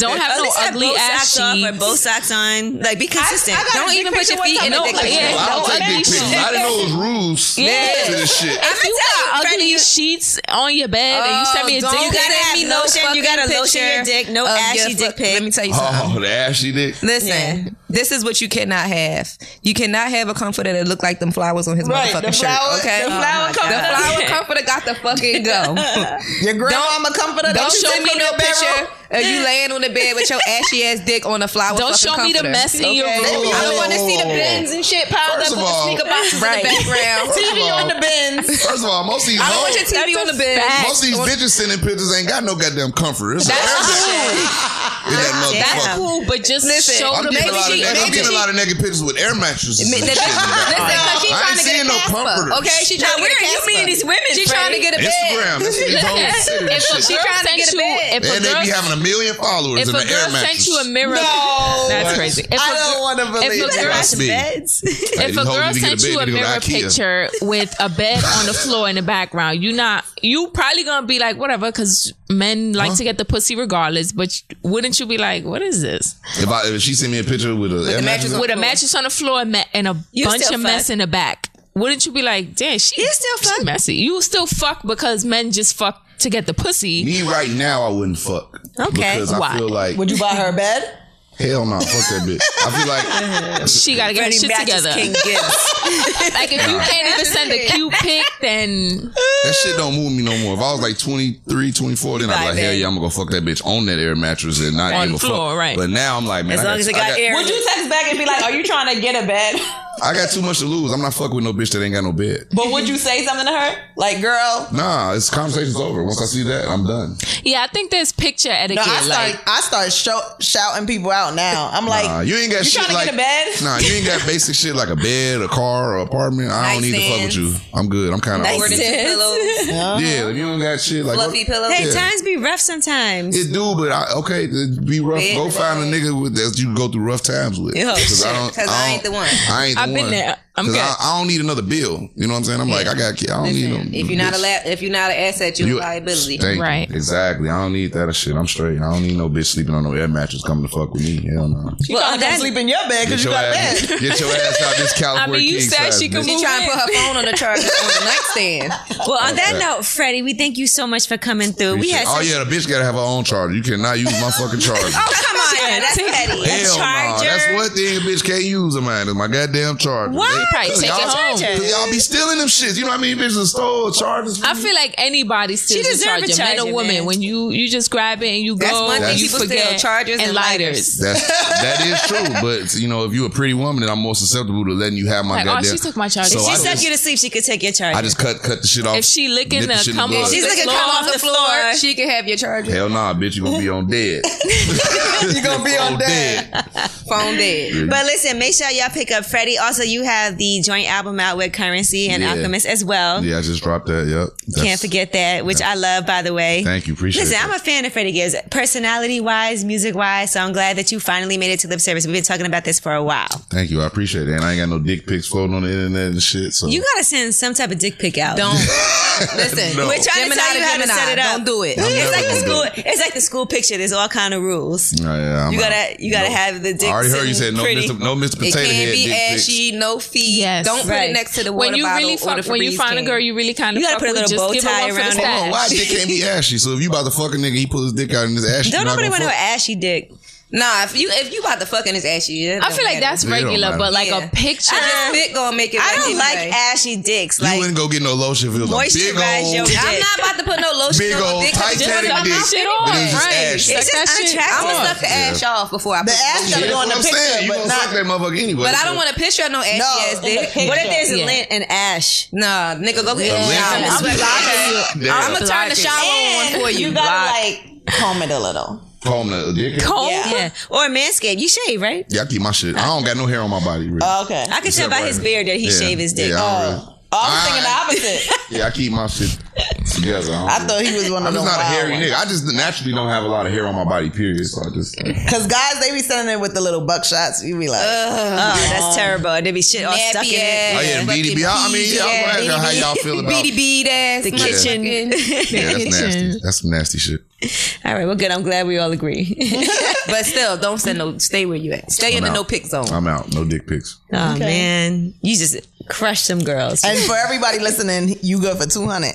S3: Don't have
S1: At
S3: no
S1: least have
S3: ugly
S1: both
S3: ass
S1: socks off or
S3: sheets.
S1: both socks on. Like be consistent.
S6: I got
S1: Don't
S6: a
S1: even
S6: dick
S1: put
S6: picture
S1: your
S6: one
S1: feet
S6: time
S1: in
S6: with
S1: the
S6: a
S1: dick
S6: dick
S1: pic.
S6: pic.
S4: Well, I
S3: No
S4: don't take dick
S3: elation.
S4: pictures. I didn't know it was rules
S3: Yeah.
S4: to this shit.
S3: If you got
S1: Freddie,
S3: ugly
S1: you-
S3: sheets on your bed and you send me a dick,
S2: Oh, don't
S3: pic,
S1: gotta
S2: send
S1: have
S2: me
S1: lotion. You
S2: fucking
S1: gotta lotion your
S2: picture
S1: dick. No
S2: of
S1: ashy
S2: your
S1: dick
S2: fuck-
S1: pic.
S2: Let me tell you something.
S6: Uh-huh.
S4: Oh, the ashy dick.
S2: Listen, this is what you cannot have. You cannot have a comforter that look like them flowers on his
S6: Right,
S2: motherfucking
S6: the flower-
S2: shirt. Okay,
S3: Oh
S6: the flower
S2: the flower
S3: God.
S2: comforter got to fucking go.
S6: Your grandmama comforter.
S2: Don't
S6: you
S2: show
S6: send
S2: me no
S6: your bedroom?
S2: picture of you laying on the bed with your ashy ass dick on a flower.
S3: Don't
S2: fucking
S3: show me the
S2: comforter.
S3: mess in your
S2: Okay?
S3: room.
S2: I don't
S4: Whoa.
S2: want to see the bins and shit piled
S4: First
S2: up
S4: of
S2: with the
S4: all-
S2: sneaker boxes
S1: Right.
S2: in the background.
S4: First of
S6: TV on
S4: all,
S6: the bins.
S4: first of all, most of these
S2: I don't want
S4: hoes-
S2: your TV on the bed.
S4: most of these bitches sending pictures ain't got no goddamn comfort. It's that's
S1: That's
S4: that motherfucker.
S3: cool, but just
S2: Listen,
S3: show
S4: I'm
S3: Oh, the
S4: getting, a lot, of,
S2: she-
S4: naked- I'm
S2: maybe
S4: getting
S2: she-
S4: a lot of naked pictures with air mattresses. and
S2: Listen,
S4: shit in the
S2: because
S4: background.
S2: she
S4: I
S2: trying to
S4: ain't
S2: get
S4: seeing
S2: a
S4: no
S2: Casper.
S4: comforters.
S2: Okay, she
S1: Now,
S2: trying to
S1: where
S2: get a
S1: are you
S2: Casper.
S1: meeting these women,
S2: She trying to
S1: Freddie?
S2: get a bed.
S4: Instagram. That's what these hoes sitting and
S3: If a
S4: shit.
S3: girl
S2: trying to
S3: sent
S2: get a
S3: you,
S2: bed.
S3: if a
S4: And they
S3: girl
S4: be having a million followers
S3: If
S4: in
S3: a
S4: the air
S3: girl
S4: mattress.
S3: sent you a mirror,
S6: No.
S3: that's
S4: What?
S3: crazy. If
S6: I
S3: a
S6: don't
S3: girl-
S6: want to
S3: if
S6: believe
S3: a girl
S6: that.
S4: That's me.
S1: Beds.
S4: Hey,
S3: if
S4: these
S3: a
S4: hoes
S3: girl
S4: need to get
S3: sent you a
S4: bed, they go to
S3: mirror
S4: Ikea.
S3: picture with a bed on the floor in the background, you not you probably gonna be like whatever because men like
S4: Huh?
S3: to get the pussy regardless. But wouldn't you be like, what is this
S4: If, I, if she sent me a picture with a air mattress,
S3: with a mattress on the floor and, ma- and a
S1: You
S3: bunch
S1: still
S3: of mess
S1: fuck.
S3: in the back? Wouldn't you be like, damn, she,
S1: You still
S3: she
S1: fuck.
S3: messy? You still fuck because men just fuck to get the pussy.
S4: me right now, I wouldn't fuck.
S1: Okay.
S4: Because I
S3: Why?
S4: feel like
S6: Would you buy her a bed?
S4: hell no, fuck that bitch. I feel like
S3: She gotta get her shit
S1: Mattress
S3: together.
S1: King Gibbs.
S3: Like if you can't even send a cute pic, then
S4: that shit don't move me no more. If I was like 23, 24, then I'd be
S1: Right,
S4: like, hell
S1: babe.
S4: yeah, I'm gonna go fuck that bitch on that air mattress and not
S3: On
S4: give
S3: the
S4: a fuck.
S3: floor, right.
S4: But now I'm like, man,
S1: As
S4: I
S1: long as it
S4: I
S1: got air.
S6: Would you text back and be like, "Are you trying to get a bed?"
S4: I got too much to lose. I'm not fucking with no bitch that ain't got no bed.
S6: But would you say something to her, like, "Girl"?
S4: Nah, it's conversation's over. Once I see that, I'm done.
S3: yeah, I think there's picture
S6: No,
S3: etiquette.
S6: I start
S3: like
S6: I start show, shouting people out now. I'm like,
S4: Nah, you ain't got
S6: you
S4: shit
S6: trying to
S4: like
S6: get a bed?
S4: Nah, you ain't got basic shit like a bed, a car, or apartment. I don't need to fuck with you. I'm good. I'm kind of
S1: Nice pillows.
S4: yeah. If you don't got shit like
S2: Fluffy pillows.
S1: Hey,
S4: Yeah.
S1: times be rough sometimes.
S4: It do, but I, okay, it be rough. Go find a nigga with, that you can go through rough times with.
S1: Yeah,
S4: Because I, don't-
S2: shit, 'cause I ain't the one.
S4: I ain't the
S3: I've
S4: one.
S3: been there. I'm
S4: 'Cause
S3: good.
S4: I, I don't need another bill. You know what I'm saying? I'm like, I got, I don't need them.
S2: If you're not a la- if you're not an asset, you're a liability.
S4: Thank you.
S3: Right.
S4: Exactly. I don't need that shit. I'm straight. I don't need no bitch sleeping on no air mattress coming to fuck with me. Hell no.
S6: you trying to come
S1: that-
S6: sleep in your bed because you
S4: your
S6: got a
S4: ass,
S6: bed?
S4: get your ass out this California
S3: you
S4: king
S3: said
S4: size,
S3: she could
S4: bitch.
S3: move
S2: She trying to put her phone on the charger on the nightstand.
S1: Well, on that
S4: Okay.
S1: note, Freddie, we thank you so much for coming through. We had
S4: oh
S1: such
S4: yeah, the bitch gotta have her own charger. You cannot use my fucking charger.
S2: Oh,
S1: Come on, now, that's petty.
S4: Hell
S1: a
S4: nah.
S1: charger.
S4: That's one thing a bitch can't use of mine is my goddamn charger.
S1: Why?
S4: They-
S3: Probably
S4: 'cause
S3: take it
S4: y'all-
S3: home.
S4: 'cause Y'all be stealing them shits. You know what I mean? Bitches stole chargers. from
S3: I
S4: me.
S3: feel like anybody steals
S1: deserve
S3: a
S1: a
S3: charger, man or
S1: charger,
S3: woman.
S1: man.
S3: When you you just grab it and you
S2: That's
S3: go,
S2: one
S4: thing
S3: you
S2: people
S3: forget
S2: steal, chargers and
S3: lighters.
S4: That's that is true, but you know if you're a pretty woman, then I'm more susceptible to letting you have my
S3: Like, oh,
S4: goddamn.
S3: she took my charger.
S4: So
S3: If she
S4: I
S1: She suck
S4: just,
S1: you to sleep. She could take your charger.
S4: I just cut cut the shit off.
S3: If she licking
S4: nip
S3: the
S4: shit in
S3: come
S4: bud.
S3: off,
S1: She's
S3: the
S1: licking
S3: floor,
S1: come off the floor.
S2: She can have your charger.
S4: Hell nah, bitch, you gonna be on dead.
S6: You gonna be on
S4: Oh,
S6: dead?
S2: Phone dead.
S1: But listen, make sure y'all pick up Freddie. Also, you have the joint album out with Currency and
S4: Yeah.
S1: Alchemist as
S3: um,
S1: well.
S4: Yeah, I just dropped that. Yep. That's-
S1: Can't forget that, which I love, by the way.
S4: Thank you. Appreciate
S1: Listen,
S4: it.
S1: I'm a fan of Freddie Gibbs, personality wise, music wise. So I'm glad that you finally made it to lip service. We've been talking about this for a while.
S4: Thank you. I appreciate it. And I ain't got no dick pics floating on the internet and shit. So
S1: You gotta send some type of dick pic out.
S2: Don't listen.
S4: No.
S1: We're trying
S2: Gemini
S1: to tell you how
S2: Gemini.
S1: to set it up.
S2: Don't do it.
S4: I'm
S1: It's
S4: never
S1: like the
S4: gonna
S1: school.
S4: do
S1: It's like the school picture. There's all kind of rules.
S4: Yeah, yeah, I'm
S1: You
S4: out.
S1: gotta, you gotta
S4: No.
S1: have the dick.
S4: I already heard you
S1: sitting
S4: said no
S1: pretty.
S4: Mr. No Mr.
S2: It
S4: Potato
S2: can't
S4: Head
S2: be
S4: dick pics.
S2: ashy, no feet.
S3: Yes.
S2: Don't put
S1: Right.
S2: it next to the water
S3: When you
S2: bottle
S3: really
S2: or
S3: fuck,
S2: the
S3: when you
S2: Febreze
S3: find
S2: can.
S3: a girl you really kind of
S1: You gotta
S3: fuck
S1: put a little
S3: with, just
S1: bow
S3: give her
S1: tie
S3: one for the
S1: around it.
S4: Come on, why
S3: stash.
S4: dick can't be ashy? So if you about to fuck a nigga, he pulls his dick out and it's ashy.
S1: Don't
S4: you're not
S1: nobody want
S4: gonna
S1: no
S4: fuck?
S1: ashy dick.
S2: Nah, if you if you about to fucking his ashy, it
S3: I
S2: don't
S3: feel like
S2: matter.
S3: that's
S4: It don't
S3: regular,
S4: matter.
S3: but like
S2: Yeah. Uh-huh.
S3: a picture.
S2: just fit gonna make it.
S1: I
S2: right
S1: don't like
S2: anyway.
S1: ashy dicks.
S4: You
S1: Like
S4: wouldn't go get no lotion if it was a big
S1: Moisturize
S4: old,
S1: your dick.
S2: I'm not about to put no lotion
S4: big
S2: on
S4: old
S2: my dick. 'cause it's
S4: Titanic
S2: just-
S3: Suck
S4: dick.
S3: that shit
S4: but
S3: off,
S4: it was just
S3: right.
S4: ashy.
S1: It's
S3: Suck
S1: just
S3: that shit
S1: unattractive.
S2: I'm gonna
S1: off.
S2: suck the ash off before I
S6: The
S2: put
S6: ash gotta
S4: That's
S6: go in the
S4: what I'm saying.
S6: picture,
S4: You
S6: but
S4: gonna
S6: not.
S4: suck that motherfucker anyway.
S2: But I don't want to picture no ashy
S6: No,
S2: ass
S6: in the
S2: dick.
S6: picture.
S1: what if there's
S3: Yeah.
S1: a lint and ash?
S2: Nah, nigga, go get
S4: I'm
S2: a shower.
S4: blocking you.
S2: I'm gonna turn
S3: Blocking.
S2: the shower on
S6: And
S2: for you.
S6: You gotta
S2: Block.
S6: like comb it a little.
S4: Comb the dick. in.
S3: Comb?
S6: Yeah.
S1: Yeah, or manscaped. You shave, right?
S4: Yeah, I keep my shit. I don't got no hair on my body. Really.
S6: Oh, okay.
S1: I can tell
S4: Except
S1: by
S4: right
S1: his
S4: here.
S1: beard that he
S4: Yeah.
S1: shaved his dick.
S4: Yeah, I don't really-
S6: oh, I was thinking the opposite.
S4: Yeah, I keep my shit together.
S6: I thought he was one
S4: I'm
S6: of
S4: just
S6: them
S4: not a
S6: wild
S4: hairy
S6: ones.
S4: nigga. I just naturally don't have a lot of hair on my body. Period. So I just
S6: Cause guys, they be sending it with the little buckshots. You be like,
S1: Oh, that's terrible. And there be shit all stuck in
S2: Nappy
S1: it.
S2: ass.
S4: Oh yeah,
S2: fucking
S4: BDB. I I mean, yeah, I'm
S2: BDB.
S4: glad y'all- how y'all feel about
S2: Beady bead ass. The
S1: kitchen.
S4: Yeah, that's nasty. That's some nasty shit.
S1: All right, well, good. I'm glad we all agree.
S2: But still, don't send no. Stay where you at. Stay in
S4: I'm
S2: the
S4: out.
S2: no pick zone.
S4: I'm out. No dick pics.
S1: oh man, you just crushed some girls.
S6: and for everybody listening, you good for two hundred.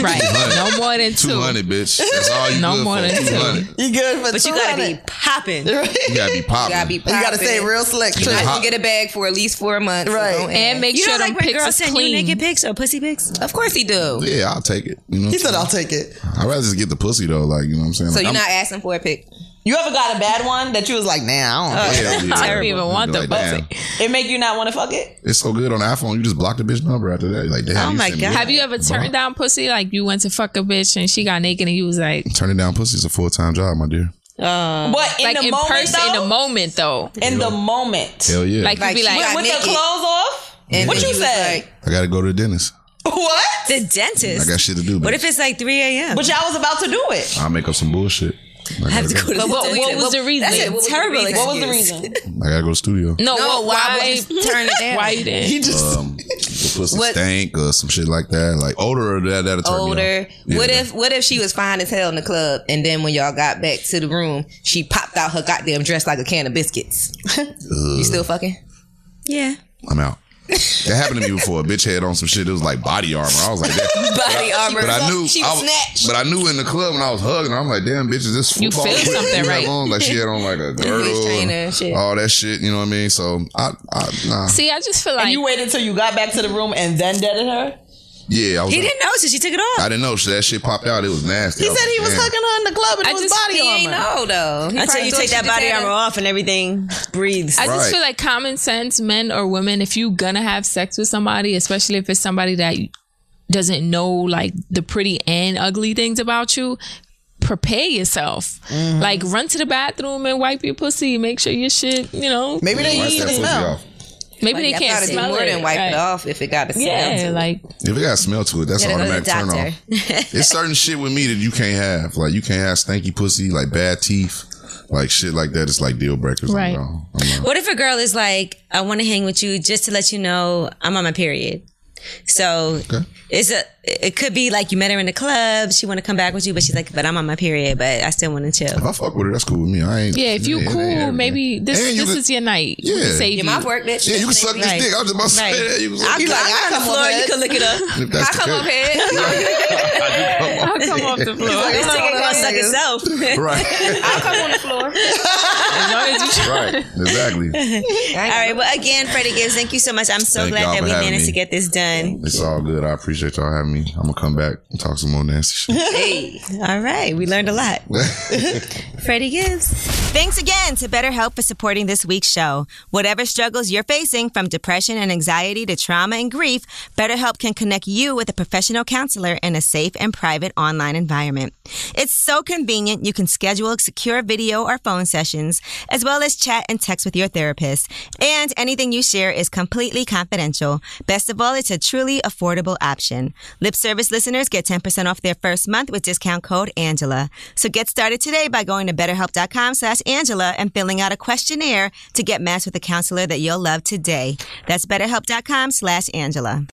S3: Right. No more than
S4: Two
S3: two.
S4: hundred, bitch. That's all you
S3: No
S4: good
S3: more
S4: for.
S3: than two.
S4: 200.
S6: You good for
S1: but
S6: two
S1: you gotta
S6: hundred.
S1: be popping.
S4: You gotta be popping.
S2: Gotta be
S6: You gotta
S2: popping.
S6: say it real slick.
S4: True.
S2: I
S4: Hot.
S2: can get a bag for at least four months.
S6: Right.
S2: Don't
S3: And make
S1: You
S3: sure
S1: don't like
S3: them
S1: when
S3: pics
S1: girls
S3: is
S1: send you
S3: clean.
S1: naked pics or pussy pics?
S2: ask. Of course he do.
S4: Yeah, I'll take it. You know
S6: He said, "I'll take it."
S4: I'd rather just get the pussy though. Like you know what I'm saying.
S2: So
S4: like,
S2: you're
S4: I'm,
S2: not asking for a pick.
S6: You ever got a bad one that you was like, "Nah, I don't."
S3: Oh.
S4: Hell yeah.
S3: I don't even want
S4: Be
S3: the
S4: like, damn,
S3: pussy.
S6: It make you not want to fuck it.
S4: It's so good on the iPhone. You just block the bitch number after that. You're like damn.
S1: Oh
S4: you
S1: my
S4: sent me
S1: God.
S4: that.
S3: Have you ever turned down pussy? Like you went to fuck a bitch and she got naked and you was like,
S4: Turning down pussy is a full time job, my dear.
S6: But in
S3: Uh-huh. like
S6: the
S3: in
S6: moment,
S3: person,
S6: though,
S3: in the moment though.
S6: in the moment,
S4: Hell yeah.
S3: Like,
S2: Like,
S3: you'd be
S2: she
S3: like,
S2: got
S6: with
S2: naked.
S6: the clothes off.
S2: And
S6: What
S2: then
S6: you
S2: he was
S6: said?
S2: like,
S4: I gotta go to the dentist.
S6: what?
S1: The dentist.
S4: I got shit to do. Bitch.
S1: What if it's like 3 a.m.?
S6: But y'all was about to do it.
S4: I'll make up some bullshit. I
S1: I have
S4: gotta
S1: to go
S4: go.
S1: to
S2: But
S1: the
S2: what-
S1: dentist.
S3: what was the reason?
S1: That's a
S3: What was
S2: the
S1: terrible
S2: reason?
S1: excuse.
S2: What
S6: What was the reason?
S4: I gotta go to the studio.
S3: No,
S2: No, why would you turn it down?
S3: Why you didn't?
S6: He just
S4: Um, the pussy
S2: What-
S4: stank or some shit like that. Like older or that that'll turn me off.
S2: older.
S4: Yeah.
S2: What if what if she was fine as hell in the club and then when y'all got back to the room, she popped out her goddamn dress like a can of biscuits. you still fucking?
S1: Yeah.
S4: I'm out. That happened to me before. A bitch had on some shit. It was like body armor. I was like, that.
S2: Body armor.
S4: but I knew,
S2: she
S4: I
S2: was
S4: was-
S2: snatched.
S4: but I knew in the club when I was hugging. her, I'm like, damn, bitch, is this
S3: You
S4: football
S3: feel
S4: shit
S3: something,
S4: have
S3: right?
S4: on? Like she had on like a girdle,
S2: trainer
S4: and
S2: and shit.
S4: all that shit. You know what I mean? So I, I nah.
S3: See, I just feel like
S6: you waited till you got back to the room and then deaded her.
S4: yeah, I was.
S1: He didn't know, so she took it off.
S4: I didn't know. So that shit popped out. It was nasty.
S6: He said he was hugging her in the club and
S3: I
S6: it was
S3: just-
S6: body
S2: He ain't know
S6: armor.
S2: though. Oh, He
S1: Until
S2: probably
S1: you
S2: thought
S1: take
S2: she
S1: that
S2: just
S1: body
S2: had a-
S1: armor off and everything breathes.
S3: I just
S4: Right.
S3: feel like common sense, men or women, if you gonna have sex with somebody, especially if it's somebody that doesn't know like the pretty and ugly things about you, prepare yourself.
S4: Mm-hmm.
S3: Like run to the bathroom and wipe your pussy. Make sure your shit, you know, maybe,
S6: Maybe they
S4: Wipe
S6: used
S4: that
S6: the
S4: pussy
S6: smell.
S4: off.
S3: they
S2: I
S3: can't
S2: gotta do
S3: smell
S2: more
S3: it.
S2: than wipe
S3: Right.
S2: it off if it got a smell.
S3: Yeah,
S2: to it.
S3: like
S4: If it got smell to it, that's an
S2: Gotta go to
S4: automatic
S2: the
S4: turn
S2: doctor.
S4: off. it's certain shit with me that you can't have. Like you can't have stanky pussy, like bad teeth, like shit like that. It's like deal breakers. I'm
S3: Right.
S4: gone. I'm out.
S1: What if a girl is like, I want to hang with you just to let you know I'm on my period? So it's a, it could be like you met her in the club. She want to come back with you, but she's like, but I'm on my period, but I still want to chill.
S4: If I fuck with her, that's cool with me. I ain't.
S3: yeah, if you
S4: it ain't
S3: cool,
S4: everything.
S3: maybe this
S4: And you
S3: this
S4: could-
S3: is your night. We
S4: Yeah.
S3: save
S2: Your
S3: you.
S2: mouth work, bitch.
S4: Yeah, you can suck this
S1: Right.
S4: dick. I was just about to say
S1: Right.
S4: that. You can suck
S2: You
S4: this
S2: like,
S4: dick.
S2: I come on
S1: You
S2: it.
S1: can look it up.
S4: If that's
S2: I come
S4: the
S2: on
S4: case.
S2: here.
S4: I do
S3: Come
S4: come
S3: off
S4: on
S3: the floor.
S1: This
S2: I
S1: nigga
S2: wanna
S1: gonna suck
S2: hang.
S1: itself.
S4: Right.
S3: I'll come on the floor. as long as you
S4: Right. Exactly.
S1: All right. Well, again, Freddie Gibbs, thank you so much. I'm so
S4: Thank y'all
S1: glad that
S4: for
S1: we
S4: having
S1: managed to
S4: me.
S1: get this done.
S4: It's all good. I appreciate y'all having me. I'm gonna come back and talk some more nasty shit.
S1: All right. We learned a lot. Freddie Gibbs. Thanks again to BetterHelp for supporting this week's show. Whatever struggles you're facing, from depression and anxiety to trauma and grief, BetterHelp can connect you with a professional counselor in a safe and private online environment. It's so convenient you can schedule secure video or phone sessions, as well as chat and text with your therapist. And anything you share is completely confidential. Best of all, it's a truly affordable option. Lip service listeners get 10% off their first month with discount code Angela. So get started today by going to betterhelp.com slash Angela and filling out a questionnaire to get matched with a counselor that you'll love today. That's betterhelp.com slash Angela.